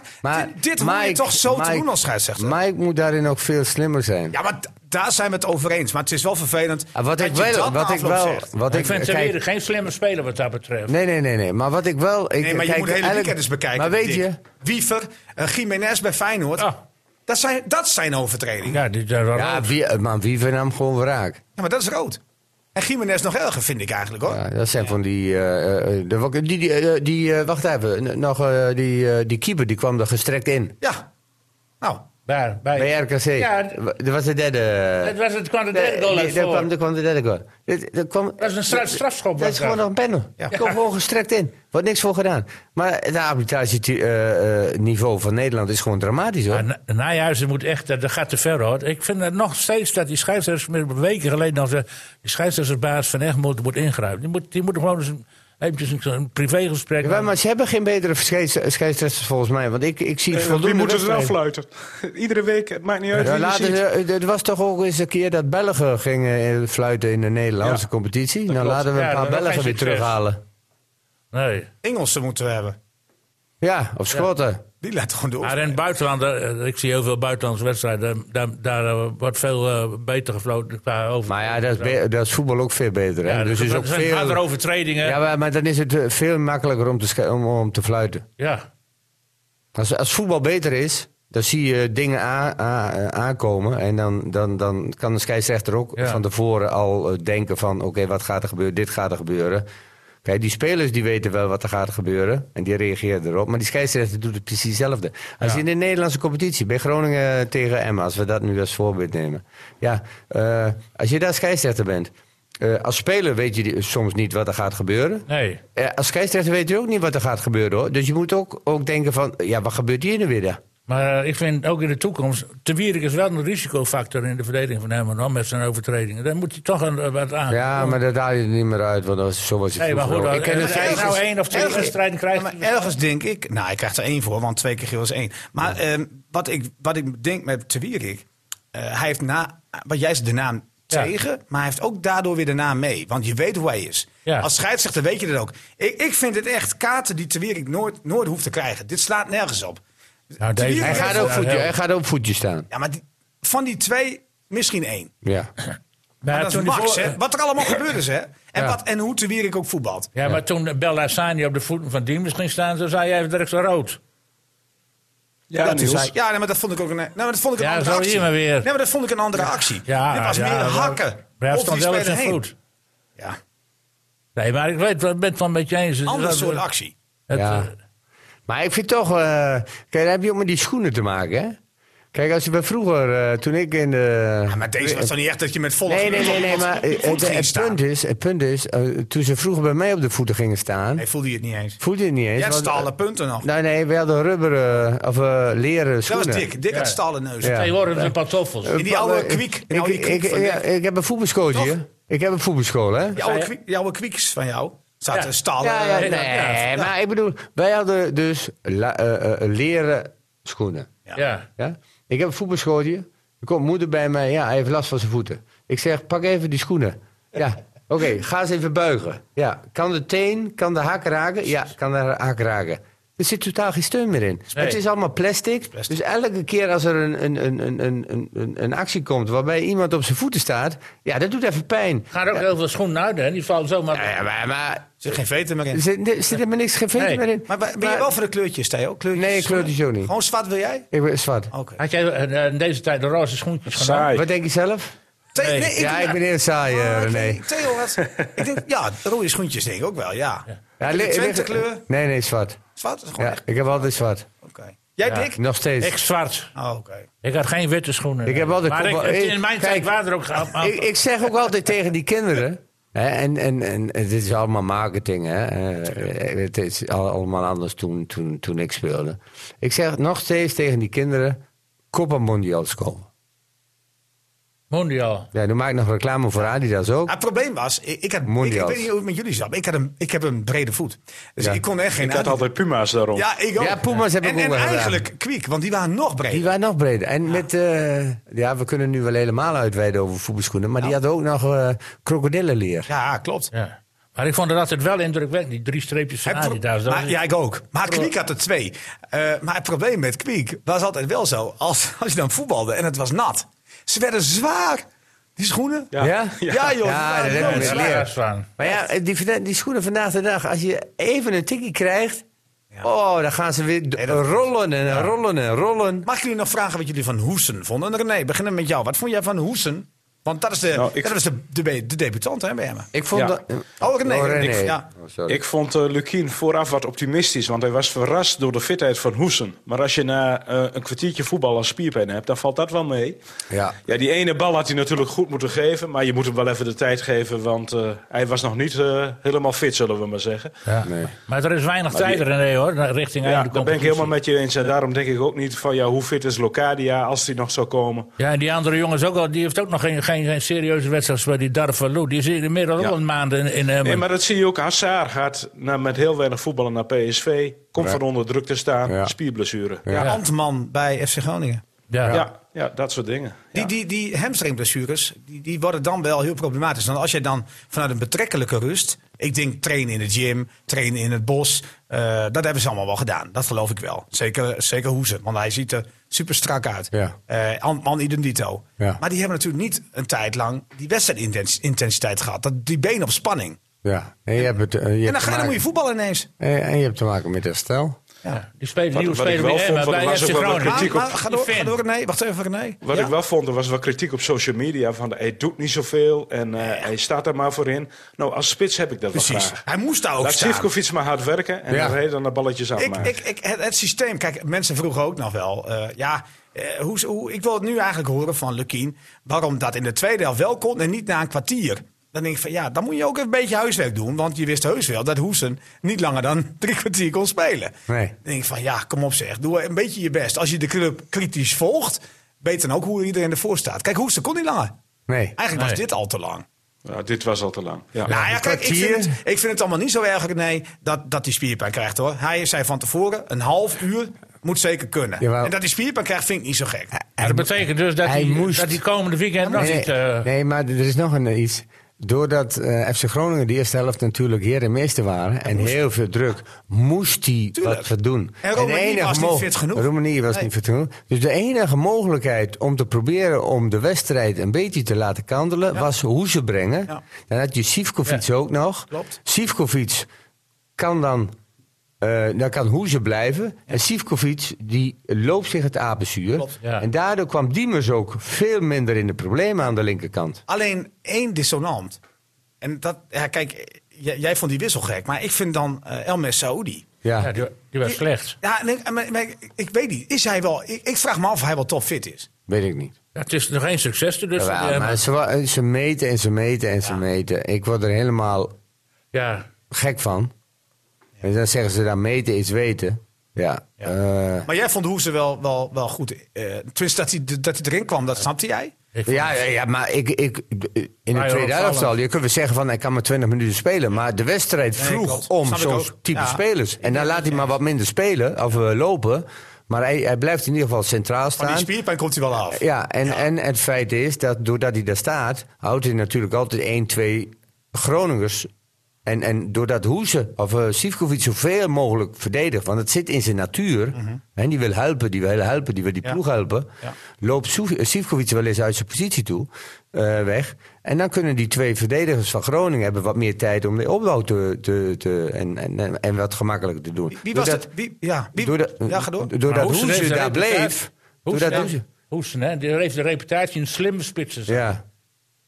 [SPEAKER 1] dit- dit hoef je toch zo te doen als scheidsrechter?
[SPEAKER 2] Mike moet daarin ook veel slimmer zijn.
[SPEAKER 1] ja, maar d- daar zijn we het over eens. Maar het is wel vervelend
[SPEAKER 2] Ah, wat
[SPEAKER 1] dat
[SPEAKER 2] ik
[SPEAKER 1] je
[SPEAKER 2] wel,
[SPEAKER 1] dat
[SPEAKER 2] wat
[SPEAKER 1] na
[SPEAKER 2] ik
[SPEAKER 1] afloop
[SPEAKER 2] wel,
[SPEAKER 1] zegt.
[SPEAKER 2] wat
[SPEAKER 3] ik vind
[SPEAKER 2] eh, kijk,
[SPEAKER 3] Terweren geen slimme speler wat dat betreft.
[SPEAKER 2] Nee, nee, nee, nee. Maar wat ik wel.
[SPEAKER 1] Nee,
[SPEAKER 2] Ik,
[SPEAKER 1] maar je
[SPEAKER 2] kijk,
[SPEAKER 1] moet de hele
[SPEAKER 2] elk-
[SPEAKER 1] weekend eens bekijken.
[SPEAKER 2] Maar weet
[SPEAKER 1] Dick.
[SPEAKER 2] je,
[SPEAKER 1] Wiever, eh, Jiménez bij Feyenoord.
[SPEAKER 3] Ja.
[SPEAKER 1] Dat, zijn, dat zijn overtredingen.
[SPEAKER 3] Ja, die, daar-
[SPEAKER 2] ja, wie, eh, maar wie vindt hem gewoon wraak?
[SPEAKER 1] Ja, maar dat is rood. En Jiménez nog erger, vind ik eigenlijk hoor.
[SPEAKER 2] Ja, dat zijn van die. eh, eh, de wak- die, die, eh, die eh, wacht even. N- Nog, eh, die, eh, die keeper die kwam er gestrekt in.
[SPEAKER 1] Ja. Nou,
[SPEAKER 3] waar, bij,
[SPEAKER 2] Bij RKC.
[SPEAKER 3] Ja, d-
[SPEAKER 2] dat was de derde.
[SPEAKER 3] dat was het, kwam de derde goal
[SPEAKER 2] Nee,
[SPEAKER 3] uit
[SPEAKER 2] daar
[SPEAKER 3] voor.
[SPEAKER 2] kwam, daar kwam de derde goal. Dat, dat, kwam,
[SPEAKER 3] Dat is een stra- strafschop,
[SPEAKER 2] Dat
[SPEAKER 3] was
[SPEAKER 2] is
[SPEAKER 3] dat.
[SPEAKER 2] gewoon nog een panel.
[SPEAKER 1] Ja.
[SPEAKER 2] Ja. Kom gewoon gestrekt in. Wordt niks voor gedaan. Maar het arbitrageniveau van Nederland is gewoon dramatisch hoor.
[SPEAKER 3] Ja, Na- Nijhuizen moet echt, eh, dat gaat te ver hoor. Ik vind het nog steeds dat die scheidsrechters, weken geleden nog, zei, die scheidsrechtersbaas van Egmond moet ingrijpen. Die moet, die moet gewoon eens een, eventjes een, een privégesprek
[SPEAKER 2] Ja, maar ze hebben geen betere scheids- scheidsrechters volgens mij. Want ik, ik zie
[SPEAKER 5] Eh,
[SPEAKER 2] voldoende
[SPEAKER 5] Wie moet het wel
[SPEAKER 2] wedstrijden.
[SPEAKER 5] fluiten? *laughs* Iedere week, het maakt niet uit
[SPEAKER 2] Ja,
[SPEAKER 5] wie je
[SPEAKER 2] later,
[SPEAKER 5] ziet.
[SPEAKER 2] eh, het was toch ook eens een keer dat Belgen gingen eh, fluiten in de Nederlandse
[SPEAKER 5] Ja,
[SPEAKER 2] competitie. Nou, laten we
[SPEAKER 3] Ja,
[SPEAKER 2] een
[SPEAKER 3] dat
[SPEAKER 2] paar
[SPEAKER 3] was
[SPEAKER 2] Belgen
[SPEAKER 3] geen
[SPEAKER 2] weer
[SPEAKER 3] succes.
[SPEAKER 2] terughalen.
[SPEAKER 3] Nee.
[SPEAKER 1] Engelsen moeten we hebben.
[SPEAKER 2] Ja, of Schotten.
[SPEAKER 1] Die laat gewoon door.
[SPEAKER 3] Maar in het buitenland, eh, ik zie heel veel buitenlandse wedstrijden, daar, daar eh, wordt veel eh, beter gefloten qua over.
[SPEAKER 2] Maar ja, dat is, be- dat is voetbal ook veel beter. Hè?
[SPEAKER 3] Ja,
[SPEAKER 2] dus
[SPEAKER 3] dat-
[SPEAKER 2] is
[SPEAKER 3] dat
[SPEAKER 2] ook
[SPEAKER 3] zijn
[SPEAKER 2] veel...
[SPEAKER 3] harder overtredingen.
[SPEAKER 2] Ja,
[SPEAKER 3] Ja.
[SPEAKER 2] maar, maar dan is het eh, veel makkelijker om te, sche- om, om te fluiten. Als, als voetbal beter is, dan zie je dingen a- a- eh, aankomen. En dan, dan, dan kan de scheidsrechter ook
[SPEAKER 3] Ja.
[SPEAKER 2] van tevoren al eh, denken van... oké, wat gaat er gebeuren? Dit gaat er gebeuren. Kijk, die spelers die weten wel wat er gaat gebeuren. En die reageren erop. Maar die scheidsrechter doet het precies hetzelfde. Als je in de Nederlandse competitie, bij Groningen tegen Emma... als we dat nu als voorbeeld nemen. Ja, eh, als je daar scheidsrechter bent... eh, als speler weet je die- soms niet wat er gaat gebeuren.
[SPEAKER 3] Nee.
[SPEAKER 2] Eh, als scheidsrechter weet je ook niet wat er gaat gebeuren hoor. Dus je moet ook, ook denken van, ja, wat gebeurt hier nu weer dan?
[SPEAKER 3] Maar eh, ik vind ook in de toekomst. Te Wierik is wel een risicofactor in de verdediging van Herman hoor, met zijn overtredingen. Daar moet hij toch een, eh, wat aan.
[SPEAKER 2] Ja, maar dat haal je er niet meer uit, want dat is zo was je
[SPEAKER 3] Nee, maar goed,
[SPEAKER 2] vroeger ook.
[SPEAKER 3] als
[SPEAKER 2] Ik ken
[SPEAKER 3] als
[SPEAKER 2] het-
[SPEAKER 3] hij nou
[SPEAKER 1] ergens-
[SPEAKER 3] één of twee
[SPEAKER 1] ergens-
[SPEAKER 3] wedstrijden krijgt.
[SPEAKER 1] maar ergens denk ik, nou, ik krijg er één voor, want twee keer geel is één. Maar ehm, wat, ik, wat ik denk met Te Wierik, eh, hij heeft na, wat jij is de naam
[SPEAKER 3] Ja.
[SPEAKER 1] tegen, maar hij heeft ook daardoor weer de naam mee. Want je weet hoe hij is.
[SPEAKER 3] Ja.
[SPEAKER 1] Als scheidsrechter weet je dat ook. Ik, ik vind het echt kaarten die Te Wierik nooit, nooit hoeft te krijgen. Dit slaat nergens op.
[SPEAKER 3] Nou,
[SPEAKER 1] Te
[SPEAKER 3] deze-
[SPEAKER 1] Wierik
[SPEAKER 2] hij,
[SPEAKER 1] heeft
[SPEAKER 2] gaat
[SPEAKER 1] wel-
[SPEAKER 2] ook voetje, hij gaat ook voetje staan.
[SPEAKER 1] Ja, maar die- van die twee misschien één. *laughs*
[SPEAKER 2] Ja.
[SPEAKER 3] Maar
[SPEAKER 1] Maar dat is
[SPEAKER 3] die
[SPEAKER 1] max,
[SPEAKER 3] voor-
[SPEAKER 1] hè? Wat er allemaal gebeurd is, hè? En,
[SPEAKER 2] Ja.
[SPEAKER 1] wat, en hoe Te Wierik ook voetbalt.
[SPEAKER 3] Ja, maar toen Bella Sani op de voeten van Diemers ging staan, zo zei jij direct zo rood.
[SPEAKER 5] Ja,
[SPEAKER 1] dat
[SPEAKER 5] Niels.
[SPEAKER 1] is ja nee, maar dat vond ik ook een, nee, maar dat vond ik een
[SPEAKER 3] Ja,
[SPEAKER 1] andere
[SPEAKER 3] zo
[SPEAKER 1] actie.
[SPEAKER 3] hier maar weer.
[SPEAKER 1] Nee, maar dat vond ik een andere actie.
[SPEAKER 3] Ja,
[SPEAKER 1] Dit was
[SPEAKER 3] ja,
[SPEAKER 1] meer
[SPEAKER 3] maar-
[SPEAKER 1] hakken.
[SPEAKER 3] Maar hij
[SPEAKER 1] over
[SPEAKER 3] stond
[SPEAKER 1] die
[SPEAKER 3] wel op
[SPEAKER 1] speler
[SPEAKER 3] zijn
[SPEAKER 1] heen.
[SPEAKER 3] voet.
[SPEAKER 1] Ja,
[SPEAKER 3] Nee, maar ik weet, ik ben het wel met je eens. Het-
[SPEAKER 1] ander
[SPEAKER 3] het-
[SPEAKER 1] soort actie.
[SPEAKER 3] het-
[SPEAKER 2] Ja.
[SPEAKER 3] eh,
[SPEAKER 2] Maar ik vind toch, eh, kijk, daar heb je ook met die schoenen te maken, hè? Kijk, als je bij vroeger, eh, toen ik in de...
[SPEAKER 1] Ja, maar deze was dan niet echt dat je met volle
[SPEAKER 2] Nee, nee,
[SPEAKER 1] gewicht
[SPEAKER 2] nee, nee,
[SPEAKER 1] op dat
[SPEAKER 2] maar eh,
[SPEAKER 1] voet
[SPEAKER 2] het, het-
[SPEAKER 1] ging
[SPEAKER 2] het
[SPEAKER 1] staan.
[SPEAKER 2] punt is, het punt is eh, toen ze vroeger bij mij op de voeten gingen staan,
[SPEAKER 1] Hij voelde je het niet eens.
[SPEAKER 2] voelde je het niet eens.
[SPEAKER 1] Jij
[SPEAKER 2] want- eh,
[SPEAKER 1] stalen punten nog.
[SPEAKER 2] Nee, nee, we hadden rubberen of eh, leren
[SPEAKER 1] Dat
[SPEAKER 2] schoenen.
[SPEAKER 1] was dik. Dik had stalen neus.
[SPEAKER 2] Ja.
[SPEAKER 3] Tegenwoordig zijn pantoffels.
[SPEAKER 1] In die oude kwiek. In die
[SPEAKER 2] Ik,
[SPEAKER 1] oude
[SPEAKER 2] ik,
[SPEAKER 1] kwiek
[SPEAKER 2] ik,
[SPEAKER 1] van Dick.
[SPEAKER 2] ja, ik heb een voetbalschool
[SPEAKER 1] Toch?
[SPEAKER 2] hier. Ik heb een voetbalschool, hè?
[SPEAKER 1] Die oude kwiek- die oude kwieks van jou zaten
[SPEAKER 3] Ja.
[SPEAKER 1] stalen.
[SPEAKER 2] Ja, ja,
[SPEAKER 3] ja,
[SPEAKER 2] nee,
[SPEAKER 3] ja.
[SPEAKER 2] maar ik bedoel, wij hadden dus la- eh, eh, leren schoenen.
[SPEAKER 1] Ja.
[SPEAKER 3] Ja.
[SPEAKER 2] Ja? Ik heb een voetbalschool hier. Er komt moeder bij mij, ja, hij heeft last van zijn voeten. Ik zeg, pak even die schoenen. Ja, oké, ga eens even buigen. Ja, kan de teen, kan de hak raken? Ja, kan de hak raken. Er zit totaal geen steun meer in.
[SPEAKER 3] Nee.
[SPEAKER 2] Het is allemaal plastic,
[SPEAKER 1] plastic.
[SPEAKER 2] Dus elke keer als er een, een, een, een, een, een- een, een actie komt waarbij iemand op zijn voeten staat, ja, dat doet even pijn.
[SPEAKER 3] Gaat ook heel veel schoenen uit, hè? Die vallen zomaar.
[SPEAKER 2] Nou ja, maar, maar
[SPEAKER 1] Er zit geen veten meer in.
[SPEAKER 2] er zit, er zit helemaal niks, geen veter
[SPEAKER 3] Nee.
[SPEAKER 2] meer in.
[SPEAKER 1] Maar ben ben je
[SPEAKER 2] Maar-
[SPEAKER 1] wel voor de kleurtjes, Theo? Kleurtjes,
[SPEAKER 2] Nee, kleurtjes ook niet.
[SPEAKER 1] Gewoon zwart wil jij?
[SPEAKER 2] Ik ben zwart.
[SPEAKER 1] Oké.
[SPEAKER 3] Had jij eh, in deze tijd de roze schoentjes gedaan?
[SPEAKER 5] Saai.
[SPEAKER 2] Wat denk je zelf?
[SPEAKER 1] Theo-
[SPEAKER 3] Nee.
[SPEAKER 1] nee, ik-
[SPEAKER 2] ja, ik ben heel saai, eh,
[SPEAKER 1] Ah, oké.
[SPEAKER 2] René.
[SPEAKER 1] Theo, wat? ik denk, ja, rode schoentjes denk ik ook wel, ja.
[SPEAKER 2] Ja, li-
[SPEAKER 1] Twente
[SPEAKER 2] lig-
[SPEAKER 1] kleur?
[SPEAKER 2] Nee, nee, zwart.
[SPEAKER 1] Zwart is gewoon
[SPEAKER 2] Ja,
[SPEAKER 1] Oh, echt,
[SPEAKER 2] ik heb altijd zwart.
[SPEAKER 1] oké. Jij, Dick?
[SPEAKER 2] Nog steeds.
[SPEAKER 3] Ik zwart.
[SPEAKER 1] Oh, oké.
[SPEAKER 3] Ik had geen witte schoenen.
[SPEAKER 2] Ik heb wel de
[SPEAKER 3] maar ik,
[SPEAKER 2] kopbal-
[SPEAKER 3] het-
[SPEAKER 2] ik-
[SPEAKER 3] in mijn
[SPEAKER 2] kijk,
[SPEAKER 3] tijd waren er ook. aan-
[SPEAKER 2] ik, ik zeg ook altijd tegen die kinderen. Hè, en, en, en, en dit is allemaal marketing, hè? eh, het is al- allemaal anders toen, toen, toen ik speelde. Ik zeg nog steeds tegen die kinderen: Copa Mondial komen.
[SPEAKER 3] Mondiaal.
[SPEAKER 2] Ja, nu maak ik nog reclame voor Adidas ook.
[SPEAKER 1] Ah, het probleem was, ik, ik, had, ik, ik
[SPEAKER 2] Mondials.
[SPEAKER 1] weet niet hoe het met jullie zat, maar ik, had een, ik heb een brede voet. Dus
[SPEAKER 2] Ja.
[SPEAKER 1] ik kon echt geen
[SPEAKER 5] Ik had
[SPEAKER 1] aan-
[SPEAKER 5] altijd Puma's daarom.
[SPEAKER 1] Ja, ik ook.
[SPEAKER 2] Ja, Puma's heb ik
[SPEAKER 1] en,
[SPEAKER 2] ook
[SPEAKER 1] En
[SPEAKER 2] wel gedaan.
[SPEAKER 1] eigenlijk kwiek, want die waren nog breed.
[SPEAKER 2] Die waren nog breder.
[SPEAKER 1] Ah.
[SPEAKER 2] En met, eh, ja, we kunnen nu wel helemaal uitweiden over voetbalschoenen. Maar die
[SPEAKER 1] Nou.
[SPEAKER 2] hadden ook nog eh krokodillenleer.
[SPEAKER 1] Ja, klopt.
[SPEAKER 3] Ja. Maar ik vond dat altijd wel indrukwekkend, die drie streepjes van
[SPEAKER 2] Ah,
[SPEAKER 1] Het pro-
[SPEAKER 3] Adidas. Dat
[SPEAKER 1] maar,
[SPEAKER 3] was-
[SPEAKER 1] ja, ik ook. Maar Kwiek had er twee. Eh, maar het probleem met Kwiek was altijd wel zo. Als, *laughs* als je dan voetbalde en het was nat. Ze werden zwaar. Die schoenen.
[SPEAKER 5] Ja.
[SPEAKER 2] Ja?
[SPEAKER 1] Ja,
[SPEAKER 2] Ja,
[SPEAKER 1] joh.
[SPEAKER 2] dat
[SPEAKER 1] ze
[SPEAKER 2] heb
[SPEAKER 1] waren
[SPEAKER 2] ik
[SPEAKER 3] dat
[SPEAKER 2] met
[SPEAKER 1] dood.
[SPEAKER 3] was
[SPEAKER 2] leer.
[SPEAKER 3] laars van.
[SPEAKER 2] Maar ja, eh, die, vana- die schoenen vandaag de dag, als je even een tikkie krijgt. Oh, dan gaan ze weer d- rollen en rollen en rollen.
[SPEAKER 1] Mag ik jullie nog vragen wat jullie van Hoesen vonden? René, beginnen met jou. Wat vond jij van Hoesen? Want dat is de,
[SPEAKER 5] Nou, ik-
[SPEAKER 1] dat is de, de, be- de debutant hè, bij hem.
[SPEAKER 2] Ik vond
[SPEAKER 5] Ja.
[SPEAKER 2] dat.
[SPEAKER 1] Oh, René.
[SPEAKER 2] Oh, René.
[SPEAKER 1] Ik- ja.
[SPEAKER 2] Oh, sorry.
[SPEAKER 5] Ik vond eh, Lukien vooraf wat optimistisch, want hij was verrast door de fitheid van Hoesen. Maar als je na eh, een kwartiertje voetbal als spierpijn hebt, dan valt dat wel mee.
[SPEAKER 2] ja.
[SPEAKER 5] Ja, die ene bal had hij natuurlijk goed moeten geven, maar je moet hem wel even de tijd geven, want eh, hij was nog niet eh, helemaal fit, zullen we maar zeggen.
[SPEAKER 3] Ja.
[SPEAKER 2] Nee.
[SPEAKER 3] Maar er is weinig tijd erin, nee, hoor, naar- richting
[SPEAKER 5] Ja,
[SPEAKER 3] einde
[SPEAKER 5] dat ben ik
[SPEAKER 3] competitie.
[SPEAKER 5] helemaal met je eens. En daarom denk ik ook niet van, ja, hoe fit is Locadia als hij nog zou komen?
[SPEAKER 3] Ja, en die andere jongens ook al, die heeft ook nog geen, geen, geen serieuze wedstrijd als bij die Darvalu. Die zit inmiddels
[SPEAKER 5] Ja.
[SPEAKER 3] al een maand in, in Emmen.
[SPEAKER 5] Nee, maar dat zie je ook. Hassar gaat naar, met heel weinig voetballen naar PSV. Komt
[SPEAKER 2] Ja.
[SPEAKER 5] van onder druk te staan.
[SPEAKER 2] Ja.
[SPEAKER 5] Spierblessure. Ja.
[SPEAKER 2] Ja.
[SPEAKER 1] Antman bij FC Groningen.
[SPEAKER 3] ja.
[SPEAKER 5] Ja, dat soort dingen.
[SPEAKER 1] Die,
[SPEAKER 5] Ja.
[SPEAKER 1] die, die hamstringblessures, die, die worden dan wel heel problematisch. Want als je dan vanuit een betrekkelijke rust... Ik denk trainen in de gym, trainen in het bos. eh, dat hebben ze allemaal wel gedaan. Dat geloof ik wel. Zeker, zeker Hoesen, want hij ziet er super strak uit.
[SPEAKER 2] Ja.
[SPEAKER 1] Eh, Antman idem dito.
[SPEAKER 2] Ja.
[SPEAKER 1] Maar die hebben natuurlijk niet een tijd lang die wedstrijdintensiteit gehad. Dat, die been op spanning.
[SPEAKER 2] ja. En je hebt, het, eh, je
[SPEAKER 1] En
[SPEAKER 2] hebt
[SPEAKER 1] dan
[SPEAKER 2] te
[SPEAKER 1] ga je dan
[SPEAKER 2] maken-
[SPEAKER 1] moet je voetballen ineens.
[SPEAKER 2] en- en je hebt te maken met herstel.
[SPEAKER 3] Ja. Die spelen
[SPEAKER 5] Wat-
[SPEAKER 3] nieuwe
[SPEAKER 5] wat ik
[SPEAKER 3] spelen bij
[SPEAKER 5] wel vond,
[SPEAKER 3] Emmen,
[SPEAKER 5] want er
[SPEAKER 3] bij
[SPEAKER 5] was
[SPEAKER 3] FC
[SPEAKER 5] ook wel wat
[SPEAKER 3] Groningen.
[SPEAKER 5] kritiek
[SPEAKER 1] Maar,
[SPEAKER 5] op-
[SPEAKER 1] maar ga,
[SPEAKER 3] Die
[SPEAKER 1] door, ga
[SPEAKER 3] fan.
[SPEAKER 1] door, René. Wacht even, René.
[SPEAKER 5] Wat
[SPEAKER 1] Ja.
[SPEAKER 5] ik wel vond, er was wel kritiek op social media. Van hij doet niet zoveel en eh, hij staat er maar voor in. Nou, als spits heb ik dat wel
[SPEAKER 1] Precies.
[SPEAKER 5] graag.
[SPEAKER 1] Hij moest daar ook
[SPEAKER 5] Laat
[SPEAKER 1] staan.
[SPEAKER 5] Sivkovic maar hard werken en
[SPEAKER 2] Ja.
[SPEAKER 5] dan reden dan de balletjes aan.
[SPEAKER 1] Ik, ik, ik, het, het systeem, kijk, mensen vroegen ook nog wel. eh, ja, eh, hoe, hoe, ik wil het nu eigenlijk horen van Lukien. Waarom dat in de tweede helft wel kon en niet na een kwartier. Dan denk ik van ja, dan moet je ook een beetje huiswerk doen. Want je wist heus wel dat Hoesen niet langer dan *laughs* drie kwartier kon spelen.
[SPEAKER 2] Nee.
[SPEAKER 1] Dan denk ik van ja, kom op zeg. Doe een beetje je best. Als je de club kritisch volgt, weet dan ook hoe iedereen ervoor staat. Kijk, Hoesen kon niet langer.
[SPEAKER 2] Nee.
[SPEAKER 1] Eigenlijk was
[SPEAKER 3] Nee.
[SPEAKER 1] dit al te lang.
[SPEAKER 5] Ja, dit was al te lang. Ja.
[SPEAKER 1] Nou ja, kijk, ik vind,
[SPEAKER 2] kwartier.
[SPEAKER 1] het, ik vind het allemaal niet zo erg, nee, dat, dat die spierpijn krijgt hoor. Hij zei van tevoren, een half uur moet zeker kunnen.
[SPEAKER 2] Jawel.
[SPEAKER 1] En dat die spierpijn krijgt, vind ik niet zo gek.
[SPEAKER 3] Maar dat betekent dus dat
[SPEAKER 2] Hij
[SPEAKER 3] die,
[SPEAKER 2] moest.
[SPEAKER 3] dat die komende weekend nog
[SPEAKER 2] nee,
[SPEAKER 3] niet... eh,
[SPEAKER 2] nee, maar er is nog een, eh, iets. Doordat eh, FC Groningen de eerste helft natuurlijk heer en meester waren. En heel veel druk. Moest hij
[SPEAKER 1] Tuurlijk.
[SPEAKER 2] wat voor doen.
[SPEAKER 1] En Romani
[SPEAKER 2] de enige
[SPEAKER 1] was niet
[SPEAKER 2] mo-
[SPEAKER 1] fit genoeg.
[SPEAKER 2] Romani was
[SPEAKER 1] Nee.
[SPEAKER 2] niet fit genoeg. Dus de enige mogelijkheid om te proberen om de wedstrijd een beetje te laten kandelen. was hoe ze brengen.
[SPEAKER 1] Ja.
[SPEAKER 2] Dan had je Sivkovic ook nog.
[SPEAKER 1] Klopt.
[SPEAKER 2] Sivkovic kan dan... eh dan kan Hoeze blijven. En Sivkovic die loopt zich het apenzuur.
[SPEAKER 1] Klopt.
[SPEAKER 3] Ja.
[SPEAKER 2] En daardoor kwam Diemers ook veel minder in de problemen aan de linkerkant.
[SPEAKER 1] Alleen één dissonant. En dat, ja, kijk, j- jij vond die wissel gek, maar ik vind dan eh Elmes Saoudi.
[SPEAKER 2] Ja.
[SPEAKER 3] ja, die, die was slecht.
[SPEAKER 1] Ja, en ik, maar- maar ik- ik weet niet, is hij wel, ik, ik vraag me af of hij wel topfit is.
[SPEAKER 2] Weet ik niet.
[SPEAKER 3] Ja, het is nog geen succes te dus.
[SPEAKER 2] Jawel,
[SPEAKER 1] eh,
[SPEAKER 3] ja,
[SPEAKER 2] maar ze, wa- eh, ze meten en ze meten en ze meten. Ik word er helemaal
[SPEAKER 3] ja.
[SPEAKER 2] gek van. En dan zeggen ze dan meten is weten. Ja. Eh,
[SPEAKER 1] Maar jij vond Hoese wel, wel, wel goed. eh tenminste, dat hij, dat hij erin kwam, dat snapte jij?
[SPEAKER 3] Ik vond-
[SPEAKER 2] ja, ja, ja, maar ik, ik, in de
[SPEAKER 3] Maar
[SPEAKER 2] tweede
[SPEAKER 3] opvallend.
[SPEAKER 2] helft al. Je kunt wel zeggen van ik kan maar 20 minuten spelen. Maar de wedstrijd
[SPEAKER 1] Nee,
[SPEAKER 2] vroeg
[SPEAKER 1] klopt.
[SPEAKER 2] om
[SPEAKER 1] Snap ik
[SPEAKER 2] zo'n
[SPEAKER 1] ook.
[SPEAKER 2] type
[SPEAKER 1] Ja.
[SPEAKER 2] spelers. En dan laat hij maar wat minder spelen of eh, lopen. Maar hij, hij blijft in ieder geval centraal
[SPEAKER 1] Van die
[SPEAKER 2] staan.
[SPEAKER 1] spierpijn komt hij wel af.
[SPEAKER 2] Ja, en, en het feit is dat doordat hij daar staat, houdt hij natuurlijk altijd 1, 2 Groningers En, en doordat Hoese of eh, Sivkovic zoveel mogelijk verdedigt, want het zit in zijn natuur. hè, die wil helpen, die wil helpen, die wil die
[SPEAKER 1] Mhm. Ja.
[SPEAKER 2] ploeg helpen.
[SPEAKER 1] Ja.
[SPEAKER 2] Loopt Soef- eh, Sivkovic wel eens uit zijn positie toe, eh, weg. En dan kunnen die twee verdedigers van Groningen hebben wat meer tijd om de opbouw te, te, te, en, en, en- en wat gemakkelijker te doen.
[SPEAKER 1] Wie, wie was
[SPEAKER 2] Doordat-
[SPEAKER 1] dat? Wie, ja, wie,
[SPEAKER 2] doordat
[SPEAKER 1] ja, ga door.
[SPEAKER 2] doordat
[SPEAKER 3] Maar Hoese
[SPEAKER 2] Hoese
[SPEAKER 3] heeft zijn
[SPEAKER 2] daar
[SPEAKER 3] reputatie.
[SPEAKER 2] bleef. Doordat
[SPEAKER 3] Hoesten,
[SPEAKER 2] Hoese.
[SPEAKER 3] hè? Die heeft de reputatie een slimme spits te zijn.
[SPEAKER 2] Ja.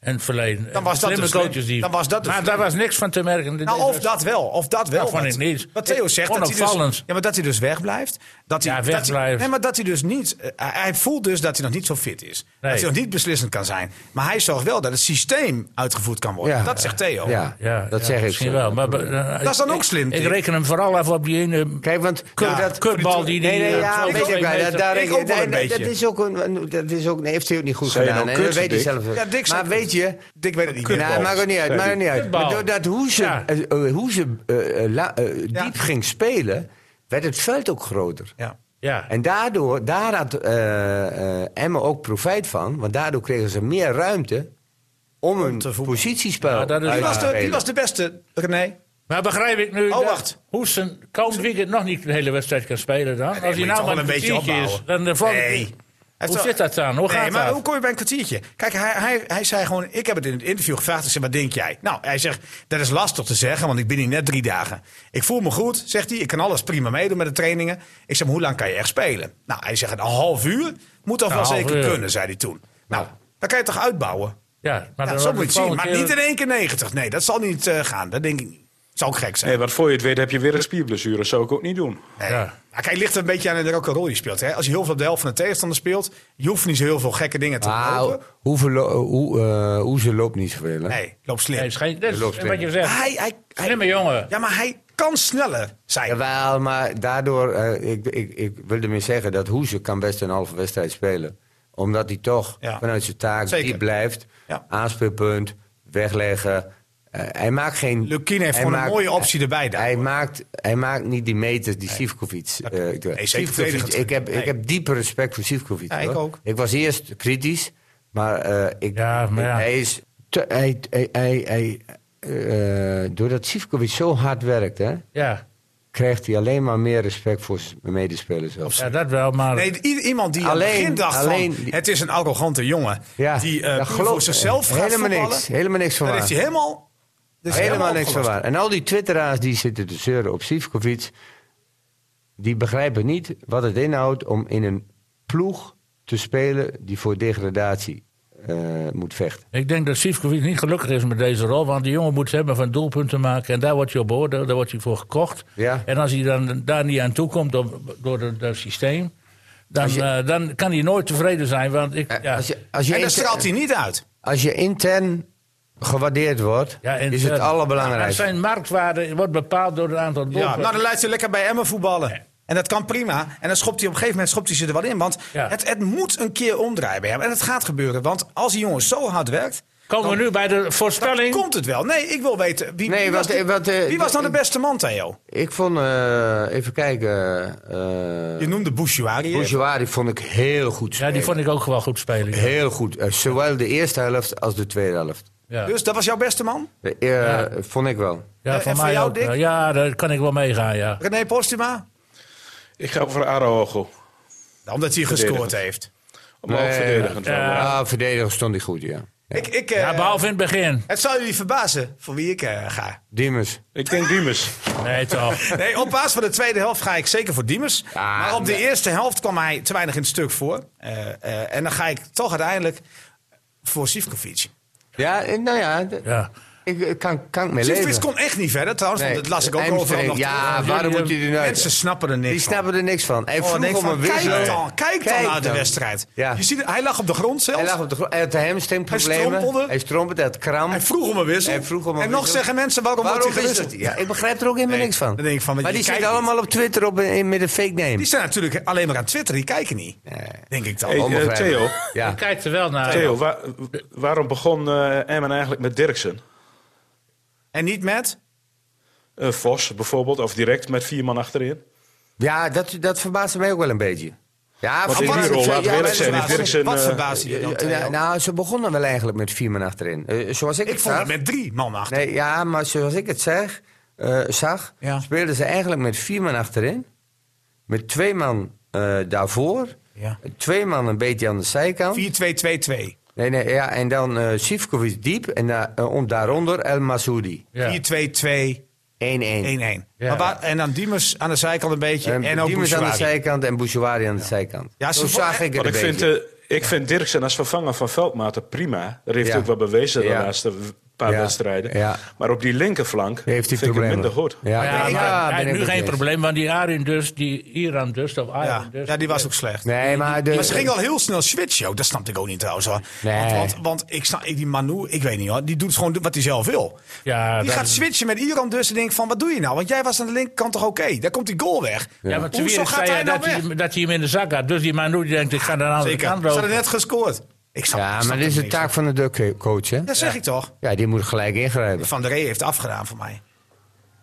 [SPEAKER 3] En het verleden.
[SPEAKER 1] Dan was dat
[SPEAKER 3] slimme
[SPEAKER 1] de slim-
[SPEAKER 3] coaches die.
[SPEAKER 1] dan was dat de
[SPEAKER 3] maar
[SPEAKER 1] slim-
[SPEAKER 3] daar was niks van te merken.
[SPEAKER 1] Nou, of dat wel. Of dat wel.
[SPEAKER 3] Dat vond ik
[SPEAKER 1] Wat-
[SPEAKER 3] Nou, niet.
[SPEAKER 1] Wat Theo zegt. Dat hij dus,
[SPEAKER 3] Onopvallend.
[SPEAKER 1] ja, maar dat hij dus wegblijft. Dat hij,
[SPEAKER 3] Ja,
[SPEAKER 1] Dat hij,
[SPEAKER 3] wegblijft.
[SPEAKER 1] nee, maar dat hij dus niet... eh, hij- hij voelt dus dat hij nog niet zo fit is. Dat
[SPEAKER 3] Nee.
[SPEAKER 1] hij nog niet beslissend kan zijn. Maar hij zorgt wel dat het systeem uitgevoerd kan worden.
[SPEAKER 2] Ja.
[SPEAKER 1] Dat zegt Theo.
[SPEAKER 2] Ja,
[SPEAKER 3] Ja,
[SPEAKER 2] dat
[SPEAKER 3] ja,
[SPEAKER 2] zeg ik.
[SPEAKER 3] misschien
[SPEAKER 2] zo.
[SPEAKER 3] wel. Maar, eh,
[SPEAKER 1] Dat is dan
[SPEAKER 3] ik-
[SPEAKER 1] ook slim,
[SPEAKER 3] Ik,
[SPEAKER 1] Tim.
[SPEAKER 3] reken hem vooral af op die ene
[SPEAKER 2] Kijk, want
[SPEAKER 3] kut-
[SPEAKER 2] doordat-
[SPEAKER 3] kutbal die... die
[SPEAKER 2] Nee, nee,
[SPEAKER 3] eh,
[SPEAKER 2] ja,
[SPEAKER 3] zo
[SPEAKER 2] weet
[SPEAKER 3] twee
[SPEAKER 2] ik wel.
[SPEAKER 3] meter-
[SPEAKER 2] Dat, daar,
[SPEAKER 1] Ik ook wel een
[SPEAKER 2] nee, nee,
[SPEAKER 1] beetje.
[SPEAKER 2] dat is ook een, dat is ook, nee, heeft hij ook niet goed
[SPEAKER 5] Zei je
[SPEAKER 2] gedaan.
[SPEAKER 5] nou
[SPEAKER 2] en dat
[SPEAKER 5] kut,
[SPEAKER 2] weet hij
[SPEAKER 5] Dick?
[SPEAKER 2] zelf. ook.
[SPEAKER 1] Ja, Dick
[SPEAKER 2] maar
[SPEAKER 1] zegt-
[SPEAKER 2] weet je,
[SPEAKER 1] Ik weet het niet.
[SPEAKER 2] nou,
[SPEAKER 1] meer.
[SPEAKER 2] het maakt ook niet uit,
[SPEAKER 5] Zei
[SPEAKER 2] maakt ook niet uit.
[SPEAKER 3] Kutbal.
[SPEAKER 2] Maar doordat hoe ze,
[SPEAKER 3] Ja.
[SPEAKER 2] eh, eh, hoe ze eh, eh, la- eh,
[SPEAKER 1] Ja.
[SPEAKER 2] diep ging spelen, werd het veld ook groter.
[SPEAKER 1] Ja.
[SPEAKER 3] Ja.
[SPEAKER 2] En daardoor, daar had eh eh Emmen ook profijt van, want daardoor kregen ze meer ruimte om hun
[SPEAKER 1] te voetballen.
[SPEAKER 2] positiespel
[SPEAKER 3] Ja, dat is-
[SPEAKER 2] uit
[SPEAKER 1] Die,
[SPEAKER 2] te
[SPEAKER 1] was de, die
[SPEAKER 2] spelen.
[SPEAKER 1] was de beste, René.
[SPEAKER 3] Maar begrijp ik nu
[SPEAKER 1] Oh,
[SPEAKER 3] dat
[SPEAKER 1] wacht.
[SPEAKER 3] Hoesten komend weekend nog niet de hele wedstrijd kan spelen dan? Als hij
[SPEAKER 1] moet
[SPEAKER 3] nou
[SPEAKER 1] toch
[SPEAKER 3] maar
[SPEAKER 1] wel
[SPEAKER 3] een
[SPEAKER 1] een beetje
[SPEAKER 3] kwartiertje is,
[SPEAKER 1] opbouwen.
[SPEAKER 3] dan de volgende
[SPEAKER 1] Nee.
[SPEAKER 3] keer.
[SPEAKER 1] Hij
[SPEAKER 3] Hoe
[SPEAKER 1] heeft
[SPEAKER 3] zit
[SPEAKER 1] wel-
[SPEAKER 3] dat dan? Hoe
[SPEAKER 1] nee,
[SPEAKER 3] gaat
[SPEAKER 1] maar
[SPEAKER 3] dat?
[SPEAKER 1] hoe kom je bij een kwartiertje? Kijk, hij, hij, hij zei gewoon... Ik heb het in het interview gevraagd. Ik zei, wat denk jij? Nou, hij zegt, dat is lastig te zeggen, want ik ben hier net drie dagen. Ik voel me goed, zegt hij. Ik kan alles prima meedoen met de trainingen. Ik zeg, maar hoe lang kan je echt spelen? Nou, hij zegt, een half uur moet toch wel
[SPEAKER 3] half
[SPEAKER 1] zeker
[SPEAKER 3] uur.
[SPEAKER 1] kunnen, zei hij toen. Nou, dan kan je het toch uitbouwen?
[SPEAKER 3] Ja, maar
[SPEAKER 1] Ja,
[SPEAKER 3] dan
[SPEAKER 1] zo moet
[SPEAKER 3] wordt
[SPEAKER 1] je
[SPEAKER 3] het
[SPEAKER 1] het zien.
[SPEAKER 3] volgende
[SPEAKER 1] Maar
[SPEAKER 3] keer-
[SPEAKER 1] niet in één keer 90. Nee, dat zal niet eh, gaan. Dat denk ik niet. Zou ook gek zijn.
[SPEAKER 5] Nee, want voor je het weet heb je weer een spierblessure. Zou ik ook niet doen.
[SPEAKER 1] Nee.
[SPEAKER 3] Ja.
[SPEAKER 1] Maar kijk, het ligt er een beetje aan in welke rol je speelt. Hè? Als je heel veel op de helft van de tegenstander speelt, je hoeft niet zo heel veel gekke dingen te
[SPEAKER 2] Maar
[SPEAKER 1] lopen.
[SPEAKER 2] hoe, verlo- hoe, eh, hoe ze loopt niet zoveel. Hè?
[SPEAKER 1] Nee, loop slim.
[SPEAKER 3] Nee, is geen- dat is
[SPEAKER 2] loopt
[SPEAKER 3] wat je
[SPEAKER 2] in.
[SPEAKER 3] zegt.
[SPEAKER 1] Hij, hij, hij-
[SPEAKER 3] Slimme jongen.
[SPEAKER 1] ja, maar hij kan sneller zijn.
[SPEAKER 2] Jawel, maar daardoor, eh, ik, ik, ik wilde meer zeggen dat Hoeze kan best een halve wedstrijd spelen. Omdat hij toch
[SPEAKER 1] Ja.
[SPEAKER 2] vanuit zijn taak
[SPEAKER 1] Zeker.
[SPEAKER 2] die blijft.
[SPEAKER 1] Ja.
[SPEAKER 2] Aanspeelpunt, wegleggen. Eh, hij maakt geen...
[SPEAKER 1] Lukien heeft
[SPEAKER 2] hij
[SPEAKER 1] gewoon een
[SPEAKER 2] maakt-
[SPEAKER 1] mooie optie erbij daar.
[SPEAKER 2] Hij maakt, hij maakt niet die meters die Sivkovic... eh, doet.
[SPEAKER 1] verdedigend.
[SPEAKER 2] ik, heb,
[SPEAKER 1] Nee.
[SPEAKER 2] ik heb diepe respect voor Sivkovic.
[SPEAKER 1] Ja, ik
[SPEAKER 2] hoor.
[SPEAKER 1] ook.
[SPEAKER 2] Ik was eerst kritisch, maar, eh, ik,
[SPEAKER 3] Ja, maar ja.
[SPEAKER 2] hij is... te- hij, hij, hij, hij, eh, doordat Sivkovic zo hard werkt, hè
[SPEAKER 3] Ja.
[SPEAKER 2] krijgt hij alleen maar meer respect voor zijn medespelers. zelfs.
[SPEAKER 3] ja, dat wel, maar...
[SPEAKER 1] Nee, i- iemand die alleen, aan het
[SPEAKER 2] Alleen-
[SPEAKER 1] begin dacht
[SPEAKER 2] alleen
[SPEAKER 1] van,
[SPEAKER 2] die-
[SPEAKER 1] het is een arrogante jongen.
[SPEAKER 2] Ja,
[SPEAKER 1] die eh,
[SPEAKER 2] dat
[SPEAKER 1] puur
[SPEAKER 2] geloof-
[SPEAKER 1] voor zichzelf gaat
[SPEAKER 2] helemaal
[SPEAKER 1] voetballen.
[SPEAKER 2] niks, helemaal niks van
[SPEAKER 1] Daar
[SPEAKER 2] waar.
[SPEAKER 1] heeft hij helemaal... daar is hij
[SPEAKER 2] Helemaal niks van
[SPEAKER 1] opgelost.
[SPEAKER 2] waar. En al die twitteraars die zitten te zeuren op Sivkovic... die begrijpen niet wat het inhoudt om in een ploeg te spelen... die voor degradatie eh, moet vechten.
[SPEAKER 3] Ik denk dat Sivkovic niet gelukkig is met deze rol. Want die jongen moet hebben van doelpunten maken. En daar wordt je op beoordeeld, daar wordt hij voor gekocht.
[SPEAKER 2] Ja.
[SPEAKER 3] En als hij dan daar niet aan toe komt door, door het eh, systeem... Dan, eh, dan kan hij nooit tevreden zijn. Want ik, ja,
[SPEAKER 2] Eh, Als, je, als, je
[SPEAKER 1] En daar
[SPEAKER 2] inter-
[SPEAKER 1] straalt hij niet uit.
[SPEAKER 2] als je intern gewaardeerd wordt,
[SPEAKER 3] ja, en-
[SPEAKER 2] is het
[SPEAKER 3] eh, maar
[SPEAKER 2] allerbelangrijkste.
[SPEAKER 3] Zijn marktwaarde wordt bepaald door het aantal
[SPEAKER 1] Ja,
[SPEAKER 3] doelpunten.
[SPEAKER 1] nou, dan laat ze lekker bij Emmen voetballen. En dat kan prima. En dan schopt hij op een gegeven moment schopt hij ze er wel in. Want
[SPEAKER 3] Ja.
[SPEAKER 1] het, het moet een keer omdraaien bij hem. En het gaat gebeuren. Want als die jongen zo hard werkt,
[SPEAKER 3] Komen we nu bij de voorspelling?
[SPEAKER 1] komt het wel. Nee, ik wil weten. Wie,
[SPEAKER 2] Nee,
[SPEAKER 1] wie,
[SPEAKER 2] wat-
[SPEAKER 1] was, die-
[SPEAKER 2] wat, eh,
[SPEAKER 1] wie was nou de
[SPEAKER 2] ik-
[SPEAKER 1] beste man, Theo?
[SPEAKER 2] Ik vond, eh, even kijken... eh
[SPEAKER 1] Je noemde Bouchouari.
[SPEAKER 2] Bouchouari vond ik heel goed
[SPEAKER 3] Ja,
[SPEAKER 2] spelen.
[SPEAKER 3] die vond ik ook wel goed spelen.
[SPEAKER 2] Heel goed. Eh, zowel de eerste helft als de tweede helft.
[SPEAKER 3] Ja,
[SPEAKER 1] Dus dat was jouw beste man?
[SPEAKER 2] Eh, eh, Vond ik wel.
[SPEAKER 3] ja
[SPEAKER 1] en
[SPEAKER 3] van
[SPEAKER 1] voor
[SPEAKER 3] mij
[SPEAKER 1] jou,
[SPEAKER 3] ook.
[SPEAKER 1] Dick?
[SPEAKER 3] eh, Ja, daar kan ik wel meegaan, ja.
[SPEAKER 1] René Postuma?
[SPEAKER 5] Ik ga voor Araujo.
[SPEAKER 1] Nou, omdat hij gescoord heeft.
[SPEAKER 5] Om ook verdedigend. wel.
[SPEAKER 3] Ja.
[SPEAKER 2] Eh, Ah, verdediger stond hij goed, ja. ja.
[SPEAKER 1] Ik, ik, eh,
[SPEAKER 3] Ja, behalve in het begin.
[SPEAKER 1] het zal jullie verbazen voor wie ik eh, ga.
[SPEAKER 2] Diemers.
[SPEAKER 5] Ik
[SPEAKER 2] *laughs*
[SPEAKER 5] denk Diemers.
[SPEAKER 3] Nee, toch.
[SPEAKER 1] Nee, op basis van de tweede helft ga ik zeker voor Diemers.
[SPEAKER 2] Ja,
[SPEAKER 1] maar op de
[SPEAKER 2] nee.
[SPEAKER 1] eerste helft kwam hij te weinig in het stuk voor. Eh, eh, en dan ga ik toch uiteindelijk voor Sivkovic.
[SPEAKER 2] Ja, eh, nou ja. d-
[SPEAKER 3] Ja.
[SPEAKER 2] Ik, ik kan, kan ik mee
[SPEAKER 1] Sivkovic
[SPEAKER 2] leven.
[SPEAKER 1] kon echt niet verder trouwens,
[SPEAKER 2] Nee,
[SPEAKER 1] want dat las ik ook
[SPEAKER 2] Emsterik,
[SPEAKER 1] overal nog. terug.
[SPEAKER 2] Ja, waarom
[SPEAKER 3] die,
[SPEAKER 2] moet hij er nou
[SPEAKER 1] Mensen snappen er
[SPEAKER 2] Die
[SPEAKER 1] niks van.
[SPEAKER 2] snappen er niks van. Hij
[SPEAKER 1] Oh,
[SPEAKER 2] vroeg
[SPEAKER 1] denk
[SPEAKER 2] om
[SPEAKER 1] van,
[SPEAKER 2] een
[SPEAKER 1] kijk
[SPEAKER 2] wissel.
[SPEAKER 1] dan, kijk dan
[SPEAKER 2] Kijk
[SPEAKER 1] naar de
[SPEAKER 2] dan.
[SPEAKER 1] wedstrijd.
[SPEAKER 2] Ja.
[SPEAKER 1] Je ziet, hij lag op de grond zelfs.
[SPEAKER 2] Hij lag op de grond. Hij had de hamstringproblemen.
[SPEAKER 1] Hij strompelde.
[SPEAKER 2] Hij strompelde, hij had kramp.
[SPEAKER 1] Hij vroeg om een wissel.
[SPEAKER 2] Hij vroeg om een
[SPEAKER 1] en nog
[SPEAKER 2] wissel.
[SPEAKER 1] zeggen mensen waarom,
[SPEAKER 2] Waarom
[SPEAKER 1] wordt hij
[SPEAKER 2] is
[SPEAKER 1] gewisseld?
[SPEAKER 2] het? Ja, ik begrijp er ook helemaal
[SPEAKER 1] Nee,
[SPEAKER 2] niks van.
[SPEAKER 1] dan denk ik van, want
[SPEAKER 2] maar
[SPEAKER 1] je
[SPEAKER 2] die
[SPEAKER 1] kijkt
[SPEAKER 2] zitten
[SPEAKER 1] niet.
[SPEAKER 2] allemaal op Twitter op, eh, in, met een fake name.
[SPEAKER 1] Die zijn natuurlijk alleen maar aan Twitter, die kijken niet. Denk ik dan.
[SPEAKER 5] Hey, eh,
[SPEAKER 2] Onbegrijpelijk.
[SPEAKER 5] Theo,
[SPEAKER 2] Ja.
[SPEAKER 3] Ik kijk er wel naar.
[SPEAKER 5] Theo wa- waarom begon eh Emmen eigenlijk met Dirksen?
[SPEAKER 1] En niet met? Oh,
[SPEAKER 5] Eh, Vos bijvoorbeeld, of direct met vier man achterin.
[SPEAKER 2] Ja, dat, dat verbaasde mij ook wel een beetje. Ja,
[SPEAKER 5] Want
[SPEAKER 1] in die rol laat
[SPEAKER 2] ja,
[SPEAKER 5] Werksen
[SPEAKER 2] maar-
[SPEAKER 5] en heeft Werksen,
[SPEAKER 1] Wat
[SPEAKER 5] eh,
[SPEAKER 1] verbaasde je dan?
[SPEAKER 2] Ja, nou, ze begonnen wel eigenlijk met vier man achterin. Eh, zoals ik,
[SPEAKER 1] Ik
[SPEAKER 2] het
[SPEAKER 1] vond
[SPEAKER 2] zag,
[SPEAKER 1] het met drie man achter.
[SPEAKER 2] nee, ja, maar zoals ik het zeg, eh, zag,
[SPEAKER 1] Ja.
[SPEAKER 2] speelden ze eigenlijk met vier man achterin. Met twee man eh, daarvoor.
[SPEAKER 1] Ja.
[SPEAKER 2] Twee man een beetje aan de zijkant.
[SPEAKER 1] 4-2-2-2.
[SPEAKER 2] Nee, nee, ja, en dan eh Sivkovic diep en da- eh, om daaronder El Masoudi. 1-1.
[SPEAKER 3] Ja.
[SPEAKER 1] 4-2-2-1-1.
[SPEAKER 3] Ja.
[SPEAKER 1] Maar waar- en dan Diemers aan de zijkant een beetje. En, ook
[SPEAKER 2] Diemers aan de
[SPEAKER 1] Bouchouari.
[SPEAKER 2] zijkant en Bouchouari aan de zijkant.
[SPEAKER 1] Ja,
[SPEAKER 2] Ja,
[SPEAKER 1] ze
[SPEAKER 2] Zo
[SPEAKER 1] vo-
[SPEAKER 2] zag ik het
[SPEAKER 5] Want
[SPEAKER 2] een
[SPEAKER 5] ik vind,
[SPEAKER 2] beetje.
[SPEAKER 5] eh, ik vind Dirksen als vervanger van Veldmaten prima. Dat heeft
[SPEAKER 2] Ja.
[SPEAKER 5] hij ook wel bewezen de
[SPEAKER 2] Ja.
[SPEAKER 5] laatste w- paar
[SPEAKER 2] Ja.
[SPEAKER 5] wedstrijden.
[SPEAKER 2] Ja.
[SPEAKER 5] Maar op die linkerflank
[SPEAKER 1] eh,
[SPEAKER 2] Heeft hij
[SPEAKER 5] vind ik hem
[SPEAKER 2] problemen.
[SPEAKER 5] minder goed.
[SPEAKER 2] Ja,
[SPEAKER 3] Maar ja,
[SPEAKER 2] ja,
[SPEAKER 3] maar hij
[SPEAKER 2] ben ik
[SPEAKER 3] heeft nu
[SPEAKER 2] met je
[SPEAKER 3] geen
[SPEAKER 2] eens.
[SPEAKER 3] probleem, want die Arin dus, die Iran dus, of Arin
[SPEAKER 1] Ja.
[SPEAKER 3] dus.
[SPEAKER 1] ja, die was ook slecht.
[SPEAKER 2] Nee, maar... De,
[SPEAKER 1] Maar ze ging al heel snel switchen ook. Dat snapte ik ook niet trouwens. hoor.
[SPEAKER 2] Nee.
[SPEAKER 1] Want, want, want ik snap, ik- die Manu, ik weet niet hoor. Die doet gewoon wat hij zelf wil.
[SPEAKER 3] Ja,
[SPEAKER 1] die
[SPEAKER 3] dat-
[SPEAKER 1] gaat switchen met Iran dus en denkt van wat doe je nou? Want jij was aan de linkerkant toch oké? Daar komt die goal weg.
[SPEAKER 3] Ja, want
[SPEAKER 1] Hoezo
[SPEAKER 3] Hoezo
[SPEAKER 1] gaat
[SPEAKER 3] zei
[SPEAKER 1] hij
[SPEAKER 3] hij
[SPEAKER 1] nou
[SPEAKER 3] dat, hij,
[SPEAKER 1] weg?
[SPEAKER 3] dat hij hem in de zak had. Dus die Manu die denkt, ik ga naar de andere
[SPEAKER 1] Zeker.
[SPEAKER 3] kant
[SPEAKER 1] Ze hadden
[SPEAKER 3] lopen.
[SPEAKER 1] net gescoord. Ik snap, ik
[SPEAKER 2] Ja,
[SPEAKER 1] snap
[SPEAKER 2] maar dit is
[SPEAKER 1] er
[SPEAKER 2] de
[SPEAKER 1] niks
[SPEAKER 2] taak van de duck- coach, hè?
[SPEAKER 1] van. Dat zeg ik toch.
[SPEAKER 2] Ja, die moet gelijk ingrijpen.
[SPEAKER 1] Van der Rey heeft afgedaan voor mij.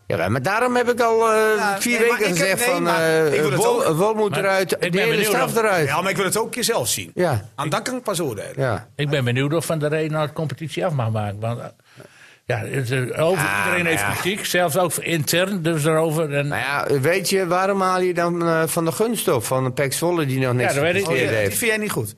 [SPEAKER 2] Ja, maar daarom heb ik al eh,
[SPEAKER 1] Ja,
[SPEAKER 2] vier
[SPEAKER 1] nee, maar
[SPEAKER 2] weken
[SPEAKER 1] ik heb-
[SPEAKER 2] gezegd
[SPEAKER 1] nee,
[SPEAKER 2] van...
[SPEAKER 1] maar
[SPEAKER 2] eh,
[SPEAKER 1] ik wil het
[SPEAKER 2] Wol-
[SPEAKER 1] ook.
[SPEAKER 2] Wol moet
[SPEAKER 3] Maar
[SPEAKER 2] eruit,
[SPEAKER 3] ik ben
[SPEAKER 2] de hele
[SPEAKER 3] benieuwd
[SPEAKER 2] staf
[SPEAKER 3] of-
[SPEAKER 2] eruit.
[SPEAKER 1] Ja, maar ik wil het ook een keer zelf zien.
[SPEAKER 2] Ja.
[SPEAKER 1] En dan kan ik pas oordelen.
[SPEAKER 2] Ja.
[SPEAKER 3] Ik ben benieuwd of Van der Rey nou de competitie af mag maken. Want eh, ja, het, eh, over, iedereen heeft
[SPEAKER 1] nou
[SPEAKER 3] kritiek, zelfs ook intern dus daarover. En,
[SPEAKER 2] Nou ja, weet je, waarom haal je dan eh, van de gunst op? Van de Pek Zwolle die nog niks
[SPEAKER 3] dat weet ik
[SPEAKER 1] Oh,
[SPEAKER 2] gepresteerd
[SPEAKER 1] ja, die
[SPEAKER 2] heeft.
[SPEAKER 1] vind jij niet goed.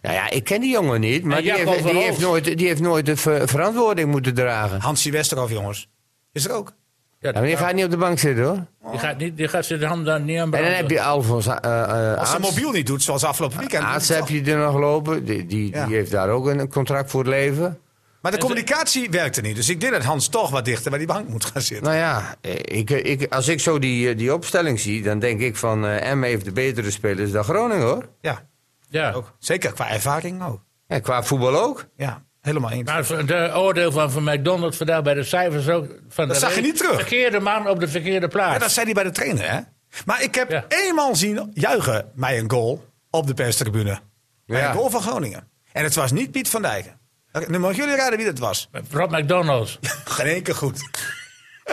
[SPEAKER 2] Nou ja, ik ken die jongen niet, maar
[SPEAKER 3] En
[SPEAKER 2] die
[SPEAKER 3] Jacob
[SPEAKER 2] heeft, die,
[SPEAKER 3] Verhoofd.
[SPEAKER 2] heeft nooit, die heeft nooit de ver- verantwoording moeten dragen.
[SPEAKER 1] Hansi Westerhof, jongens. Is er ook.
[SPEAKER 3] ja,
[SPEAKER 2] Ja, maar die gaat niet op de bank zitten hoor.
[SPEAKER 3] die, gaat niet, die gaat zijn hand daar niet aan
[SPEAKER 2] En dan
[SPEAKER 3] branden.
[SPEAKER 2] heb je Alfons eh eh,
[SPEAKER 1] Als ze
[SPEAKER 2] Aarts.
[SPEAKER 1] mobiel niet doet, zoals afgelopen weekend.
[SPEAKER 2] Aarts
[SPEAKER 1] dan-
[SPEAKER 2] heb je er nog lopen, die, die,
[SPEAKER 1] Ja.
[SPEAKER 2] die heeft daar ook een contract voor het leven.
[SPEAKER 1] Maar de communicatie werkte niet. Dus ik denk dat Hans toch wat dichter bij die bank moet gaan zitten.
[SPEAKER 2] Nou ja, eh, ik, ik, als ik zo die, eh, die opstelling zie, dan denk ik van eh Emmen heeft de betere spelers dan Groningen hoor.
[SPEAKER 1] Ja,
[SPEAKER 3] ja.
[SPEAKER 1] ook. Zeker qua ervaring ook.
[SPEAKER 2] En qua voetbal
[SPEAKER 3] *laughs*
[SPEAKER 2] ook.
[SPEAKER 1] Ja, helemaal eens.
[SPEAKER 3] Maar het oordeel van, van McDonald vandaag bij de cijfers ook.
[SPEAKER 1] Dat
[SPEAKER 3] Van der
[SPEAKER 1] zag je
[SPEAKER 3] Rey,
[SPEAKER 1] niet terug.
[SPEAKER 3] Verkeerde man op de verkeerde plaats.
[SPEAKER 1] Ja, dat zei hij bij de trainer, hè? Maar ik heb
[SPEAKER 3] Ja.
[SPEAKER 1] eenmaal zien juichen mij een goal op de perstribune. Bij
[SPEAKER 2] Ja.
[SPEAKER 1] een goal van Groningen. En het was niet Piet van Dijken. Oké, Nu mogen jullie raden wie dat was. *laughs*
[SPEAKER 3] Rob McDonald's.
[SPEAKER 1] Geen enkel goed.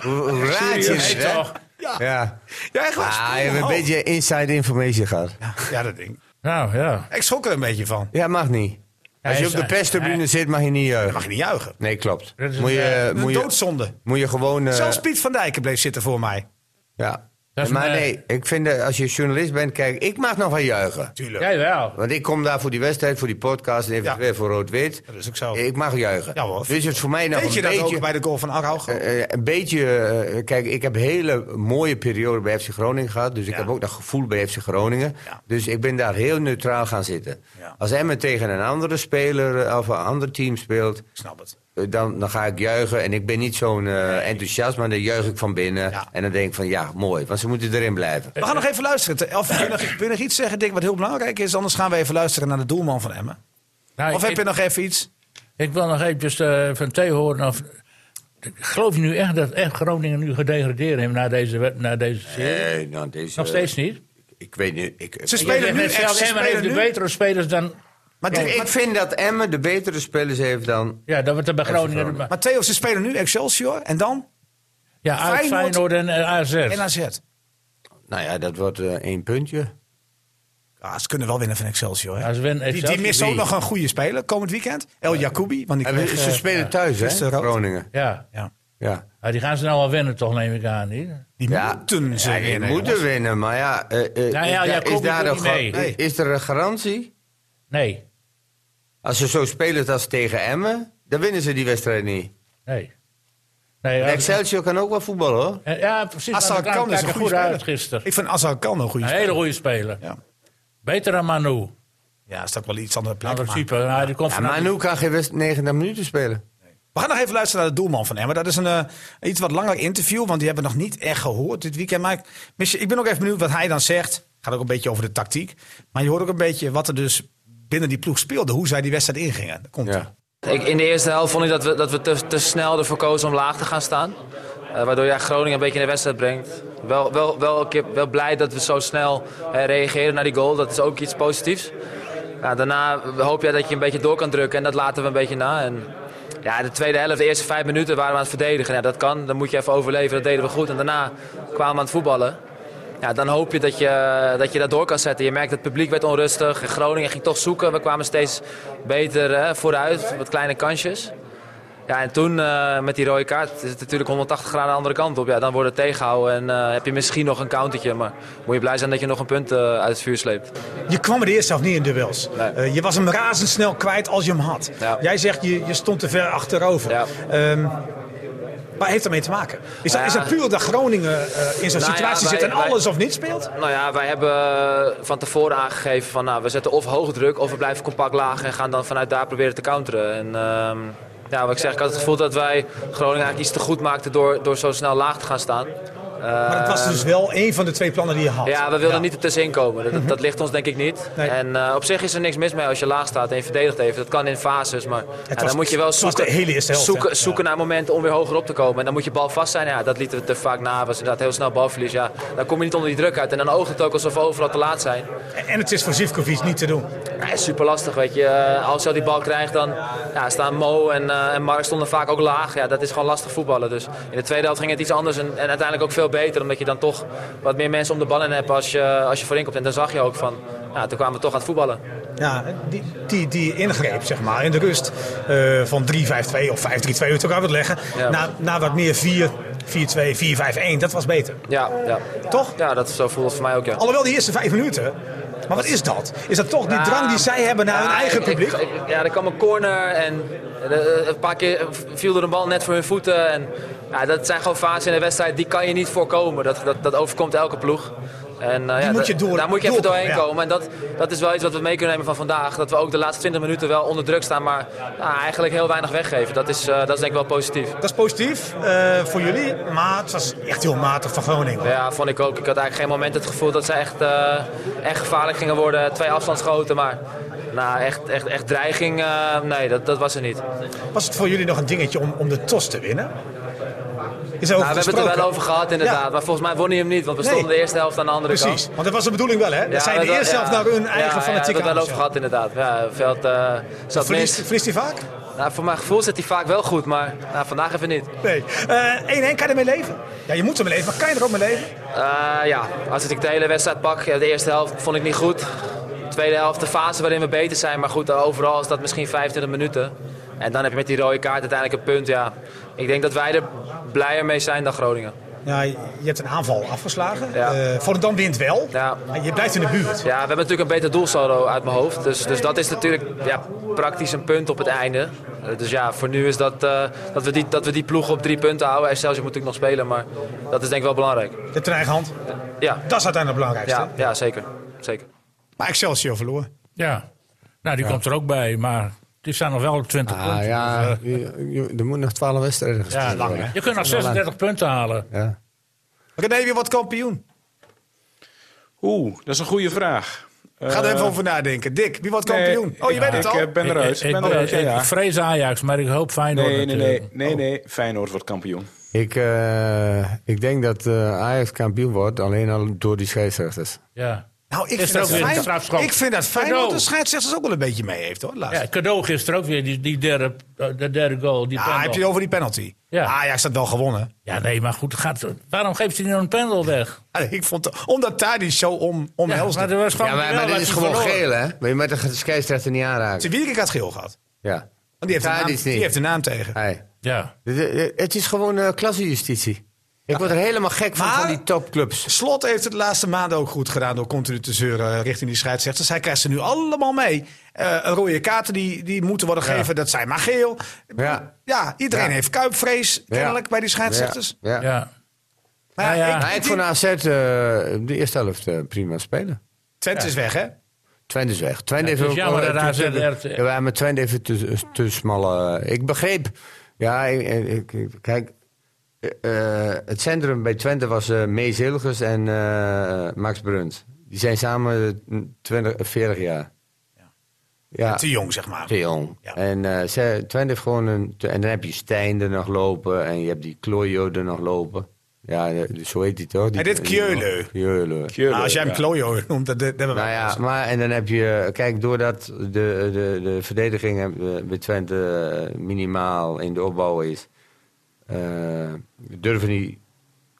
[SPEAKER 2] Hoe Raad je
[SPEAKER 3] Nee,
[SPEAKER 2] het, hè?
[SPEAKER 3] toch?
[SPEAKER 1] Ja, Oh. ja.
[SPEAKER 2] Ja.
[SPEAKER 1] echt waar.
[SPEAKER 2] Ah, je hebt een beetje inside information gehad.
[SPEAKER 1] Ja, ja, dat ding.
[SPEAKER 3] Nou ja.
[SPEAKER 1] Ik schrok er een beetje van.
[SPEAKER 2] Ja, mag niet. Als je
[SPEAKER 3] Hij
[SPEAKER 2] op de
[SPEAKER 3] zei-
[SPEAKER 2] pestribune
[SPEAKER 3] hij-
[SPEAKER 2] zit, mag je niet eh,
[SPEAKER 1] Mag
[SPEAKER 2] juichen.
[SPEAKER 1] je niet juichen.
[SPEAKER 2] Nee, klopt.
[SPEAKER 3] Dat is
[SPEAKER 2] Moet je,
[SPEAKER 3] een, eh,
[SPEAKER 2] eh,
[SPEAKER 1] Een
[SPEAKER 2] moet je,
[SPEAKER 1] doodzonde.
[SPEAKER 2] moet je gewoon... eh,
[SPEAKER 1] Zelfs Piet van Dijken bleef zitten voor mij.
[SPEAKER 2] Ja.
[SPEAKER 3] Dat is
[SPEAKER 2] Maar
[SPEAKER 3] een, eh,
[SPEAKER 2] nee, ik vind eh, als je journalist bent, kijk, ik mag nog wel juichen.
[SPEAKER 1] Tuurlijk.
[SPEAKER 3] Jij wel.
[SPEAKER 2] Want ik kom daar voor die wedstrijd, voor die podcast en eventueel
[SPEAKER 1] Ja.
[SPEAKER 2] voor Rood-Wit.
[SPEAKER 1] Dat is ook zo.
[SPEAKER 2] Ik mag juichen.
[SPEAKER 1] Ja, hoor.
[SPEAKER 2] Dus het is voor mij nog
[SPEAKER 1] Weet je
[SPEAKER 2] een
[SPEAKER 1] dat
[SPEAKER 2] beetje...
[SPEAKER 1] ook bij de goal van Araujo?
[SPEAKER 2] eh, een beetje, eh, kijk, ik heb een hele mooie periode bij FC Groningen gehad. Dus ik
[SPEAKER 1] Ja.
[SPEAKER 2] heb ook dat gevoel bij FC Groningen.
[SPEAKER 1] Ja.
[SPEAKER 2] Dus ik ben daar heel neutraal gaan zitten.
[SPEAKER 1] Ja.
[SPEAKER 2] Als Emmen tegen een andere speler eh, of een ander team speelt,
[SPEAKER 1] Ik snap het.
[SPEAKER 2] eh, dan, dan ga ik juichen. En ik ben niet zo'n eh, enthousiast, maar dan juich ik van binnen.
[SPEAKER 1] Ja.
[SPEAKER 2] En dan denk ik van ja, mooi, want ze moeten erin blijven.
[SPEAKER 1] We gaan nog even luisteren. Of wil je nog- wil je nog iets zeggen, Dick, wat heel belangrijk is? Anders gaan we even luisteren naar de doelman van Emmen.
[SPEAKER 3] Nou,
[SPEAKER 1] Of
[SPEAKER 3] ik-
[SPEAKER 1] heb je nog even iets?
[SPEAKER 3] Ik wil nog eventjes eh, van Theo horen of... Geloof je nu echt dat echt Groningen nu gedegradeerd heeft na deze, wed- na deze
[SPEAKER 1] Eh,
[SPEAKER 3] serie?
[SPEAKER 2] Nee, nou, deze,
[SPEAKER 3] Nog steeds niet?
[SPEAKER 2] Ik weet niet. Ik,
[SPEAKER 1] Ze
[SPEAKER 3] Jij
[SPEAKER 1] eh, spelen
[SPEAKER 3] zegt
[SPEAKER 1] nu
[SPEAKER 3] net
[SPEAKER 1] echt.
[SPEAKER 3] zelf,
[SPEAKER 1] Ze
[SPEAKER 3] Emma heeft
[SPEAKER 1] spelen
[SPEAKER 3] de
[SPEAKER 1] nu.
[SPEAKER 3] betere spelers dan...
[SPEAKER 1] Maar,
[SPEAKER 2] ik,
[SPEAKER 1] Dick,
[SPEAKER 2] ik vind dat Emmen de betere spelers heeft dan.
[SPEAKER 3] Ja, dat wordt er bij Groningen...
[SPEAKER 2] Groningen.
[SPEAKER 3] maar-
[SPEAKER 1] maar Theo, ze spelen nu Excelsior en dan
[SPEAKER 3] Ja, uit
[SPEAKER 1] Feyenoord-
[SPEAKER 3] Feyenoord en eh, AZ.
[SPEAKER 1] NAZ.
[SPEAKER 2] Nou ja, dat wordt eh, één puntje.
[SPEAKER 1] Ja, Ah, ze kunnen wel winnen van Excelsior. Hè?
[SPEAKER 3] Ja, ze winnen
[SPEAKER 1] die, die
[SPEAKER 3] Excelsior.
[SPEAKER 1] missen ook
[SPEAKER 2] Wie?
[SPEAKER 1] nog een goede speler komend weekend. El Jacoubi. Want die
[SPEAKER 2] En
[SPEAKER 1] kreeg,
[SPEAKER 2] ze
[SPEAKER 1] eh,
[SPEAKER 2] spelen thuis, hè?
[SPEAKER 1] gisteren rood.
[SPEAKER 2] Groningen.
[SPEAKER 3] Ja.
[SPEAKER 1] ja,
[SPEAKER 2] Ja.
[SPEAKER 3] Ja, die gaan ze nou wel winnen toch, neem ik aan. Niet?
[SPEAKER 1] die
[SPEAKER 2] Ja.
[SPEAKER 1] moeten ze
[SPEAKER 2] Ja, die
[SPEAKER 1] winnen.
[SPEAKER 2] moeten
[SPEAKER 1] jongens.
[SPEAKER 2] winnen, maar ja, eh, eh,
[SPEAKER 3] ja,
[SPEAKER 2] is daar-
[SPEAKER 3] Jacobi
[SPEAKER 2] is, daar
[SPEAKER 3] doet
[SPEAKER 2] een
[SPEAKER 3] niet
[SPEAKER 2] gar-
[SPEAKER 3] mee.
[SPEAKER 2] is- is er een garantie?
[SPEAKER 3] Nee,
[SPEAKER 2] Als ze zo spelen als tegen Emmen, dan winnen ze die wedstrijd niet.
[SPEAKER 3] nee. nee als-
[SPEAKER 2] Excelsior kan ook wel voetballen, hoor.
[SPEAKER 3] eh, ja, precies.
[SPEAKER 1] Assar
[SPEAKER 3] maar
[SPEAKER 1] Kan is
[SPEAKER 3] daar
[SPEAKER 1] een
[SPEAKER 3] kijken
[SPEAKER 1] goede
[SPEAKER 3] goed uit
[SPEAKER 1] speler.
[SPEAKER 3] gisteren.
[SPEAKER 1] Ik vind Assar Kan een goede
[SPEAKER 3] Een
[SPEAKER 1] speler.
[SPEAKER 3] hele goede speler.
[SPEAKER 1] Ja.
[SPEAKER 3] Beter dan Manu.
[SPEAKER 1] Ja, staat wel iets andere plek.
[SPEAKER 3] Nou, in
[SPEAKER 1] maar-
[SPEAKER 3] principe, ja, die komt
[SPEAKER 2] Ja,
[SPEAKER 3] vanuit-
[SPEAKER 2] Manu kan geen wedst- 90 minuten spelen.
[SPEAKER 1] We gaan nog even luisteren naar de doelman van Emmen. Dat is een eh, iets wat langer interview, want die hebben we nog niet echt gehoord dit weekend. Maar ik, mis- ik ben ook even benieuwd wat hij dan zegt. Gaat ook een beetje over de tactiek. Maar je hoort ook een beetje wat er dus binnen die ploeg speelde. Hoe zij die wedstrijd ingingen. Dat komt
[SPEAKER 2] Ja.
[SPEAKER 7] Ik, in de eerste helft vond ik dat we, dat we te, te snel ervoor kozen om laag te gaan staan. Eh, waardoor jij Groningen een beetje in de wedstrijd brengt. Wel, wel, wel, een keer, wel blij dat we zo snel eh, reageren naar die goal. Dat is ook iets positiefs. Ja, daarna hoop jij dat je een beetje door kan drukken en dat laten we een beetje na. En, ja, de tweede helft, de eerste vijf minuten waren we aan het verdedigen. Ja, dat kan, dan moet je even overleven, dat deden we goed. En daarna kwamen we aan het voetballen. ja, dan hoop je dat, je dat je dat door kan zetten. Je merkt dat het publiek werd onrustig. Groningen ging toch zoeken. We kwamen steeds beter eh, vooruit, wat kleine kansjes. Ja, en toen eh, met die rode kaart is het natuurlijk 180 graden de andere kant op. Ja, dan wordt het tegenhouden en eh, heb je misschien nog een countertje. Maar moet je blij zijn dat je nog een punt eh, uit het vuur sleept.
[SPEAKER 1] Je kwam er eerst zelf niet in duels. Eh, je was hem razendsnel kwijt als je hem had.
[SPEAKER 7] Ja.
[SPEAKER 1] Jij zegt, je, je stond te ver achterover.
[SPEAKER 7] Ja.
[SPEAKER 1] Ehm, waar heeft dat mee te maken? Is dat,
[SPEAKER 7] Nou
[SPEAKER 1] is
[SPEAKER 7] ja.
[SPEAKER 1] dat puur dat Groningen eh, in zo'n
[SPEAKER 7] Nou ja,
[SPEAKER 1] situatie zit
[SPEAKER 7] wij-
[SPEAKER 1] en
[SPEAKER 7] wij-
[SPEAKER 1] alles of niet speelt?
[SPEAKER 7] Nou ja, wij hebben eh, van tevoren aangegeven van nou, we zetten of hoog druk of we blijven compact laag en gaan dan vanuit daar proberen te counteren. En ehm, ja, wat ik zeg, ik had het gevoel dat wij Groningen eigenlijk iets te goed maakten door, door zo snel laag te gaan staan.
[SPEAKER 1] Maar dat was dus wel één van de twee plannen die je had.
[SPEAKER 7] Eh, Ja, we wilden niet er tussenin komen. Dat- Dat, dat ligt ons denk ik niet.
[SPEAKER 1] Nee.
[SPEAKER 7] En eh, op zich is er niks mis mee als je laag staat en je verdedigt even. Dat kan in fases, maar ja,
[SPEAKER 1] was-
[SPEAKER 7] dan moet je wel
[SPEAKER 1] het was
[SPEAKER 7] zoeken,
[SPEAKER 1] de hele eerste helft,
[SPEAKER 7] zoeken,
[SPEAKER 1] hè?
[SPEAKER 7] zoeken naar momenten om weer hoger op te komen. En dan moet je bal vast zijn. Ja, dat lieten we te vaak na. was inderdaad heel snel balverlies. Ja, dan kom je niet onder die druk uit. En dan oogt het ook alsof we overal te laat zijn.
[SPEAKER 1] En- En het is voor Zivkovic niet te doen.
[SPEAKER 7] Ja, super lastig, weet je. Eh, Als je al die bal krijgt, dan ja, staan Mo en, eh, en Mark stonden vaak ook laag. Ja, dat is gewoon lastig voetballen. Dus in de tweede helft ging het iets anders en, en uiteindelijk ook veel beter. Omdat je dan toch wat meer mensen om de bal in hebt als je, als je voorin komt. En dan zag je ook van, ja, toen kwamen we toch aan het voetballen.
[SPEAKER 1] Ja, die, die, die ingreep, zeg maar, in de rust eh, van 3-5-2 of 5-3-2, hoe je het ook uit wilt leggen.
[SPEAKER 7] Ja.
[SPEAKER 1] Na, na wat meer 4-4-2, 4-5-1, dat was beter.
[SPEAKER 7] Ja, ja.
[SPEAKER 1] Toch?
[SPEAKER 7] Ja, dat zo voelde het voor mij ook, ja.
[SPEAKER 1] Alhoewel die eerste vijf minuten. Maar wat is dat? Is dat toch die
[SPEAKER 7] Ja,
[SPEAKER 1] drang die zij hebben naar hun
[SPEAKER 7] ja,
[SPEAKER 1] eigen
[SPEAKER 7] ik- ik-
[SPEAKER 1] publiek?
[SPEAKER 7] ik- ja, er kwam een corner en eh, een paar keer viel er een bal net voor hun voeten. En, ja, dat zijn gewoon fases in de wedstrijd, die kan je niet voorkomen. Dat, dat, dat overkomt elke ploeg. En, eh, ja,
[SPEAKER 1] moet
[SPEAKER 7] dat-
[SPEAKER 1] je door-
[SPEAKER 7] daar moet je even
[SPEAKER 1] doorkomen,
[SPEAKER 7] doorheen
[SPEAKER 1] ja.
[SPEAKER 7] komen. En dat, dat is wel iets wat we mee kunnen nemen van vandaag. Dat we ook de laatste 20 minuten wel onder druk staan, maar nou, eigenlijk heel weinig weggeven. Dat is, eh, dat is denk ik wel positief.
[SPEAKER 1] Dat is positief eh, voor jullie, maar het was echt heel matig van Groningen.
[SPEAKER 7] Ja, vond ik ook. Ik had eigenlijk geen moment het gevoel dat ze echt, eh, echt gevaarlijk gingen worden. Twee afstandsschoten, maar nou, echt, echt, echt dreiging, eh, nee, dat, dat was er niet.
[SPEAKER 1] Was het voor jullie nog een dingetje om, om de TOS te winnen? Is er over
[SPEAKER 7] Nou, we hebben het er wel over gehad, inderdaad.
[SPEAKER 1] Ja.
[SPEAKER 7] Maar volgens mij won hij hem niet, want we
[SPEAKER 1] Nee.
[SPEAKER 7] stonden de eerste helft aan de andere
[SPEAKER 1] Precies,
[SPEAKER 7] kant.
[SPEAKER 1] want dat was de bedoeling wel, hè?
[SPEAKER 7] Ja,
[SPEAKER 1] dat zij de
[SPEAKER 7] we-
[SPEAKER 1] eerste
[SPEAKER 7] ja.
[SPEAKER 1] helft naar hun eigen
[SPEAKER 7] ja,
[SPEAKER 1] fanatiek
[SPEAKER 7] Ja, we hebben het wel over gehad, inderdaad. Ja, veld eh zat
[SPEAKER 1] Verliest,
[SPEAKER 7] mis.
[SPEAKER 1] verliest hij vaak?
[SPEAKER 7] Nou, voor mijn gevoel zit hij vaak wel goed, maar nou, vandaag even niet.
[SPEAKER 1] Nee. Eh 1-1, kan je ermee leven? Ja, je moet ermee leven, maar kan je er ook mee leven?
[SPEAKER 7] Eh, ja, als ik de hele wedstrijd pak, ja, de eerste helft vond ik niet goed. De tweede helft, de fase waarin we beter zijn. Maar goed, eh, overal is dat misschien 25 minuten. En dan heb je met die rode kaart uiteindelijk een punt. Ja. Ik denk dat wij er blijer mee zijn dan Groningen.
[SPEAKER 1] Ja, je hebt een aanval afgeslagen.
[SPEAKER 7] Ja.
[SPEAKER 1] Eh Volendam wint wel.
[SPEAKER 7] Ja.
[SPEAKER 1] En Je blijft in de buurt.
[SPEAKER 7] Ja, we hebben natuurlijk een beter doelsaldo uit mijn hoofd. Dus, dus dat is natuurlijk ja, praktisch een punt op het einde. Eh, Dus ja, voor nu is dat, eh, dat, we die, dat we die ploeg op drie punten houden. Excelsior moet natuurlijk nog spelen, maar dat is denk ik wel belangrijk.
[SPEAKER 1] Je hebt een eigen hand.
[SPEAKER 7] Ja,
[SPEAKER 1] Dat is uiteindelijk het belangrijkste.
[SPEAKER 7] ja, ja zeker. zeker.
[SPEAKER 1] Maar Excelsior verloor.
[SPEAKER 3] Ja, nou die komt er ook bij, maar die staan nog wel op 20
[SPEAKER 2] Ah,
[SPEAKER 3] punten. Dus, eh,
[SPEAKER 2] ja, je- je- er moeten nog 12 wedstrijden gespeeld
[SPEAKER 3] Ja,
[SPEAKER 2] worden.
[SPEAKER 3] Je kunt nog 36 punten halen.
[SPEAKER 2] Ja.
[SPEAKER 1] René, wie wordt kampioen?
[SPEAKER 5] Oeh, dat is een goede vraag.
[SPEAKER 1] Ga er
[SPEAKER 5] Eh,
[SPEAKER 1] even over nadenken. Dick, wie wordt
[SPEAKER 5] nee,
[SPEAKER 1] kampioen? oh, je
[SPEAKER 5] ik-
[SPEAKER 1] weet het
[SPEAKER 5] ik,
[SPEAKER 1] al.
[SPEAKER 5] eh, ben eruit.
[SPEAKER 3] Ik,
[SPEAKER 5] Ik,
[SPEAKER 3] ik-
[SPEAKER 5] ben eruit, ja,
[SPEAKER 3] ik-
[SPEAKER 5] ja.
[SPEAKER 3] ik vrees Ajax, maar ik hoop Feyenoord
[SPEAKER 5] Nee, nee,
[SPEAKER 3] natuurlijk.
[SPEAKER 5] nee, nee,
[SPEAKER 1] Oh.
[SPEAKER 5] nee. Feyenoord wordt kampioen.
[SPEAKER 2] Ik, eh, ik denk dat eh, Ajax kampioen wordt, alleen al door die scheidsrechters.
[SPEAKER 3] Ja.
[SPEAKER 1] Nou, ik
[SPEAKER 3] Is
[SPEAKER 1] vind,
[SPEAKER 3] er ook
[SPEAKER 1] dat
[SPEAKER 3] weer een
[SPEAKER 1] fijn,
[SPEAKER 3] strafschop?
[SPEAKER 1] ik vind dat fijn
[SPEAKER 3] Cadeau.
[SPEAKER 1] dat de scheidsrechters ook wel een beetje mee heeft. Hoor, laatst.
[SPEAKER 3] Ja, cadeau gisteren ook weer, die, die derde, eh, de derde goal. Die
[SPEAKER 1] Ja,
[SPEAKER 3] pendel.
[SPEAKER 1] heb je het over die penalty? Ah,
[SPEAKER 3] Ja.
[SPEAKER 1] Ajax had wel gewonnen. *laughs*
[SPEAKER 3] Ja, nee, maar goed, gaat, waarom geeft hij nou een pendel weg?
[SPEAKER 1] Ja, Ah, Ik vond, omdat Tadic zo om,
[SPEAKER 3] Ja,
[SPEAKER 1] omhelst.
[SPEAKER 3] maar er was gewoon
[SPEAKER 2] Ja, maar, maar
[SPEAKER 3] wel
[SPEAKER 2] dit
[SPEAKER 3] wat
[SPEAKER 2] is
[SPEAKER 3] hij
[SPEAKER 2] gewoon
[SPEAKER 3] verloor.
[SPEAKER 2] geel, hè? Maar je moet de scheidsrechter niet aanraken.
[SPEAKER 1] Zijn Wierik had geel gehad.
[SPEAKER 2] Ja.
[SPEAKER 1] Want die heeft, een naam,
[SPEAKER 2] Tadic niet.
[SPEAKER 1] die heeft een naam tegen.
[SPEAKER 2] Hey.
[SPEAKER 3] Ja.
[SPEAKER 2] Dit- dit- Het is gewoon eh, klassejustitie. Ik word er helemaal gek van,
[SPEAKER 1] Maar-
[SPEAKER 2] van die topclubs.
[SPEAKER 1] Slot heeft het de laatste maanden ook goed gedaan door continu te zeuren richting die scheidsrechters. Hij krijgt ze nu allemaal mee. Eh, rode kaarten die, die moeten worden gegeven, dat zijn maar geel.
[SPEAKER 2] Ja.
[SPEAKER 1] Ja, iedereen
[SPEAKER 2] Ja.
[SPEAKER 1] heeft kuipvrees kennelijk bij die scheidsrechters.
[SPEAKER 2] Ja. ja.
[SPEAKER 3] ja.
[SPEAKER 1] Maar ja,
[SPEAKER 3] Ja, ja.
[SPEAKER 1] ik-
[SPEAKER 2] Nou, ik vond AZ eh, de eerste helft eh, prima spelen.
[SPEAKER 1] Twente is weg, hè?
[SPEAKER 2] Twente is weg. Twente
[SPEAKER 3] Ja, het
[SPEAKER 2] heeft
[SPEAKER 3] is jammer dat AZ
[SPEAKER 2] heeft-
[SPEAKER 3] er-
[SPEAKER 2] Ja, maar met Twente heeft te, te smalle... Ik begreep... Ja, ik, ik- ik- kijk... eh, eh, het centrum bij Twente was eh Mees Hilgers en eh, Max Bruns. Die zijn samen eh, 20, eh, 40 jaar. Ja,
[SPEAKER 1] Te jong, zeg maar.
[SPEAKER 2] te jong.
[SPEAKER 1] Ja.
[SPEAKER 2] En eh, ze- Twente heeft gewoon een... En dan heb je Stijn er nog lopen en je hebt die Klojo er nog lopen. Ja, eh, zo heet die toch? Die,
[SPEAKER 1] En dit Kjöle.
[SPEAKER 2] Kjöle.
[SPEAKER 1] Nou, als jij hem Klojo noemt, dat, dat hebben wij.
[SPEAKER 2] Nou ja, *laughs* maar en dan heb je, kijk, doordat de, de, de verdediging eh, bij Twente eh, minimaal in de opbouw is, eh, durven die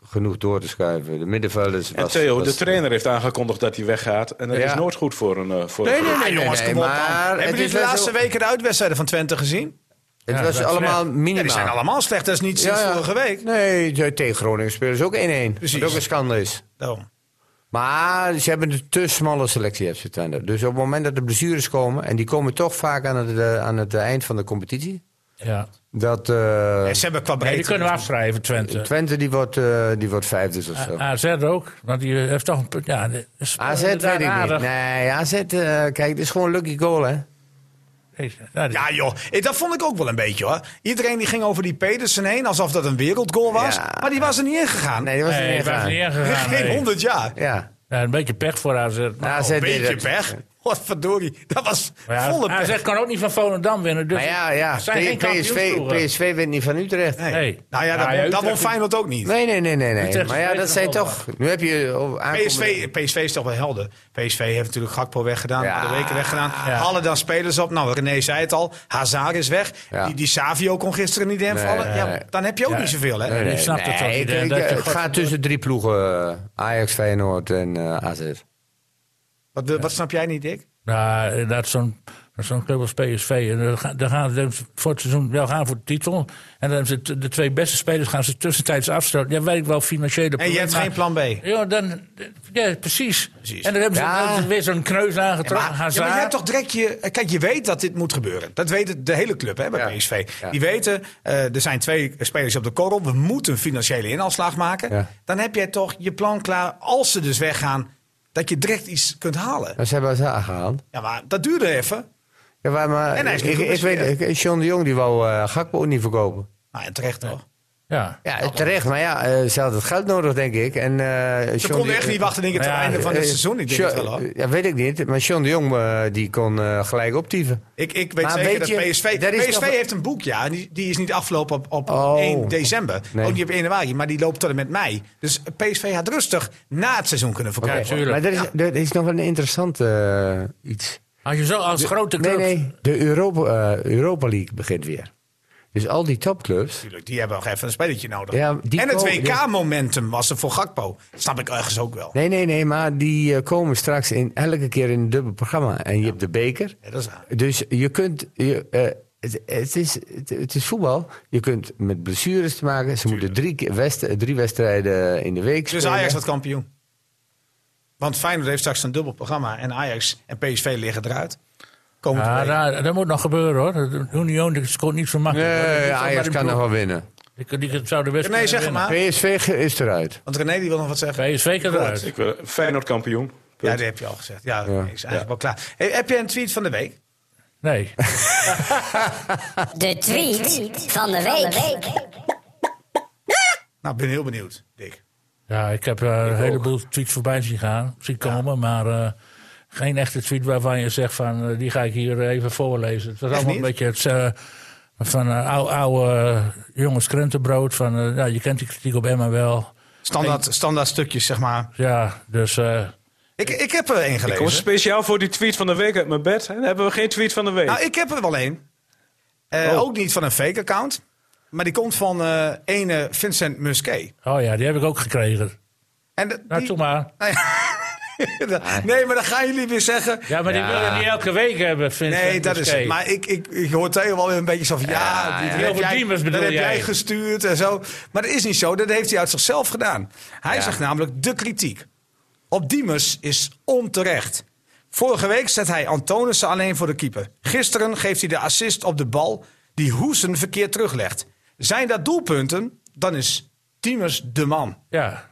[SPEAKER 2] genoeg door te schuiven. De middenvelders
[SPEAKER 5] En
[SPEAKER 2] was...
[SPEAKER 5] Theo,
[SPEAKER 2] was-
[SPEAKER 5] de trainer heeft aangekondigd dat hij weggaat. En dat
[SPEAKER 2] Ja.
[SPEAKER 5] is nooit goed voor een... eh, voor een
[SPEAKER 1] Ah, jongens,
[SPEAKER 2] nee,
[SPEAKER 1] kom op dan.
[SPEAKER 2] maar
[SPEAKER 1] Hebben
[SPEAKER 2] het
[SPEAKER 1] jullie
[SPEAKER 2] is
[SPEAKER 1] de
[SPEAKER 2] wel
[SPEAKER 1] laatste
[SPEAKER 2] zo-
[SPEAKER 1] weken de uitwedstrijden van Twente gezien?
[SPEAKER 2] Het
[SPEAKER 3] Ja,
[SPEAKER 2] was
[SPEAKER 3] dat is
[SPEAKER 2] allemaal
[SPEAKER 3] slecht.
[SPEAKER 1] Ja,
[SPEAKER 2] minimaal.
[SPEAKER 1] die zijn allemaal slecht. Dat is niet sinds
[SPEAKER 2] Ja, ja.
[SPEAKER 1] vorige week.
[SPEAKER 2] Nee, de- tegen Groningen spelen ze ook 1-1.
[SPEAKER 1] Precies.
[SPEAKER 2] Wat ook een schande is.
[SPEAKER 1] Daarom.
[SPEAKER 2] Maar ze hebben een te smalle selectie, FC Twente. Dus op het moment dat de blessures komen... en die komen toch vaak aan het, eh, aan het eind van de competitie...
[SPEAKER 3] Ja.
[SPEAKER 2] dat eh,
[SPEAKER 1] En ze hebben qua
[SPEAKER 3] Nee, die
[SPEAKER 1] breedte...
[SPEAKER 3] kunnen we afschrijven, Twente.
[SPEAKER 2] Twente die wordt, eh, die wordt vijfde of zo.
[SPEAKER 3] A- AZ ook, want die heeft toch een punt. Ja, de- Ah, is-
[SPEAKER 2] AZ
[SPEAKER 3] daar
[SPEAKER 2] weet ik
[SPEAKER 3] aardig.
[SPEAKER 2] niet. Nee, AZ, eh, kijk, dit is gewoon een lucky goal, hè.
[SPEAKER 3] Deze, nou, die-
[SPEAKER 1] ja joh, Ik- dat vond ik ook wel een beetje hoor. Iedereen die ging over die Pedersen heen alsof dat een wereldgoal was.
[SPEAKER 2] Ja.
[SPEAKER 1] Maar die was er niet ingegaan.
[SPEAKER 2] Nee, die was
[SPEAKER 3] nee,
[SPEAKER 2] er
[SPEAKER 3] die
[SPEAKER 2] niet
[SPEAKER 3] was
[SPEAKER 2] aan. *laughs*
[SPEAKER 3] niet Dus
[SPEAKER 1] *laughs*
[SPEAKER 3] ingegaan.
[SPEAKER 1] Geen
[SPEAKER 3] nee.
[SPEAKER 1] 100 jaar.
[SPEAKER 2] Ja.
[SPEAKER 3] Ja, een beetje pech voor AZ. maar-
[SPEAKER 2] Nou, AZ
[SPEAKER 1] Een
[SPEAKER 2] deed
[SPEAKER 1] beetje
[SPEAKER 2] het.
[SPEAKER 1] pech. Wat verdorie. Dat was
[SPEAKER 3] Maar ja,
[SPEAKER 1] volle pech.
[SPEAKER 3] AZ kan ook niet van Volendam winnen. Dus
[SPEAKER 2] Maar ja, ja.
[SPEAKER 3] het zijn geen
[SPEAKER 2] PSV,
[SPEAKER 3] kampioensploegen.
[SPEAKER 2] PSV wint niet van Utrecht. Nee,
[SPEAKER 1] Nee.
[SPEAKER 3] Nee.
[SPEAKER 1] Nou ja, dat,
[SPEAKER 3] Ja, ja,
[SPEAKER 1] dat won
[SPEAKER 3] Utrecht-
[SPEAKER 1] Feyenoord ook niet.
[SPEAKER 2] nee, nee, nee. nee,
[SPEAKER 3] Utrecht
[SPEAKER 2] Maar ja,
[SPEAKER 3] is
[SPEAKER 2] dat zijn
[SPEAKER 3] beter
[SPEAKER 2] toch... Nu heb je... oh, aankomende-
[SPEAKER 1] PSV, PSV is toch wel helder. PSV heeft natuurlijk Gakpo weggedaan,
[SPEAKER 2] Ja.
[SPEAKER 1] de weken weggedaan.
[SPEAKER 3] Ja.
[SPEAKER 1] Halen dan spelers op. Nou, René zei het al, Hazard is weg.
[SPEAKER 2] Ja.
[SPEAKER 1] Die, die Savio kon gisteren niet invallen.
[SPEAKER 2] Nee.
[SPEAKER 1] ja, dan heb je ook
[SPEAKER 3] Ja.
[SPEAKER 1] niet zoveel, hè?
[SPEAKER 2] Nee, nee,
[SPEAKER 3] Ik snap dat
[SPEAKER 2] nee,
[SPEAKER 3] ook niet, hè,
[SPEAKER 2] ik-
[SPEAKER 3] dat je
[SPEAKER 2] ik- Het
[SPEAKER 3] God-
[SPEAKER 2] gaat tussen drie ploegen. eh, Ajax, Feyenoord en eh, AZ.
[SPEAKER 1] Wat, wat snap jij niet, Dick?
[SPEAKER 3] Nou, inderdaad, zo'n zo'n club als PSV. En dan gaan, dan gaan ze voor het seizoen wel gaan voor de titel. En dan hebben ze t- de twee beste spelers gaan ze tussentijds afstoten. Ja, weet ik wel, financiële
[SPEAKER 1] En je hebt geen plan B. Ja,
[SPEAKER 3] Ja, dan, ja precies.
[SPEAKER 1] Precies.
[SPEAKER 3] En dan hebben ze
[SPEAKER 2] Ja.
[SPEAKER 3] dan hebben ze weer zo'n kneus aangetrokken.
[SPEAKER 1] maar,
[SPEAKER 3] Hazard.
[SPEAKER 1] ja, maar je hebt toch direct je... Kijk, je weet dat dit moet gebeuren. Dat weet het- de hele club hè, bij
[SPEAKER 2] Ja.
[SPEAKER 1] PSV.
[SPEAKER 2] Ja.
[SPEAKER 1] Die weten, eh, er zijn twee spelers op de korrel. We moeten een financiële inhaalslag maken.
[SPEAKER 2] Ja.
[SPEAKER 1] Dan heb jij toch je plan klaar, als ze dus weggaan... dat je direct iets kunt halen.
[SPEAKER 2] Nou, ze hebben Hazard gehaald.
[SPEAKER 1] Ja, maar dat duurde even.
[SPEAKER 2] Ja, maar, maar
[SPEAKER 1] En hij is niet
[SPEAKER 2] ik, ik
[SPEAKER 1] geblesseerd.
[SPEAKER 2] weet, ik- John de Jong die wou eh, Gakpo ook niet verkopen.
[SPEAKER 1] Nou, en terecht toch.
[SPEAKER 3] Ja.
[SPEAKER 2] Ja, terecht. Maar ja, eh, ze had het geld nodig, denk ik. En, eh,
[SPEAKER 1] Ze
[SPEAKER 2] John
[SPEAKER 1] konden
[SPEAKER 2] de-
[SPEAKER 1] echt niet wachten, denk ik, tot
[SPEAKER 3] Ja,
[SPEAKER 1] het einde van
[SPEAKER 2] eh,
[SPEAKER 1] het seizoen. Ik denk
[SPEAKER 2] John-
[SPEAKER 1] het wel, hoor.
[SPEAKER 2] Ja, weet ik niet. Maar John de Jong eh, die kon eh, gelijk optieven.
[SPEAKER 1] Ik, ik weet
[SPEAKER 2] Maar
[SPEAKER 1] zeker
[SPEAKER 2] weet
[SPEAKER 1] dat
[SPEAKER 2] je,
[SPEAKER 1] PSV...
[SPEAKER 2] daar is
[SPEAKER 1] PSV
[SPEAKER 2] nog-
[SPEAKER 1] heeft een boekjaar. en Die, die is niet afgelopen op, op
[SPEAKER 2] Oh.
[SPEAKER 1] 1 december.
[SPEAKER 2] Nee.
[SPEAKER 1] Ook niet op 1 januari, maar die loopt tot en met mei. Dus PSV had rustig na het seizoen kunnen verkopen.
[SPEAKER 3] tuurlijk.
[SPEAKER 2] Maar er is, er is nog wel een interessant eh, iets.
[SPEAKER 3] Als je zo als grote
[SPEAKER 2] Nee,
[SPEAKER 3] club...
[SPEAKER 2] nee. De Europa, eh, Europa League begint weer. Dus al die topclubs.
[SPEAKER 1] Tuurlijk, die hebben nog even een spelletje nodig.
[SPEAKER 2] Ja, die
[SPEAKER 1] en het
[SPEAKER 2] komen-
[SPEAKER 1] WK-momentum was er voor Gakpo. Dat snap ik ergens ook wel.
[SPEAKER 2] Nee, nee, nee. Maar die eh, komen straks in, elke keer in een dubbel programma. En je hebt de beker.
[SPEAKER 1] Ja, dat is waar.
[SPEAKER 2] Dus je kunt. Je, eh, het, het is, het, het is voetbal. Je kunt met blessures te maken. Ze moeten drie, keer west, eh, drie wedstrijden in de week
[SPEAKER 1] Dus
[SPEAKER 2] spelen.
[SPEAKER 1] Ajax wordt kampioen. Want Feyenoord heeft straks een dubbel programma. En Ajax en PSV liggen eruit. Komend
[SPEAKER 3] Ja, Ah, dat, dat moet nog gebeuren hoor. De Union die scoort niet zo makkelijk. hoor. Die
[SPEAKER 2] Nee,
[SPEAKER 3] zal maar
[SPEAKER 2] Ajax
[SPEAKER 3] die Ah.
[SPEAKER 2] kan nog
[SPEAKER 3] ploeg-
[SPEAKER 2] wel winnen.
[SPEAKER 3] Die, die zouden best
[SPEAKER 1] Nee,
[SPEAKER 3] kunnen
[SPEAKER 1] zeg
[SPEAKER 3] winnen.
[SPEAKER 1] maar.
[SPEAKER 2] PSV ge- is eruit.
[SPEAKER 1] Want René die wil nog wat zeggen.
[SPEAKER 3] PSV kan eruit.
[SPEAKER 5] Ik wil Feyenoord kampioen.
[SPEAKER 1] Ja,
[SPEAKER 5] Punt.
[SPEAKER 1] dat heb je al gezegd. Ja, is eigenlijk wel klaar. Hey, heb je een tweet van de week?
[SPEAKER 3] Nee.
[SPEAKER 8] De tweet van de week.
[SPEAKER 1] Nou, ik ben heel benieuwd, Dick.
[SPEAKER 3] Ja, ik heb eh, een heleboel tweets voorbij zien gaan, zien komen, maar eh, geen echte tweet waarvan je zegt van eh, die ga ik hier even voorlezen. Het was allemaal
[SPEAKER 1] niet?
[SPEAKER 3] een beetje het eh, van eh, oude, oude jongens krentenbrood. Van, eh, ja, je kent die kritiek op Emma wel.
[SPEAKER 1] Standaard, standaard stukjes, zeg maar.
[SPEAKER 3] Ja, dus eh,
[SPEAKER 1] Ik, ik heb er één
[SPEAKER 5] Ik kom
[SPEAKER 1] gelezen.
[SPEAKER 5] speciaal voor die tweet van de week uit mijn bed. En hebben we geen tweet van de week.
[SPEAKER 1] nou, ik heb er wel één. Eh, Ook niet van een fake account. Maar die komt van eh ene Vincent Musquet.
[SPEAKER 3] oh ja, die heb ik ook gekregen.
[SPEAKER 1] En dat-
[SPEAKER 3] Nou,
[SPEAKER 1] die-
[SPEAKER 3] doe maar.
[SPEAKER 1] *laughs* nee, maar dan gaan jullie weer zeggen...
[SPEAKER 3] Ja, maar die wil je niet elke week hebben, dus vind
[SPEAKER 1] Nee, dat is het. Maar ik, ik, ik hoor Theo wel weer een beetje zo van... Ja, die, die
[SPEAKER 3] Heel
[SPEAKER 1] heb,
[SPEAKER 3] veel
[SPEAKER 1] jij,
[SPEAKER 3] diemers
[SPEAKER 1] dat
[SPEAKER 3] bedoel
[SPEAKER 1] heb jij
[SPEAKER 3] jij.
[SPEAKER 1] gestuurd en zo. Maar dat is niet zo. Dat heeft hij uit zichzelf gedaan. Hij zegt namelijk de kritiek. Op Diemers is onterecht. Vorige week zet hij Antonissen alleen voor de keeper. Gisteren geeft hij de assist op de bal die Hoesen verkeerd teruglegt. Zijn dat doelpunten, dan is Diemers de man.
[SPEAKER 3] Ja,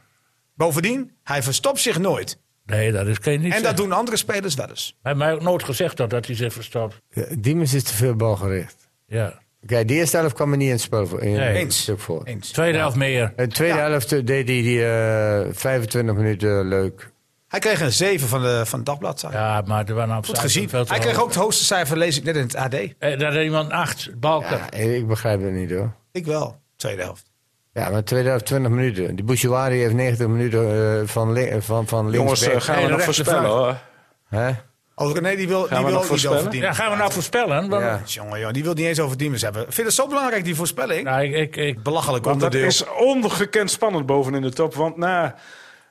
[SPEAKER 1] Bovendien, hij verstopt zich nooit.
[SPEAKER 3] nee, dat is geen niet.
[SPEAKER 1] En dat
[SPEAKER 3] zeggen.
[SPEAKER 1] doen andere spelers wel eens.
[SPEAKER 3] Hij heeft mij ook nooit gezegd dat, dat hij zich verstopt.
[SPEAKER 2] Ja, Diemers is te veel balgericht.
[SPEAKER 3] Ja.
[SPEAKER 2] Kijk, de eerste helft kwam er niet in het spel voor. In,
[SPEAKER 3] Nee.
[SPEAKER 2] in het
[SPEAKER 1] Eens.
[SPEAKER 2] stuk voor. In
[SPEAKER 1] Eens.
[SPEAKER 3] Tweede helft meer.
[SPEAKER 2] de tweede helft eh, deed hij die eh, 25 minuten leuk.
[SPEAKER 1] Hij kreeg een 7 van, de, van het dagblad. zag ik.
[SPEAKER 3] Ja, maar er waren
[SPEAKER 1] Goed
[SPEAKER 3] absoluut
[SPEAKER 1] gezien.
[SPEAKER 3] veel te
[SPEAKER 1] Hij kreeg
[SPEAKER 3] hoog.
[SPEAKER 1] ook het hoogste cijfer, lees ik net in het AD.
[SPEAKER 3] Eh, daar had iemand acht balken.
[SPEAKER 2] Ja, eh, ik begrijp het niet hoor.
[SPEAKER 1] Ik wel, tweede helft.
[SPEAKER 2] Ja, maar tweede helft 20 minuten. Die Bouchouari heeft 90 minuten eh, van, li- van, van links.
[SPEAKER 5] Jongens, eh,
[SPEAKER 2] weg.
[SPEAKER 5] gaan we
[SPEAKER 3] Nee,
[SPEAKER 5] nog
[SPEAKER 3] rechte
[SPEAKER 5] voorspellen
[SPEAKER 3] vraag.
[SPEAKER 5] hoor.
[SPEAKER 2] Hè?
[SPEAKER 1] Als René die wil, die
[SPEAKER 5] we
[SPEAKER 1] wil
[SPEAKER 5] nog
[SPEAKER 1] ook niet
[SPEAKER 5] voorspellen?
[SPEAKER 1] over Diemers.
[SPEAKER 3] Ja, gaan we nou voorspellen? Want,
[SPEAKER 2] Ja.
[SPEAKER 1] Jongen, jongen, die wil niet eens over Diemers hebben. Vind je het zo belangrijk, die voorspelling?
[SPEAKER 3] nou, ik, ik, ik,
[SPEAKER 1] Belachelijk
[SPEAKER 5] Want dat
[SPEAKER 1] onderdeel.
[SPEAKER 5] is ongekend spannend bovenin de top. Want na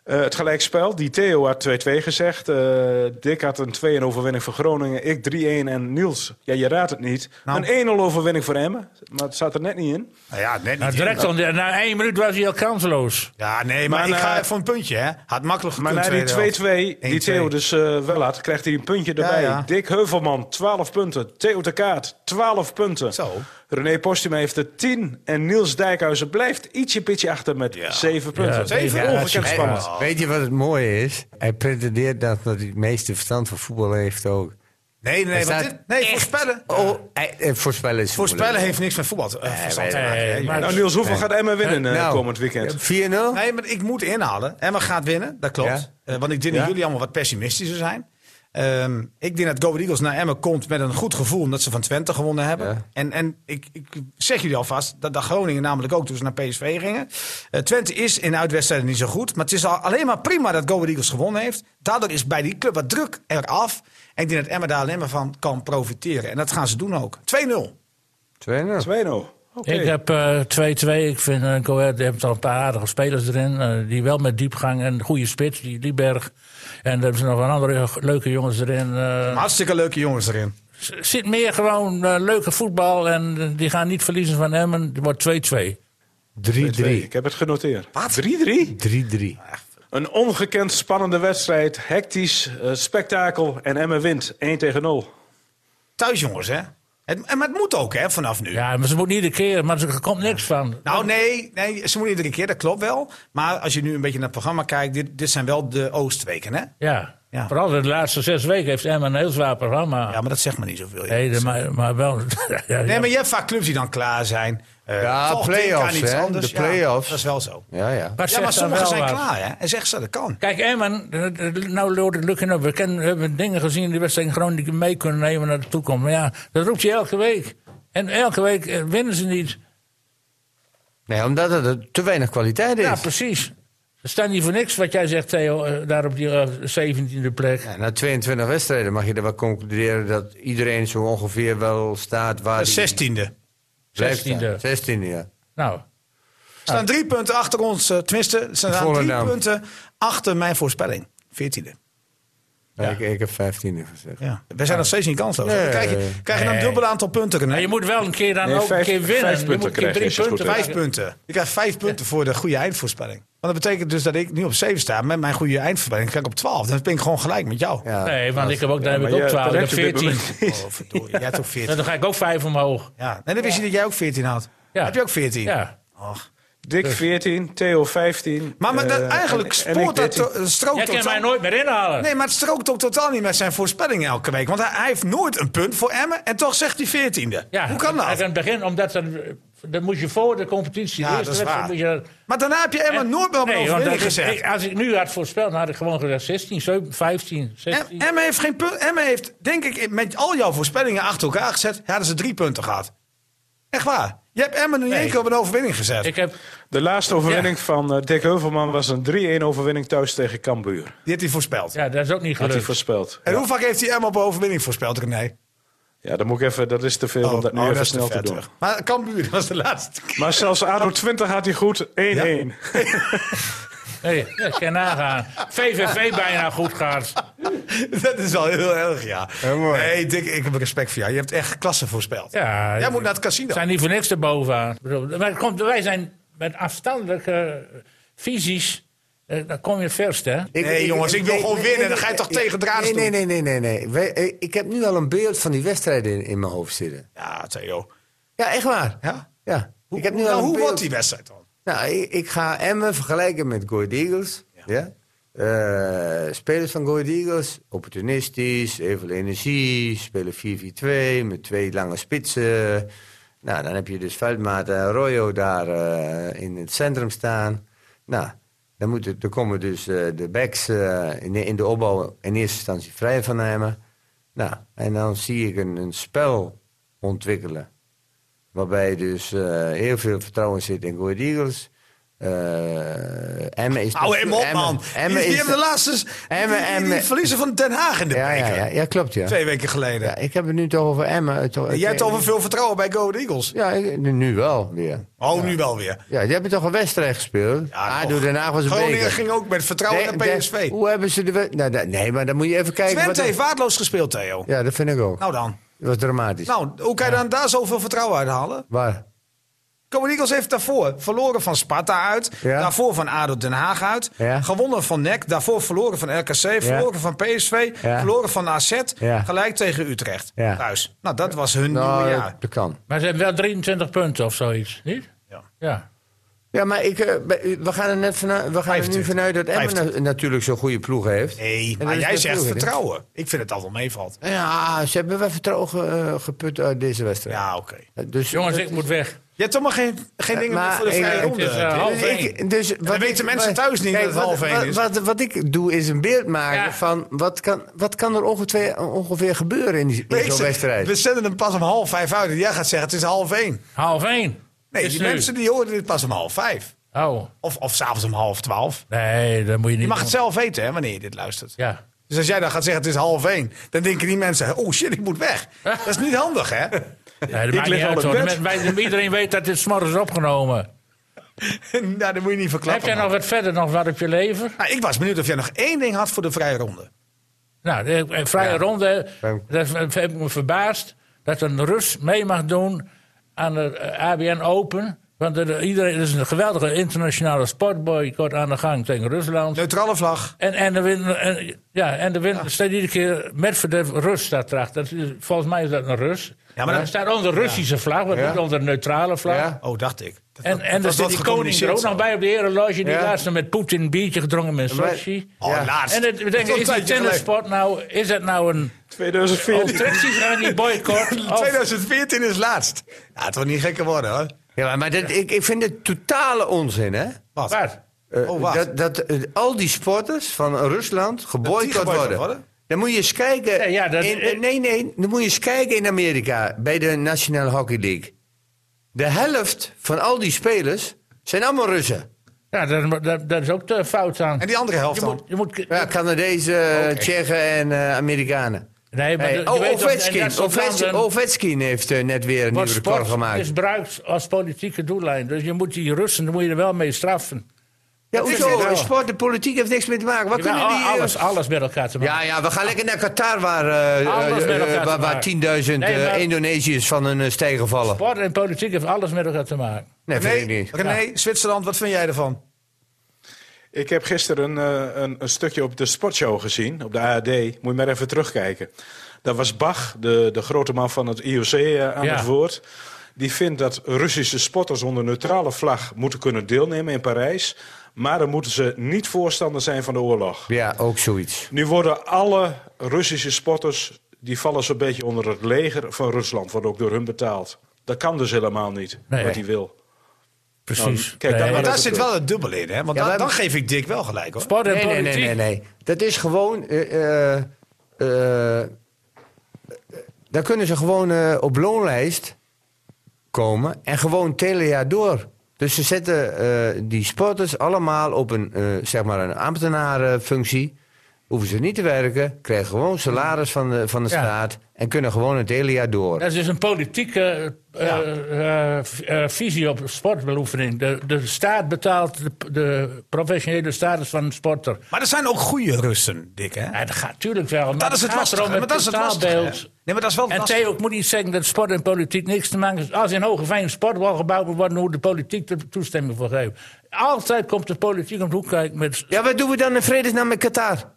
[SPEAKER 5] eh, het gelijkspel, die Theo had 2-2 gezegd. eh, Dick had een 2-1 overwinning voor Groningen. Ik 3-1 en Niels, ja, je raadt het niet.
[SPEAKER 1] Nou.
[SPEAKER 5] Een 1-0 overwinning voor Emmen. Maar het staat er net niet in.
[SPEAKER 1] Nou ja, net
[SPEAKER 3] nou,
[SPEAKER 1] niet.
[SPEAKER 3] direct al, na één minuut was hij al kansloos.
[SPEAKER 1] Ja, nee, maar,
[SPEAKER 5] Maar,
[SPEAKER 1] ik ga
[SPEAKER 5] eh,
[SPEAKER 1] even voor een puntje, hè. Had makkelijk
[SPEAKER 5] Maar
[SPEAKER 1] gekund.
[SPEAKER 5] na die 2-2, die
[SPEAKER 1] 1-2.
[SPEAKER 5] Theo dus eh, wel had, krijgt hij een puntje erbij.
[SPEAKER 1] ja.
[SPEAKER 5] Dick Heuvelman, 12 punten. Theo de Kaat, 12 punten.
[SPEAKER 1] Zo.
[SPEAKER 5] René Postuma heeft er 10. En Niels Dijkhuizen blijft ietsje pitje achter met 7 punten.
[SPEAKER 3] Ja,
[SPEAKER 1] zeven.
[SPEAKER 5] Ongekend
[SPEAKER 1] Ja, zeven.
[SPEAKER 5] spannend.
[SPEAKER 1] Ja.
[SPEAKER 2] Oh. Weet je wat het mooie is? Hij pretendeert dat, dat hij het meeste verstand van voetbal heeft ook.
[SPEAKER 1] Nee, nee, nee.
[SPEAKER 2] Hij
[SPEAKER 1] want
[SPEAKER 2] staat
[SPEAKER 1] dit, nee, voorspellen.
[SPEAKER 2] Oh, hij, eh, voorspellen is
[SPEAKER 1] Voorspellen heeft niks met voetbal eh, verstand te
[SPEAKER 2] nee,
[SPEAKER 1] maken. hè,
[SPEAKER 3] nee,
[SPEAKER 1] jongens.
[SPEAKER 5] Nou Niels, hoeveel gaat Emmen winnen eh,
[SPEAKER 2] Nou,
[SPEAKER 5] komend weekend?
[SPEAKER 2] 4-0?
[SPEAKER 1] *laughs* Nee, maar ik moet inhalen. Emma gaat winnen, dat klopt.
[SPEAKER 2] Ja.
[SPEAKER 1] Eh, want ik denk dat jullie allemaal wat pessimistischer zijn. Ehm, ik denk dat Go Ahead Eagles naar Emma komt met een goed gevoel... omdat ze van Twente gewonnen hebben.
[SPEAKER 2] Ja.
[SPEAKER 1] En, en ik, ik zeg jullie alvast dat, dat Groningen namelijk ook... toen ze naar PSV gingen. Eh, Twente is in uitwedstrijden niet zo goed. Maar het is al alleen maar prima dat Go Ahead Eagles gewonnen heeft. Daardoor is bij die club wat druk eraf. En ik denk dat Emma daar alleen maar van kan profiteren. En dat gaan ze doen ook. 2-0.
[SPEAKER 2] 2-0.
[SPEAKER 5] 2-0. Oké.
[SPEAKER 3] Ik heb eh, 2-2. ik vind eh Go Ahead heeft al een paar aardige spelers erin. eh, die wel met diepgang en een goede spits, die Lieberg. En er hebben ze nog een andere leuke jongens erin. eh
[SPEAKER 1] Hartstikke leuke jongens erin.
[SPEAKER 3] z- zit meer gewoon eh, leuke voetbal en eh, die gaan niet verliezen van Emmen. Het wordt 2-2.
[SPEAKER 2] 3-3.
[SPEAKER 5] Ik heb het genoteerd.
[SPEAKER 1] Wat?
[SPEAKER 5] 3-3?
[SPEAKER 2] 3-3.
[SPEAKER 5] Een ongekend spannende wedstrijd. Hectisch, eh, spektakel. En Emmen wint. 1 tegen 0.
[SPEAKER 1] Thuis jongens, hè? Het, en- maar het moet ook, hè, vanaf nu.
[SPEAKER 3] Ja, maar ze moeten niet een keer, maar er komt niks van.
[SPEAKER 1] Nou, nee, nee, ze moeten iedere keer, dat klopt wel. Maar als je nu een beetje naar het programma kijkt, dit, dit zijn wel de Oostweken, hè?
[SPEAKER 3] Ja.
[SPEAKER 1] Ja.
[SPEAKER 3] vooral de laatste zes weken heeft Emmen een heel zwaar programma.
[SPEAKER 1] Ja, maar dat zegt me niet zoveel.
[SPEAKER 3] Nee, de- maar, maar wel. *laughs* ja,
[SPEAKER 1] nee,
[SPEAKER 3] ja.
[SPEAKER 1] maar je hebt vaak clubs die dan klaar zijn. Eh,
[SPEAKER 2] Ja,
[SPEAKER 1] Vocht denkt aan
[SPEAKER 2] play-offs,
[SPEAKER 1] iets
[SPEAKER 2] hè,
[SPEAKER 1] anders.
[SPEAKER 2] de play-offs.
[SPEAKER 1] Ja, dat is wel zo.
[SPEAKER 2] Ja, ja.
[SPEAKER 3] Wat
[SPEAKER 1] Ja, maar
[SPEAKER 3] zegt dan
[SPEAKER 1] sommigen
[SPEAKER 3] wel
[SPEAKER 1] zijn
[SPEAKER 3] wat?
[SPEAKER 1] klaar, hè? En zeggen ze, dat kan.
[SPEAKER 3] Kijk, Emmen, nou Lord Lukken op. We, kennen- we hebben dingen gezien in die wedstrijd in Groningen mee kunnen nemen naar de toekomst. Maar ja, dat roept je elke week. En elke week eh, winnen ze niet.
[SPEAKER 2] Nee, omdat het te weinig kwaliteit is.
[SPEAKER 3] Ja, precies. Ze staan niet voor niks, wat jij zegt, Theo, eh, daar op die eh, 17e plek.
[SPEAKER 2] Ja, na 22 wedstrijden mag je er wel concluderen dat iedereen zo ongeveer wel staat waar hij
[SPEAKER 1] Zestiende.
[SPEAKER 2] blijft staan.
[SPEAKER 3] 16e.
[SPEAKER 2] 16e, ja.
[SPEAKER 3] Nou,
[SPEAKER 1] Er staan drie punten achter ons, eh, tenminste, er staan drie
[SPEAKER 2] Volendam.
[SPEAKER 1] punten achter mijn voorspelling. Veertiende.
[SPEAKER 2] Maar Ik, ik heb 15e gezegd.
[SPEAKER 1] Ja. We zijn nog steeds niet kansloos.
[SPEAKER 2] Nee.
[SPEAKER 1] Dan krijg je, krijg je dan een
[SPEAKER 3] Nee.
[SPEAKER 1] dubbel aantal punten. René.
[SPEAKER 3] maar je moet wel een keer dan
[SPEAKER 5] Nee,
[SPEAKER 3] ook
[SPEAKER 5] vijf-
[SPEAKER 3] een keer winnen.
[SPEAKER 5] vijf
[SPEAKER 3] Je
[SPEAKER 5] punten
[SPEAKER 3] moet een keer
[SPEAKER 5] krijg je
[SPEAKER 3] drie
[SPEAKER 5] als je het
[SPEAKER 3] punten
[SPEAKER 5] goed
[SPEAKER 1] Vijf
[SPEAKER 3] maken.
[SPEAKER 1] punten. Je krijgt vijf punten voor de goede eindvoorspelling. Want dat betekent dus dat ik nu op zeven sta met mijn goede eindvoorspelling. Dan krijg ik op 12. Dan ben ik gewoon gelijk met jou.
[SPEAKER 2] Ja.
[SPEAKER 3] Nee, want ik heb ook, dan heb
[SPEAKER 5] maar
[SPEAKER 3] ik ook
[SPEAKER 5] je-
[SPEAKER 3] 12,
[SPEAKER 5] dat
[SPEAKER 3] dan
[SPEAKER 5] heb je op dit
[SPEAKER 3] 14.
[SPEAKER 1] *laughs* Oh, verdorie. Jij hebt ook
[SPEAKER 3] En
[SPEAKER 1] 14.
[SPEAKER 3] dan ga ik ook 5 omhoog.
[SPEAKER 1] Ja. En dan wist je dat jij ook 14 had.
[SPEAKER 3] Ja.
[SPEAKER 1] Heb je ook 14?
[SPEAKER 3] Ja.
[SPEAKER 1] Och.
[SPEAKER 5] Dick 14, Theo 15.
[SPEAKER 1] Eh. Maar, maar dat,
[SPEAKER 5] eh,
[SPEAKER 1] eigenlijk
[SPEAKER 5] en- en ik
[SPEAKER 1] spoort dat
[SPEAKER 5] 13.
[SPEAKER 1] to- eh, strookt
[SPEAKER 3] Jij kan
[SPEAKER 1] totaal-
[SPEAKER 3] mij nooit meer inhalen.
[SPEAKER 1] Nee, maar het strookt ook totaal niet met zijn voorspellingen elke week. Want hij, hij heeft nooit een punt voor Emmen en toch zegt hij 14e.
[SPEAKER 3] Ja,
[SPEAKER 1] Hoe kan
[SPEAKER 3] Aan
[SPEAKER 1] dat?
[SPEAKER 3] het begin, omdat dan, dan moet je voor de competitie.
[SPEAKER 1] Ja,
[SPEAKER 3] de
[SPEAKER 1] dat
[SPEAKER 3] eerste
[SPEAKER 1] is
[SPEAKER 3] wedstrijd
[SPEAKER 1] waar.
[SPEAKER 3] moet je.
[SPEAKER 1] Maar daarna heb je Emmen nooit meer op een
[SPEAKER 3] Nee, want
[SPEAKER 1] overwinning
[SPEAKER 3] dat is-
[SPEAKER 1] gezet.
[SPEAKER 3] ik- als ik nu had voorspeld, dan had ik gewoon gezegd 16, 17, 15,
[SPEAKER 1] Em-
[SPEAKER 3] 16.
[SPEAKER 1] Emmen heeft geen punt. Emmen heeft, denk ik, met al jouw voorspellingen achter elkaar gezet. Hadden ze drie punten gehad. Echt waar. Je hebt Emmen nu één
[SPEAKER 3] Nee.
[SPEAKER 1] keer op een overwinning gezet.
[SPEAKER 3] ik heb,
[SPEAKER 5] De laatste overwinning van eh, Dick Heuvelman was een 3-1 overwinning thuis tegen Cambuur. Had
[SPEAKER 1] Die heeft hij voorspeld.
[SPEAKER 3] ja, dat is ook niet
[SPEAKER 5] hij
[SPEAKER 3] gelukt.
[SPEAKER 5] voorspeld.
[SPEAKER 1] En hoe vaak heeft hij Emmen op een overwinning voorspeld, René?
[SPEAKER 5] Ja, dan moet ik even, dat is te veel om dat nu
[SPEAKER 1] oh,
[SPEAKER 5] even
[SPEAKER 1] is
[SPEAKER 5] snel te
[SPEAKER 1] ver
[SPEAKER 5] doen.
[SPEAKER 1] terug. Maar Cambuur, dat was de laatste *laughs* keer.
[SPEAKER 5] Maar zelfs ADO 20 had hij goed. 1-1.
[SPEAKER 3] Nee, dat kan je
[SPEAKER 1] *laughs*
[SPEAKER 3] nagaan. VVV bijna goed gaat.
[SPEAKER 1] Dat is wel heel erg, ja.
[SPEAKER 2] Heel mooi.
[SPEAKER 1] Nee, Dick, ik heb respect voor jou. Je hebt echt klasse voorspeld.
[SPEAKER 3] Ja,
[SPEAKER 1] Jij moet naar het casino.
[SPEAKER 3] We zijn niet voor niks erbovenaan. Ik bedoel, Maar het komt, wij zijn met afstandelijke eh, visies, eh, dan kom je het verst, hè?
[SPEAKER 1] Nee, jongens, ik wil gewoon winnen. Dan ga je toch tegen draads
[SPEAKER 2] nee, nee,
[SPEAKER 1] doen?
[SPEAKER 2] nee, nee, nee, nee. Wij- eh, ik heb nu al een beeld van die wedstrijden in, in mijn hoofd zitten.
[SPEAKER 1] Ja, Theo.
[SPEAKER 2] Ja, echt waar.
[SPEAKER 1] Ja?
[SPEAKER 2] Ja.
[SPEAKER 1] Hoe,
[SPEAKER 2] ik heb nu
[SPEAKER 1] nou,
[SPEAKER 2] al een
[SPEAKER 1] hoe
[SPEAKER 2] beeld.
[SPEAKER 1] wordt die wedstrijd dan?
[SPEAKER 2] Nou, ik, ik ga Emmen vergelijken met Go Ahead Eagles. Ja. Eh, spelers van Go Ahead Eagles, opportunistisch, heel veel energie, spelen 4-4-2 met twee lange spitsen. Nou, dan heb je dus Veldmaat en Arroyo daar eh, in het centrum staan. Nou, dan, moet het, dan komen dus eh, de backs eh, in, de, in de opbouw in eerste instantie vrij van Emmen. Nou, en dan zie ik een, een spel ontwikkelen Waarbij dus eh, heel veel vertrouwen zit in Go Ahead Eagles. Eh Emmen is...
[SPEAKER 1] Hou hem op,
[SPEAKER 2] Emmen-
[SPEAKER 1] man.
[SPEAKER 2] Emmen
[SPEAKER 1] die, die
[SPEAKER 2] is...
[SPEAKER 1] hebben de laatste...
[SPEAKER 2] Emmen-
[SPEAKER 1] die- die- die
[SPEAKER 2] Emmen-
[SPEAKER 1] verliezen van Den Haag in de
[SPEAKER 2] ja, ja,
[SPEAKER 1] beker.
[SPEAKER 2] ja, ja, klopt, ja.
[SPEAKER 1] Twee weken geleden.
[SPEAKER 2] ja. Ik heb het nu toch over Emmen. eh, toch-
[SPEAKER 1] En Jij hebt over veel vertrouwen bij Go Ahead Eagles.
[SPEAKER 2] Ja, ik- nu- nu wel weer.
[SPEAKER 1] Oh, nu wel weer.
[SPEAKER 2] Ja, die hebben toch een wedstrijd gespeeld?
[SPEAKER 1] Ja,
[SPEAKER 2] Ja,
[SPEAKER 1] toch.
[SPEAKER 2] ADO Den Haag Ah, was een
[SPEAKER 1] Groningen
[SPEAKER 2] beker.
[SPEAKER 1] ging ook met vertrouwen
[SPEAKER 2] Nee,
[SPEAKER 1] naar
[SPEAKER 2] de-
[SPEAKER 1] PSV.
[SPEAKER 2] Hoe hebben ze de wed- nou, da- Nee, maar dan moet je even kijken.
[SPEAKER 1] Twente
[SPEAKER 2] wat-
[SPEAKER 1] heeft waardeloos gespeeld, Theo.
[SPEAKER 2] Ja, dat vind ik ook.
[SPEAKER 1] Nou dan.
[SPEAKER 2] Dat was dramatisch.
[SPEAKER 1] Nou, hoe kan je dan daar zoveel vertrouwen uit halen?
[SPEAKER 2] Waar?
[SPEAKER 1] Go Ahead Eagles heeft daarvoor verloren van Sparta uit.
[SPEAKER 2] Ja.
[SPEAKER 1] Daarvoor van ADO Den Haag uit.
[SPEAKER 2] Ja.
[SPEAKER 1] Gewonnen van NEC. Daarvoor verloren van RKC. Verloren van PSV.
[SPEAKER 2] Ja.
[SPEAKER 1] Verloren van AZ.
[SPEAKER 2] Ja.
[SPEAKER 1] Gelijk tegen Utrecht.
[SPEAKER 2] Ja.
[SPEAKER 1] Thuis. Nou, dat was hun
[SPEAKER 2] Nou,
[SPEAKER 1] nieuwe
[SPEAKER 2] dat,
[SPEAKER 1] jaar.
[SPEAKER 2] dat kan.
[SPEAKER 3] Maar ze hebben wel 23 punten of zoiets, niet?
[SPEAKER 1] Ja.
[SPEAKER 3] Ja.
[SPEAKER 2] Ja, maar ik, eh, bij- we gaan er, net vanuit, we gaan er nu
[SPEAKER 1] 25.
[SPEAKER 2] vanuit dat Emmen na-
[SPEAKER 1] 25.
[SPEAKER 2] natuurlijk zo'n goede ploeg heeft.
[SPEAKER 1] Nee, maar
[SPEAKER 2] En dat is
[SPEAKER 1] jij
[SPEAKER 2] dat
[SPEAKER 1] zegt
[SPEAKER 2] ploeg, hè?
[SPEAKER 1] vertrouwen. Ik vind het altijd meevalt.
[SPEAKER 2] Nou Ja, ze hebben wel vertrouwen ge- eh, geput uit deze wedstrijd.
[SPEAKER 1] Ja, oké.
[SPEAKER 2] Dus,
[SPEAKER 3] Jongens,
[SPEAKER 2] dat-
[SPEAKER 3] ik moet weg.
[SPEAKER 1] Je hebt toch maar geen, geen dingen meer
[SPEAKER 2] maar
[SPEAKER 1] voor de vrije
[SPEAKER 2] ik-
[SPEAKER 1] ronde.
[SPEAKER 3] het is, eh, half
[SPEAKER 2] Dus
[SPEAKER 3] één.
[SPEAKER 2] ik- dus wat
[SPEAKER 1] weten
[SPEAKER 2] ik-
[SPEAKER 1] mensen
[SPEAKER 2] wat-
[SPEAKER 1] thuis niet
[SPEAKER 2] kijk,
[SPEAKER 1] dat het
[SPEAKER 2] wat-
[SPEAKER 1] half één
[SPEAKER 2] wat-
[SPEAKER 1] is.
[SPEAKER 2] Wat, wat ik doe is een beeld maken
[SPEAKER 3] Ja.
[SPEAKER 2] van wat kan, wat kan er ongeveer, ongeveer gebeuren in, die- in
[SPEAKER 1] Ik
[SPEAKER 2] zo'n
[SPEAKER 1] zeg,
[SPEAKER 2] wedstrijd.
[SPEAKER 1] We zenden hem pas om half vijf uit. En jij gaat zeggen, het is half één.
[SPEAKER 3] Half één.
[SPEAKER 1] Nee,
[SPEAKER 3] Is
[SPEAKER 1] die
[SPEAKER 3] nu.
[SPEAKER 1] mensen die horen dit pas om half vijf.
[SPEAKER 3] Oh,
[SPEAKER 1] Of, of s'avonds om half twaalf.
[SPEAKER 3] nee, dat moet je niet
[SPEAKER 1] Je mag het
[SPEAKER 3] doen.
[SPEAKER 1] zelf weten, hè, wanneer je dit luistert.
[SPEAKER 3] Ja.
[SPEAKER 1] Dus als jij dan gaat zeggen, het is half één. Dan denken die mensen, oh shit, ik moet
[SPEAKER 3] *laughs*
[SPEAKER 1] weg. Dat is niet handig, hè? *laughs*
[SPEAKER 3] Nee, dat maakt
[SPEAKER 5] lig
[SPEAKER 3] niet
[SPEAKER 5] al
[SPEAKER 3] uit,
[SPEAKER 5] in
[SPEAKER 3] hoor.
[SPEAKER 5] bed.
[SPEAKER 3] Wij- Iedereen weet dat dit s'morgens is opgenomen.
[SPEAKER 1] nou, dat moet je niet verklappen.
[SPEAKER 3] Heb jij
[SPEAKER 1] man.
[SPEAKER 3] nog wat verder nog wat op je lever?
[SPEAKER 1] Nou, ik was benieuwd of jij nog één ding had voor de vrije ronde.
[SPEAKER 3] Nou, de- een vrije ronde. Dat heb ik me verbaasd. Dat een Rus mee mag doen aan de eh, ABN Open. Want er, iedereen, er is een geweldige internationale sportboycott aan de gang tegen Rusland.
[SPEAKER 1] Neutrale vlag.
[SPEAKER 3] En, en de win, en- ja, en de win staat iedere keer Medvedev Rus staat erachter. Dat is- Volgens mij is dat een Rus.
[SPEAKER 1] maar
[SPEAKER 3] Ja,
[SPEAKER 1] dat-
[SPEAKER 3] maar dat staat onder Russische vlag, maar niet onder de neutrale vlag.
[SPEAKER 2] Ja.
[SPEAKER 1] Oh, dacht ik. Dat-
[SPEAKER 3] En,
[SPEAKER 1] dat
[SPEAKER 3] en er
[SPEAKER 1] was
[SPEAKER 3] zit
[SPEAKER 1] wat
[SPEAKER 3] die koning er ook
[SPEAKER 1] gecommuniceerd
[SPEAKER 3] nog
[SPEAKER 1] zo.
[SPEAKER 3] bij op de herenloge. Die
[SPEAKER 2] Ja.
[SPEAKER 3] laatst nog met Poetin een biertje gedrongen in
[SPEAKER 2] Maar-
[SPEAKER 3] Sochi.
[SPEAKER 1] Oh,
[SPEAKER 2] Ja.
[SPEAKER 1] laatst.
[SPEAKER 3] En het, we
[SPEAKER 1] Dat is
[SPEAKER 3] denken,
[SPEAKER 1] een
[SPEAKER 3] is die
[SPEAKER 1] tijdje geleden.
[SPEAKER 3] tennissport nou... Is dat nou een...
[SPEAKER 5] 2014.
[SPEAKER 3] Onttrekt zich aan die
[SPEAKER 2] *laughs*
[SPEAKER 3] boycott?
[SPEAKER 1] Oh.
[SPEAKER 3] Of,
[SPEAKER 1] 2014 is laatst. Ja, het wordt niet gekker worden hoor.
[SPEAKER 2] Ja, maar dat, ik, ik vind het totale onzin, hè?
[SPEAKER 1] Wat?
[SPEAKER 3] Wat?
[SPEAKER 2] Eh,
[SPEAKER 1] Oh, wat?
[SPEAKER 2] Dat, dat eh, al die sporters van Rusland geboycott
[SPEAKER 1] geboycott
[SPEAKER 2] worden.
[SPEAKER 1] worden?
[SPEAKER 2] Dan moet je eens kijken.
[SPEAKER 3] Nee, ja, dat-
[SPEAKER 2] in- eh, nee, nee, dan moet je eens kijken in Amerika bij de Nationale Hockey League. De helft van al die spelers zijn allemaal Russen.
[SPEAKER 3] ja, dat, dat, dat is ook de fout aan.
[SPEAKER 1] En die andere helft
[SPEAKER 3] Je
[SPEAKER 1] dan?
[SPEAKER 3] moet, je moet,
[SPEAKER 2] Ja, Canadezen, eh, Tsjechen en eh, Amerikanen.
[SPEAKER 3] nee, maar
[SPEAKER 2] Hey,
[SPEAKER 3] de- je
[SPEAKER 2] oh,
[SPEAKER 3] weet toch, in
[SPEAKER 2] Ovechkin,
[SPEAKER 3] dat soort
[SPEAKER 2] Ovechkin,
[SPEAKER 3] landen
[SPEAKER 2] Ovechkin heeft eh, net weer een nieuw
[SPEAKER 3] wordt
[SPEAKER 2] record
[SPEAKER 3] sport
[SPEAKER 2] gemaakt.
[SPEAKER 3] misbruikt als politieke doellijn. Dus je moet die Russen, daar moet je er wel mee straffen.
[SPEAKER 2] Ja,
[SPEAKER 3] dat is
[SPEAKER 2] hoezo?
[SPEAKER 3] het wel.
[SPEAKER 2] Sport en politiek heeft niks mee te maken. Wat
[SPEAKER 3] Je
[SPEAKER 2] kunnen
[SPEAKER 3] weet,
[SPEAKER 2] die, eh,
[SPEAKER 3] alles, alles met elkaar te maken.
[SPEAKER 2] Ja, ja, we gaan lekker naar Qatar, waar, eh,
[SPEAKER 3] Alles
[SPEAKER 2] eh,
[SPEAKER 3] met elkaar
[SPEAKER 2] eh, waar,
[SPEAKER 3] te
[SPEAKER 2] waar
[SPEAKER 3] maken.
[SPEAKER 2] 10.000
[SPEAKER 3] Nee,
[SPEAKER 2] eh,
[SPEAKER 3] maar-
[SPEAKER 2] Indonesiërs van een stijgen vallen.
[SPEAKER 3] Sport en politiek heeft alles met elkaar te maken.
[SPEAKER 2] Nee, vind
[SPEAKER 1] René,
[SPEAKER 2] ik niet.
[SPEAKER 1] René, Zwitserland, wat vind jij ervan?
[SPEAKER 5] Ik heb gisteren eh, een, een stukje op de sportshow gezien, op de ARD. Moet je maar even terugkijken. Daar was Bach, de, de grote man van het IOC, eh, aan
[SPEAKER 3] Ja.
[SPEAKER 5] het woord. Die vindt dat Russische sporters onder neutrale vlag moeten kunnen deelnemen in Parijs. Maar dan moeten ze niet voorstander zijn van de oorlog.
[SPEAKER 2] Ja, ook zoiets.
[SPEAKER 5] Nu worden alle Russische sporters, die vallen zo'n beetje onder het leger van Rusland. Wordt ook door hun betaald. Dat kan dus helemaal niet,
[SPEAKER 3] Nee.
[SPEAKER 5] wat hij wil.
[SPEAKER 3] Precies.
[SPEAKER 2] Nou,
[SPEAKER 5] kijk, daar-
[SPEAKER 3] Nee.
[SPEAKER 5] maar
[SPEAKER 1] Want
[SPEAKER 5] dat
[SPEAKER 1] daar
[SPEAKER 5] is
[SPEAKER 1] zit
[SPEAKER 5] het.
[SPEAKER 1] wel het dubbel in, hè? Want
[SPEAKER 2] Ja,
[SPEAKER 1] dan,
[SPEAKER 2] wij-
[SPEAKER 1] dan geef ik Dick wel gelijk hoor.
[SPEAKER 3] Sport en
[SPEAKER 2] Nee, nee,
[SPEAKER 3] politiek.
[SPEAKER 2] nee, nee, nee. Dat is gewoon... eh, eh, eh, eh, daar kunnen ze gewoon eh, op loonlijst komen en gewoon het hele jaar door. Dus ze zetten eh, die sporters allemaal op een, eh, zeg maar een ambtenarenfunctie. Hoeven ze niet te werken, krijgen gewoon salaris van de, van de
[SPEAKER 3] Ja.
[SPEAKER 2] staat... en kunnen gewoon het hele jaar door.
[SPEAKER 3] Dat is dus een politieke eh, eh, v- eh, visie op sportbeoefening. De, de staat betaalt de, de professionele status van een sporter.
[SPEAKER 1] Maar er zijn ook goede Russen, Dick, hè?
[SPEAKER 3] Ja, dat gaat tuurlijk wel. Maar
[SPEAKER 1] dat is het
[SPEAKER 3] lastig.
[SPEAKER 1] lastige. Maar dat is het lastige. hè? Nee, maar dat is wel
[SPEAKER 3] En
[SPEAKER 1] lastig.
[SPEAKER 3] Theo, ik moet niet zeggen dat sport en politiek niks te maken heeft. Als in Hogeveen een sportbal gebouwd moet worden, hoe de politiek er toestemming voor geeft. Altijd komt de politiek om de hoek kijken met...
[SPEAKER 2] Ja, wat doen we dan in vredesnaam met Qatar?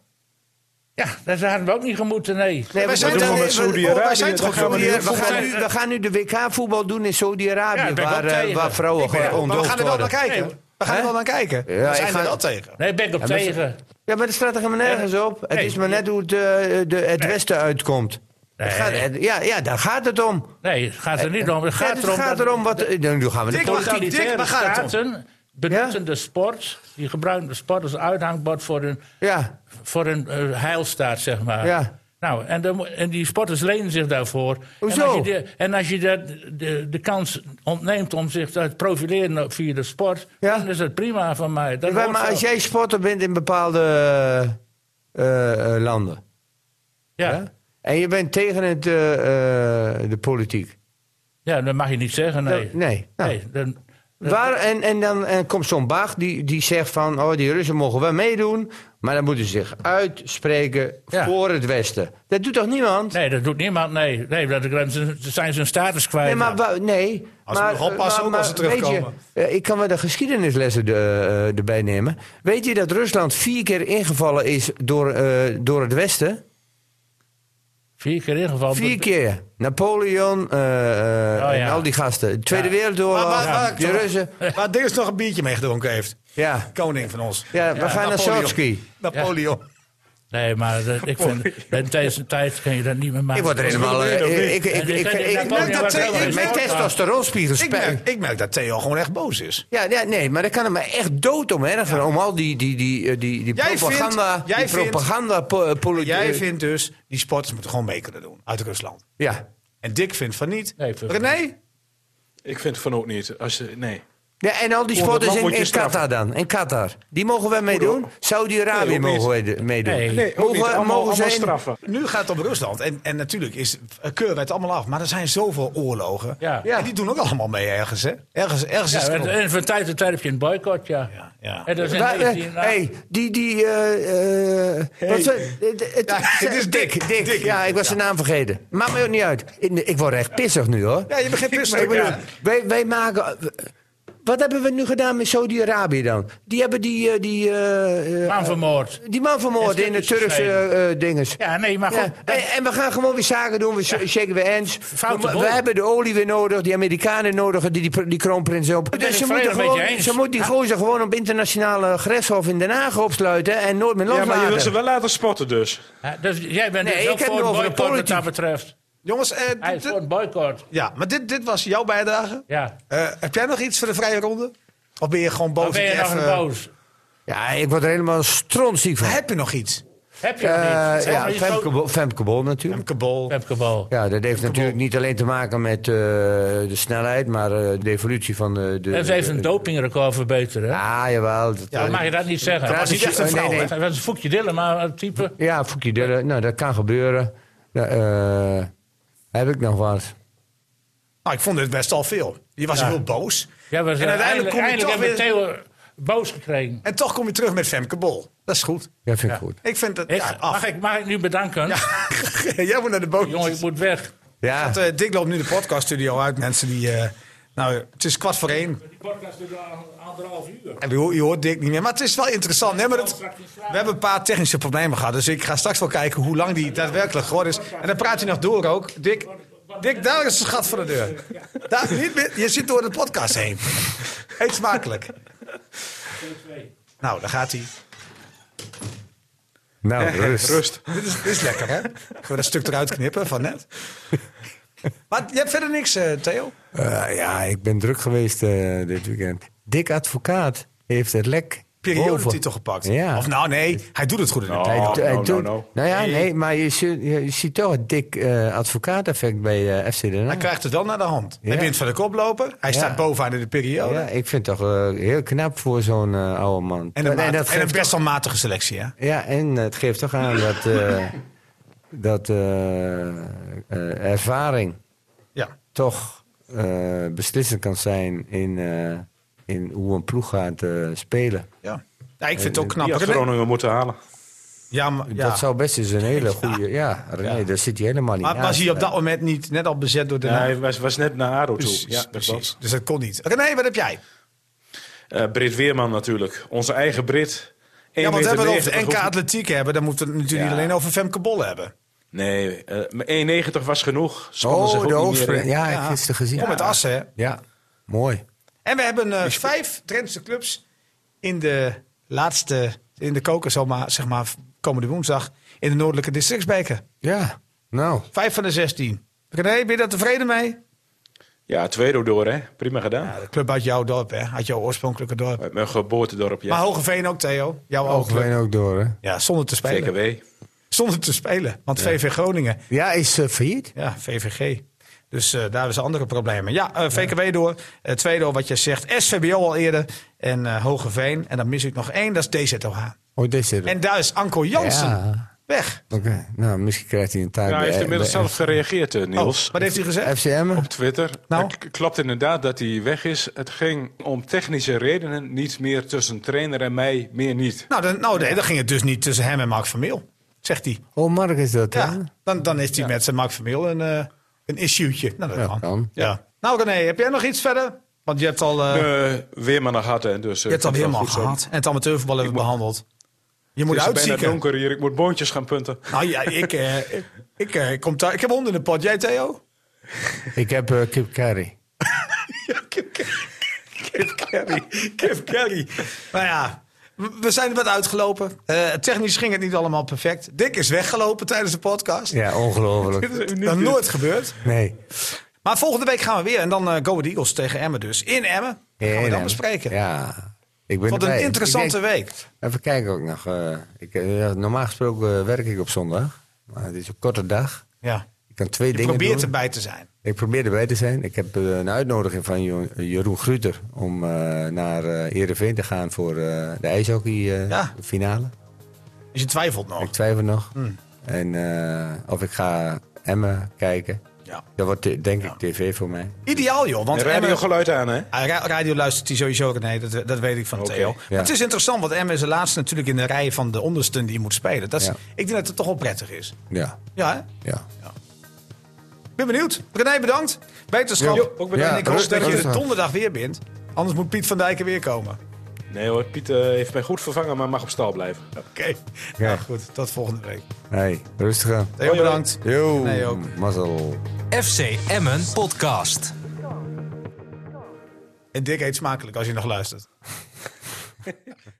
[SPEAKER 3] Ja, dat hadden we ook niet gemoeten, nee.
[SPEAKER 2] Nee,
[SPEAKER 1] wij
[SPEAKER 2] we
[SPEAKER 1] zijn
[SPEAKER 5] doen
[SPEAKER 1] dan-
[SPEAKER 5] we met
[SPEAKER 1] we-
[SPEAKER 5] Saudi-Arabië?
[SPEAKER 1] oh, wij zijn toch
[SPEAKER 5] Daar gaan we
[SPEAKER 1] Saudi-
[SPEAKER 5] nu-
[SPEAKER 2] We gaan, nu, we gaan nu de WK-voetbal doen in
[SPEAKER 3] Ja,
[SPEAKER 2] Saudi-Arabië,
[SPEAKER 3] ik ben
[SPEAKER 2] waar,
[SPEAKER 3] ook
[SPEAKER 2] eh,
[SPEAKER 3] tegen.
[SPEAKER 2] waar vrouwen
[SPEAKER 3] Ik ben-
[SPEAKER 2] gewoon
[SPEAKER 1] Maar we gaan
[SPEAKER 2] onthoofd
[SPEAKER 1] er wel
[SPEAKER 2] worden.
[SPEAKER 1] naar
[SPEAKER 3] Nee,
[SPEAKER 1] kijken. We gaan er wel naar kijken.
[SPEAKER 2] Ja,
[SPEAKER 1] We zijn
[SPEAKER 2] ik
[SPEAKER 1] er
[SPEAKER 2] ga-
[SPEAKER 1] wel tegen.
[SPEAKER 3] Nee, ben ik op
[SPEAKER 2] Ja, maar-
[SPEAKER 3] tegen.
[SPEAKER 2] Ja, maar dat slaat er helemaal nergens op. Het
[SPEAKER 3] Nee.
[SPEAKER 2] is maar net hoe het, eh, de, het Westen uitkomt. Het gaat- het- ja, ja, daar gaat het om.
[SPEAKER 3] Nee, het gaat er niet om. dus Het
[SPEAKER 2] Ja, dus
[SPEAKER 3] gaat erom dat-
[SPEAKER 2] erom wat. dan nu gaan we
[SPEAKER 1] Dick,
[SPEAKER 2] de
[SPEAKER 1] wacht, Dick,
[SPEAKER 3] totalitaire
[SPEAKER 1] waar gaat het om?
[SPEAKER 3] staten benutten de sport, die gebruiken de sport als uithangbord voor hun,
[SPEAKER 2] Ja,
[SPEAKER 3] voor hun eh, heilstaat, zeg maar.
[SPEAKER 2] ja.
[SPEAKER 3] Nou, en, dan, mo- en die sporters lenen zich daarvoor.
[SPEAKER 2] Hoezo?
[SPEAKER 3] En als je, de, en als je de, de, de kans ontneemt om zich te profileren via de sport,
[SPEAKER 2] Ja.
[SPEAKER 3] dan is dat prima van mij. Dat
[SPEAKER 2] Ja,
[SPEAKER 3] hoort
[SPEAKER 2] maar
[SPEAKER 3] zo.
[SPEAKER 2] als jij sporter bent in bepaalde eh, eh, landen.
[SPEAKER 3] ja.
[SPEAKER 2] hè? En je bent tegen het, eh, eh, de politiek.
[SPEAKER 3] ja, dat mag je niet zeggen, nee.
[SPEAKER 2] Dan- nee. Nou,
[SPEAKER 3] Nee, dan-
[SPEAKER 2] Waar, en, en dan en komt zo'n Bach die, die zegt van... Oh, die Russen mogen wel meedoen... maar dan moeten ze zich uitspreken
[SPEAKER 3] Ja.
[SPEAKER 2] voor het Westen. Dat doet toch niemand?
[SPEAKER 3] nee, dat doet niemand, nee. nee dat, dan zijn ze hun status kwijt. Nou,
[SPEAKER 2] Nee, maar... wa- Nee,
[SPEAKER 1] Als we
[SPEAKER 2] maar,
[SPEAKER 1] nog oppassen, ook als ze
[SPEAKER 2] weet je,
[SPEAKER 1] terugkomen.
[SPEAKER 2] eh, ik kan wel de geschiedenislessen de- eh, erbij nemen. Weet je dat Rusland vier keer ingevallen is door, eh, door het Westen?
[SPEAKER 3] Vier keer ingevallen.
[SPEAKER 2] Vier keer. Napoleon eh, eh,
[SPEAKER 3] Oh,
[SPEAKER 2] en
[SPEAKER 3] ja.
[SPEAKER 2] al die gasten. Tweede
[SPEAKER 3] Ja.
[SPEAKER 2] Wereldoorlog,
[SPEAKER 1] Maar waar- waar-
[SPEAKER 2] de Russen.
[SPEAKER 1] Waar Deels nog een biertje mee gedronken heeft.
[SPEAKER 2] Ja,
[SPEAKER 1] Koning van ons.
[SPEAKER 2] ja we gaan naar
[SPEAKER 1] Napoleon.
[SPEAKER 2] Sochi.
[SPEAKER 1] Napoleon.
[SPEAKER 3] Nee, maar dat- ik vind, dat- tijdens een tijd kun je dat niet meer maken.
[SPEAKER 2] Ik word er helemaal... eh, ik, ik, ik,
[SPEAKER 3] Ja,
[SPEAKER 2] ik,
[SPEAKER 3] die- die-
[SPEAKER 2] ik-
[SPEAKER 1] die-
[SPEAKER 3] die-
[SPEAKER 1] die- die-
[SPEAKER 2] mijn-
[SPEAKER 1] die-
[SPEAKER 2] mijn
[SPEAKER 1] die-
[SPEAKER 2] testosteronspiegel
[SPEAKER 1] Ik
[SPEAKER 2] spijt.
[SPEAKER 1] merk, ik merk dat Theo gewoon echt boos is.
[SPEAKER 2] Ja, ja, nee, maar dat kan het me echt dood om ergeren. Om al die, die, die, eh, die, die
[SPEAKER 1] Jij
[SPEAKER 2] propaganda...
[SPEAKER 1] vindt- jij
[SPEAKER 2] die
[SPEAKER 1] vindt-
[SPEAKER 2] propaganda po- eh, poli-
[SPEAKER 1] Jij
[SPEAKER 2] eh,
[SPEAKER 1] vindt dus, die sporters moeten gewoon mee kunnen doen. Uit Rusland.
[SPEAKER 2] Ja.
[SPEAKER 1] En Dick vindt van niet.
[SPEAKER 3] Nee, ik vind-
[SPEAKER 1] René?
[SPEAKER 5] Ik vind van ook niet. Als, je- nee.
[SPEAKER 2] ja, en al die
[SPEAKER 5] Oh, dat
[SPEAKER 2] sporters
[SPEAKER 5] mag
[SPEAKER 2] in,
[SPEAKER 5] moet je
[SPEAKER 2] in
[SPEAKER 5] straffen.
[SPEAKER 2] Qatar dan. In Qatar. Die mogen wij meedoen. Saudi-Arabië
[SPEAKER 5] Nee, ook
[SPEAKER 2] mogen wij de- meedoen.
[SPEAKER 3] Nee.
[SPEAKER 5] Nee, ook
[SPEAKER 2] Mogen-
[SPEAKER 5] niet. Allemaal,
[SPEAKER 2] mogen
[SPEAKER 5] allemaal
[SPEAKER 2] zij-
[SPEAKER 5] straffen.
[SPEAKER 1] Nu gaat het om Rusland. En, en natuurlijk is, keuren wij het allemaal af. Maar er zijn zoveel oorlogen.
[SPEAKER 3] Ja.
[SPEAKER 1] En die doen ook allemaal mee ergens. Hè? Ergens, ergens is
[SPEAKER 3] Ja,
[SPEAKER 1] het
[SPEAKER 3] en,
[SPEAKER 1] erop.
[SPEAKER 3] en van tijd tot tijd heb je een boycott, ja.
[SPEAKER 1] Ja, ja.
[SPEAKER 3] En dat is in
[SPEAKER 2] Daar, eh,
[SPEAKER 3] 19 nou,
[SPEAKER 2] hey, die, die, eh, eh, wat ze- eh, d- het-
[SPEAKER 1] Ja, het is Dick.
[SPEAKER 2] Dick.
[SPEAKER 1] Dick.
[SPEAKER 2] Ja, ik was zijn naam vergeten. Maakt me ook niet uit. Ik, ik word echt pissig nu, hoor.
[SPEAKER 1] Ja, je begint dus
[SPEAKER 2] Ik bedoel, wij, wij maken... Wat hebben we nu gedaan met Saudi-Arabië dan? Die hebben die, eh, die, eh, eh,
[SPEAKER 3] man vermoord.
[SPEAKER 2] die man vermoord
[SPEAKER 3] En
[SPEAKER 2] in de Turkse
[SPEAKER 3] geschreven.
[SPEAKER 2] eh, dinges.
[SPEAKER 3] Ja, nee, maar
[SPEAKER 2] Ja,
[SPEAKER 3] Ah,
[SPEAKER 2] Eh,
[SPEAKER 3] goed. dat-
[SPEAKER 2] en, en we gaan gewoon weer zaken doen, we sh- shaken weer hands.
[SPEAKER 3] Foute
[SPEAKER 2] We, we
[SPEAKER 3] bol.
[SPEAKER 2] hebben de olie weer nodig, die Amerikanen nodig, die, die, pr- die kroonprins op.
[SPEAKER 3] ben
[SPEAKER 2] Dus
[SPEAKER 3] ik
[SPEAKER 2] ze
[SPEAKER 3] volledig
[SPEAKER 2] moeten
[SPEAKER 3] met je
[SPEAKER 2] gewoon,
[SPEAKER 3] eens.
[SPEAKER 2] ze moet die gozer gewoon op internationale gerechtshof in Den Haag opsluiten en nooit meer
[SPEAKER 5] Ja,
[SPEAKER 2] loslaten.
[SPEAKER 5] maar je wil ze wel laten spotten dus.
[SPEAKER 3] Ja, dus jij bent
[SPEAKER 2] Nee,
[SPEAKER 3] dus
[SPEAKER 2] ik
[SPEAKER 3] ook
[SPEAKER 2] heb
[SPEAKER 3] voor
[SPEAKER 2] het
[SPEAKER 3] een
[SPEAKER 2] over de
[SPEAKER 3] boycott wat dat
[SPEAKER 2] politiek.
[SPEAKER 3] betreft.
[SPEAKER 1] Jongens, eh,
[SPEAKER 3] Hij is
[SPEAKER 1] dit-
[SPEAKER 3] voor een boycott,
[SPEAKER 1] ja, maar dit, dit was jouw bijdrage.
[SPEAKER 3] ja.
[SPEAKER 1] Eh, heb jij nog iets voor de vrije ronde? Of ben je gewoon boos?
[SPEAKER 3] Dan Nou, ben je
[SPEAKER 1] dat
[SPEAKER 3] nog
[SPEAKER 1] even-
[SPEAKER 3] boos.
[SPEAKER 2] Ja, ik word er helemaal strontziek van.
[SPEAKER 1] Heb je nog iets?
[SPEAKER 3] Heb je
[SPEAKER 2] Eh,
[SPEAKER 3] nog niet. Zeg
[SPEAKER 2] ja,
[SPEAKER 3] maar, je
[SPEAKER 2] Femke,
[SPEAKER 3] zo-
[SPEAKER 2] Bol- Femke Bol natuurlijk.
[SPEAKER 1] Femke Bol.
[SPEAKER 3] Femke Bol.
[SPEAKER 2] Ja, dat heeft natuurlijk niet alleen te maken met eh, de snelheid, maar eh, de evolutie van de... de
[SPEAKER 3] En ze heeft een dopingrecord verbeterd, hè?
[SPEAKER 2] Ah, jawel. Dat,
[SPEAKER 1] Ja,
[SPEAKER 2] ja,
[SPEAKER 3] Dan mag je dat niet zeggen.
[SPEAKER 2] Dat
[SPEAKER 3] Dat
[SPEAKER 2] was niet echt een vrouw,
[SPEAKER 3] nee,
[SPEAKER 2] hè?
[SPEAKER 3] nee. Dat was een Foekje Dillen, maar een type...
[SPEAKER 2] ja Foekie Dille, nou, dat kan gebeuren. Nou, eh, heb ik nog wat?
[SPEAKER 1] Nou, ik vond het best al veel. Je was heel boos.
[SPEAKER 3] Ja, was,
[SPEAKER 1] en uiteindelijk kom je
[SPEAKER 3] eindelijk
[SPEAKER 1] toch
[SPEAKER 3] hebben we
[SPEAKER 1] weer...
[SPEAKER 3] Theo boos gekregen.
[SPEAKER 1] En toch kom je terug met Femke Bol. Dat is goed.
[SPEAKER 2] Dat vind ik goed.
[SPEAKER 1] Ik vind dat...
[SPEAKER 3] Ik,
[SPEAKER 1] ja, af.
[SPEAKER 3] mag, ik, mag ik nu bedanken?
[SPEAKER 1] *laughs* Jij moet naar de boot.
[SPEAKER 3] Jongen, ik moet weg.
[SPEAKER 2] Ja,
[SPEAKER 1] Want, eh, Dick loopt nu de podcaststudio uit, mensen die... eh, nou, het is kwart voor één.
[SPEAKER 3] Die podcast duurt al anderhalf uur.
[SPEAKER 1] En je hoort- je hoort Dick niet meer. Maar het is wel interessant. Nee, maar het- we hebben een paar technische problemen gehad. Dus ik ga straks wel kijken hoe lang die daadwerkelijk geworden is. En dan praat hij nog door ook. Dick, Dick daar is de schat voor de deur. Daar, niet meer, je zit door de podcast heen. Eet smakelijk. Nou, daar gaat hij. *laughs*
[SPEAKER 2] nou, rust.
[SPEAKER 5] Rust.
[SPEAKER 1] Dit is, dit is lekker, hè? Kunnen we dat stuk eruit knippen van net? Maar je hebt verder niks, eh, Theo.
[SPEAKER 2] Eh, ja, ik ben druk geweest eh, dit weekend. Dick Advocaat heeft het lek
[SPEAKER 1] Periodetitel
[SPEAKER 2] boven.
[SPEAKER 1] gepakt.
[SPEAKER 2] Ja.
[SPEAKER 1] Of nou, nee. Hij doet het goed in de
[SPEAKER 5] Oh,
[SPEAKER 2] Hij- hij
[SPEAKER 5] no, no,
[SPEAKER 2] doet-
[SPEAKER 5] no.
[SPEAKER 2] Nou ja, nee, maar je, ziet- je ziet toch het Dick eh, Advocaat effect bij eh, FC Den
[SPEAKER 1] Hij
[SPEAKER 2] Haag.
[SPEAKER 1] krijgt het wel naar de hand.
[SPEAKER 2] Ja.
[SPEAKER 1] Hij wint van de koploper. Hij
[SPEAKER 2] Ja.
[SPEAKER 1] staat bovenaan in de periode.
[SPEAKER 2] Ja, ik vind het toch eh, heel knap voor zo'n eh, oude man.
[SPEAKER 1] En een,
[SPEAKER 2] Nee,
[SPEAKER 1] maat-
[SPEAKER 2] dat
[SPEAKER 1] en een
[SPEAKER 2] geeft
[SPEAKER 1] best wel matige selectie, hè?
[SPEAKER 2] Ja, en het geeft toch aan dat, eh, dat eh, eh, ervaring
[SPEAKER 1] Ja.
[SPEAKER 2] toch eh, beslissend kan zijn in, eh, in hoe een ploeg gaat eh, spelen.
[SPEAKER 1] ja. ja ik vind het ook
[SPEAKER 2] Eh,
[SPEAKER 1] knap.
[SPEAKER 5] Die had
[SPEAKER 1] René-
[SPEAKER 5] Groningen moeten halen.
[SPEAKER 1] Ja, maar, ja.
[SPEAKER 2] Dat zou best eens een hele goede. Ja, René, daar zit hij helemaal niet eh,
[SPEAKER 1] maar
[SPEAKER 2] naast.
[SPEAKER 1] was hij op dat moment niet net al bezet door de
[SPEAKER 5] Ja,
[SPEAKER 1] naam?
[SPEAKER 5] hij was, was net naar ADO toe.
[SPEAKER 1] Precies,
[SPEAKER 5] ja, dat
[SPEAKER 1] precies.
[SPEAKER 5] klopt.
[SPEAKER 1] Dus dat kon niet. René, wat heb jij?
[SPEAKER 5] Eh, Brit Weerman natuurlijk. Onze eigen Brit.
[SPEAKER 1] Ja, want hebben we het over
[SPEAKER 5] 1,90
[SPEAKER 1] de NK
[SPEAKER 5] hoeft-
[SPEAKER 1] Atletiek hebben, dan moeten we het natuurlijk
[SPEAKER 5] Ja.
[SPEAKER 1] niet alleen over Femke Bol hebben.
[SPEAKER 5] Nee, eh, maar 1,90 was genoeg. Ze konden zich
[SPEAKER 2] Oh,
[SPEAKER 5] ook
[SPEAKER 2] de
[SPEAKER 5] niet meer
[SPEAKER 2] hoogspring.
[SPEAKER 5] in.
[SPEAKER 2] Ja, ik heb gisteren gezien.
[SPEAKER 1] Kom met assen, hè?
[SPEAKER 2] Ja, mooi.
[SPEAKER 1] En we hebben eh, vijf Drentse clubs in de laatste, in de koker, zal maar, zeg maar, komende woensdag in de Noordelijke Districtsbeker.
[SPEAKER 2] Ja, nou.
[SPEAKER 1] Vijf van de zestien. René, ben je daar tevreden mee?
[SPEAKER 5] Ja, tweede door, hè. Prima gedaan.
[SPEAKER 1] Ja, de club uit jouw dorp, hè? Uit jouw oorspronkelijke dorp.
[SPEAKER 5] Uit mijn geboortedorp, ja.
[SPEAKER 1] Maar Hogeveen ook, Theo. Jouw Hogeveen.
[SPEAKER 2] Algemeen nou ook door, hè?
[SPEAKER 1] Ja, zonder te spelen.
[SPEAKER 5] TKW.
[SPEAKER 1] zonder te spelen. Want VV Groningen,
[SPEAKER 9] Ja, is eh, failliet.
[SPEAKER 1] ja, VVG. Dus eh, daar zijn andere problemen. Ja, eh, VKW door. Eh, tweede door wat je zegt. SVBO al eerder. En eh Hogeveen. En dan mis ik nog één. Dat is DZOH.
[SPEAKER 9] Oh, dit zit er.
[SPEAKER 1] En daar is Anko Jansen
[SPEAKER 9] Ja.
[SPEAKER 1] weg.
[SPEAKER 2] Oké, nou misschien krijgt hij een taak
[SPEAKER 5] Ja, hij
[SPEAKER 2] bij-
[SPEAKER 5] heeft inmiddels
[SPEAKER 2] bij-
[SPEAKER 5] zelf gereageerd, eh,
[SPEAKER 1] Oh,
[SPEAKER 5] Niels.
[SPEAKER 1] wat heeft hij gezegd?
[SPEAKER 9] FCM.
[SPEAKER 5] Op Twitter.
[SPEAKER 1] Nou?
[SPEAKER 5] Het k- klopt inderdaad dat hij weg is. Het ging om technische redenen niet meer tussen trainer en mij, meer niet.
[SPEAKER 1] Nou, dan, nou nee, dan ging het dus niet tussen hem en Mark Vermeel. Zegt hij.
[SPEAKER 9] Oh, Mark is dat, hè?
[SPEAKER 1] Ja, dan, dan heeft hij met zijn Mark Vermeel een, eh een issue'tje. Nou, dat kan.
[SPEAKER 2] kan.
[SPEAKER 1] Ja. Nou René, heb jij nog iets verder? Want je hebt al, eh je
[SPEAKER 5] Eh Weerman nog had, hè, dus eh,
[SPEAKER 1] hebt al
[SPEAKER 5] komt wel
[SPEAKER 1] helemaal
[SPEAKER 5] goed zo.
[SPEAKER 1] gehad. En het amateurvoetbal hebben we behandeld. Je moet
[SPEAKER 5] Het is bijna
[SPEAKER 1] uitzieken.
[SPEAKER 5] donker hier, ik moet boontjes gaan punten.
[SPEAKER 1] Nou ja, ik, eh, ik, ik, eh, kom thuis. ik heb honden in de pot. Jij Theo?
[SPEAKER 9] Ik heb eh, Kip Carey.
[SPEAKER 1] Kev Kelly. Kev Kelly. Nou ja, we- we zijn wat uitgelopen. Eh, technisch ging het niet allemaal perfect. Dick is weggelopen tijdens de podcast.
[SPEAKER 9] Ja,
[SPEAKER 1] *laughs*
[SPEAKER 9] ongelooflijk.
[SPEAKER 1] Dat is nooit gebeurd.
[SPEAKER 9] Nee.
[SPEAKER 1] Maar volgende week gaan we weer. En dan eh Go Ahead Eagles tegen Emmen dus. In Emmen. Dat gaan we
[SPEAKER 9] Ja,
[SPEAKER 1] dan bespreken.
[SPEAKER 2] Ja, ik ben
[SPEAKER 1] Wat een
[SPEAKER 2] erbij.
[SPEAKER 1] interessante
[SPEAKER 2] Ik
[SPEAKER 1] week.
[SPEAKER 2] denk- even kijken ook nog. eh, ik, eh, ja, normaal gesproken eh, werk ik op zondag. Maar het is een korte dag.
[SPEAKER 1] Ja.
[SPEAKER 2] Ik kan twee
[SPEAKER 1] Je
[SPEAKER 2] dingen doen.
[SPEAKER 1] probeert erbij te zijn.
[SPEAKER 2] Ik probeer erbij te zijn. Ik heb eh, een uitnodiging van Jo- Jeroen Gruter om eh, naar eh Ereveen te gaan voor eh, de
[SPEAKER 1] Ja.
[SPEAKER 2] ijshockey-finale.
[SPEAKER 1] Dus je twijfelt nog.
[SPEAKER 2] Ik twijfel nog.
[SPEAKER 1] Hmm.
[SPEAKER 2] En eh, of ik ga Emmen kijken.
[SPEAKER 1] Ja.
[SPEAKER 2] Dat wordt eh, denk ik tv voor mij.
[SPEAKER 1] Ideaal joh. Want
[SPEAKER 5] En radio
[SPEAKER 1] Emmen-
[SPEAKER 5] geluid aan, hè?
[SPEAKER 1] Ah, ra- Radio luistert hij sowieso, nee, dat, dat weet ik van
[SPEAKER 5] Oké,
[SPEAKER 1] Theo. Maar
[SPEAKER 2] ja.
[SPEAKER 1] het is interessant, want Emmen is de laatste natuurlijk in de rij van de ondersten die moet spelen. Dat is,
[SPEAKER 2] Ja.
[SPEAKER 1] Ik denk dat het toch wel prettig is.
[SPEAKER 2] Ja,
[SPEAKER 1] Ja, hè?
[SPEAKER 2] ja.
[SPEAKER 1] Ik ben benieuwd. René, bedankt. Wetenschap.
[SPEAKER 2] Jo,
[SPEAKER 5] ook bedankt.
[SPEAKER 1] En ik hoop
[SPEAKER 2] rustig,
[SPEAKER 1] dat je er
[SPEAKER 2] rustig.
[SPEAKER 1] donderdag weer bent. Anders moet Piet van Dijken weer komen.
[SPEAKER 5] Nee hoor, Piet eh, heeft mij goed vervangen, maar mag op stal blijven.
[SPEAKER 1] Oké. Nou goed, tot volgende week.
[SPEAKER 2] Hey, rustig aan.
[SPEAKER 1] Theo, bedankt.
[SPEAKER 2] Yo,
[SPEAKER 1] Nee, ook.
[SPEAKER 2] mazzel.
[SPEAKER 4] FC Emmen Podcast.
[SPEAKER 1] En Dick eet smakelijk als je nog luistert.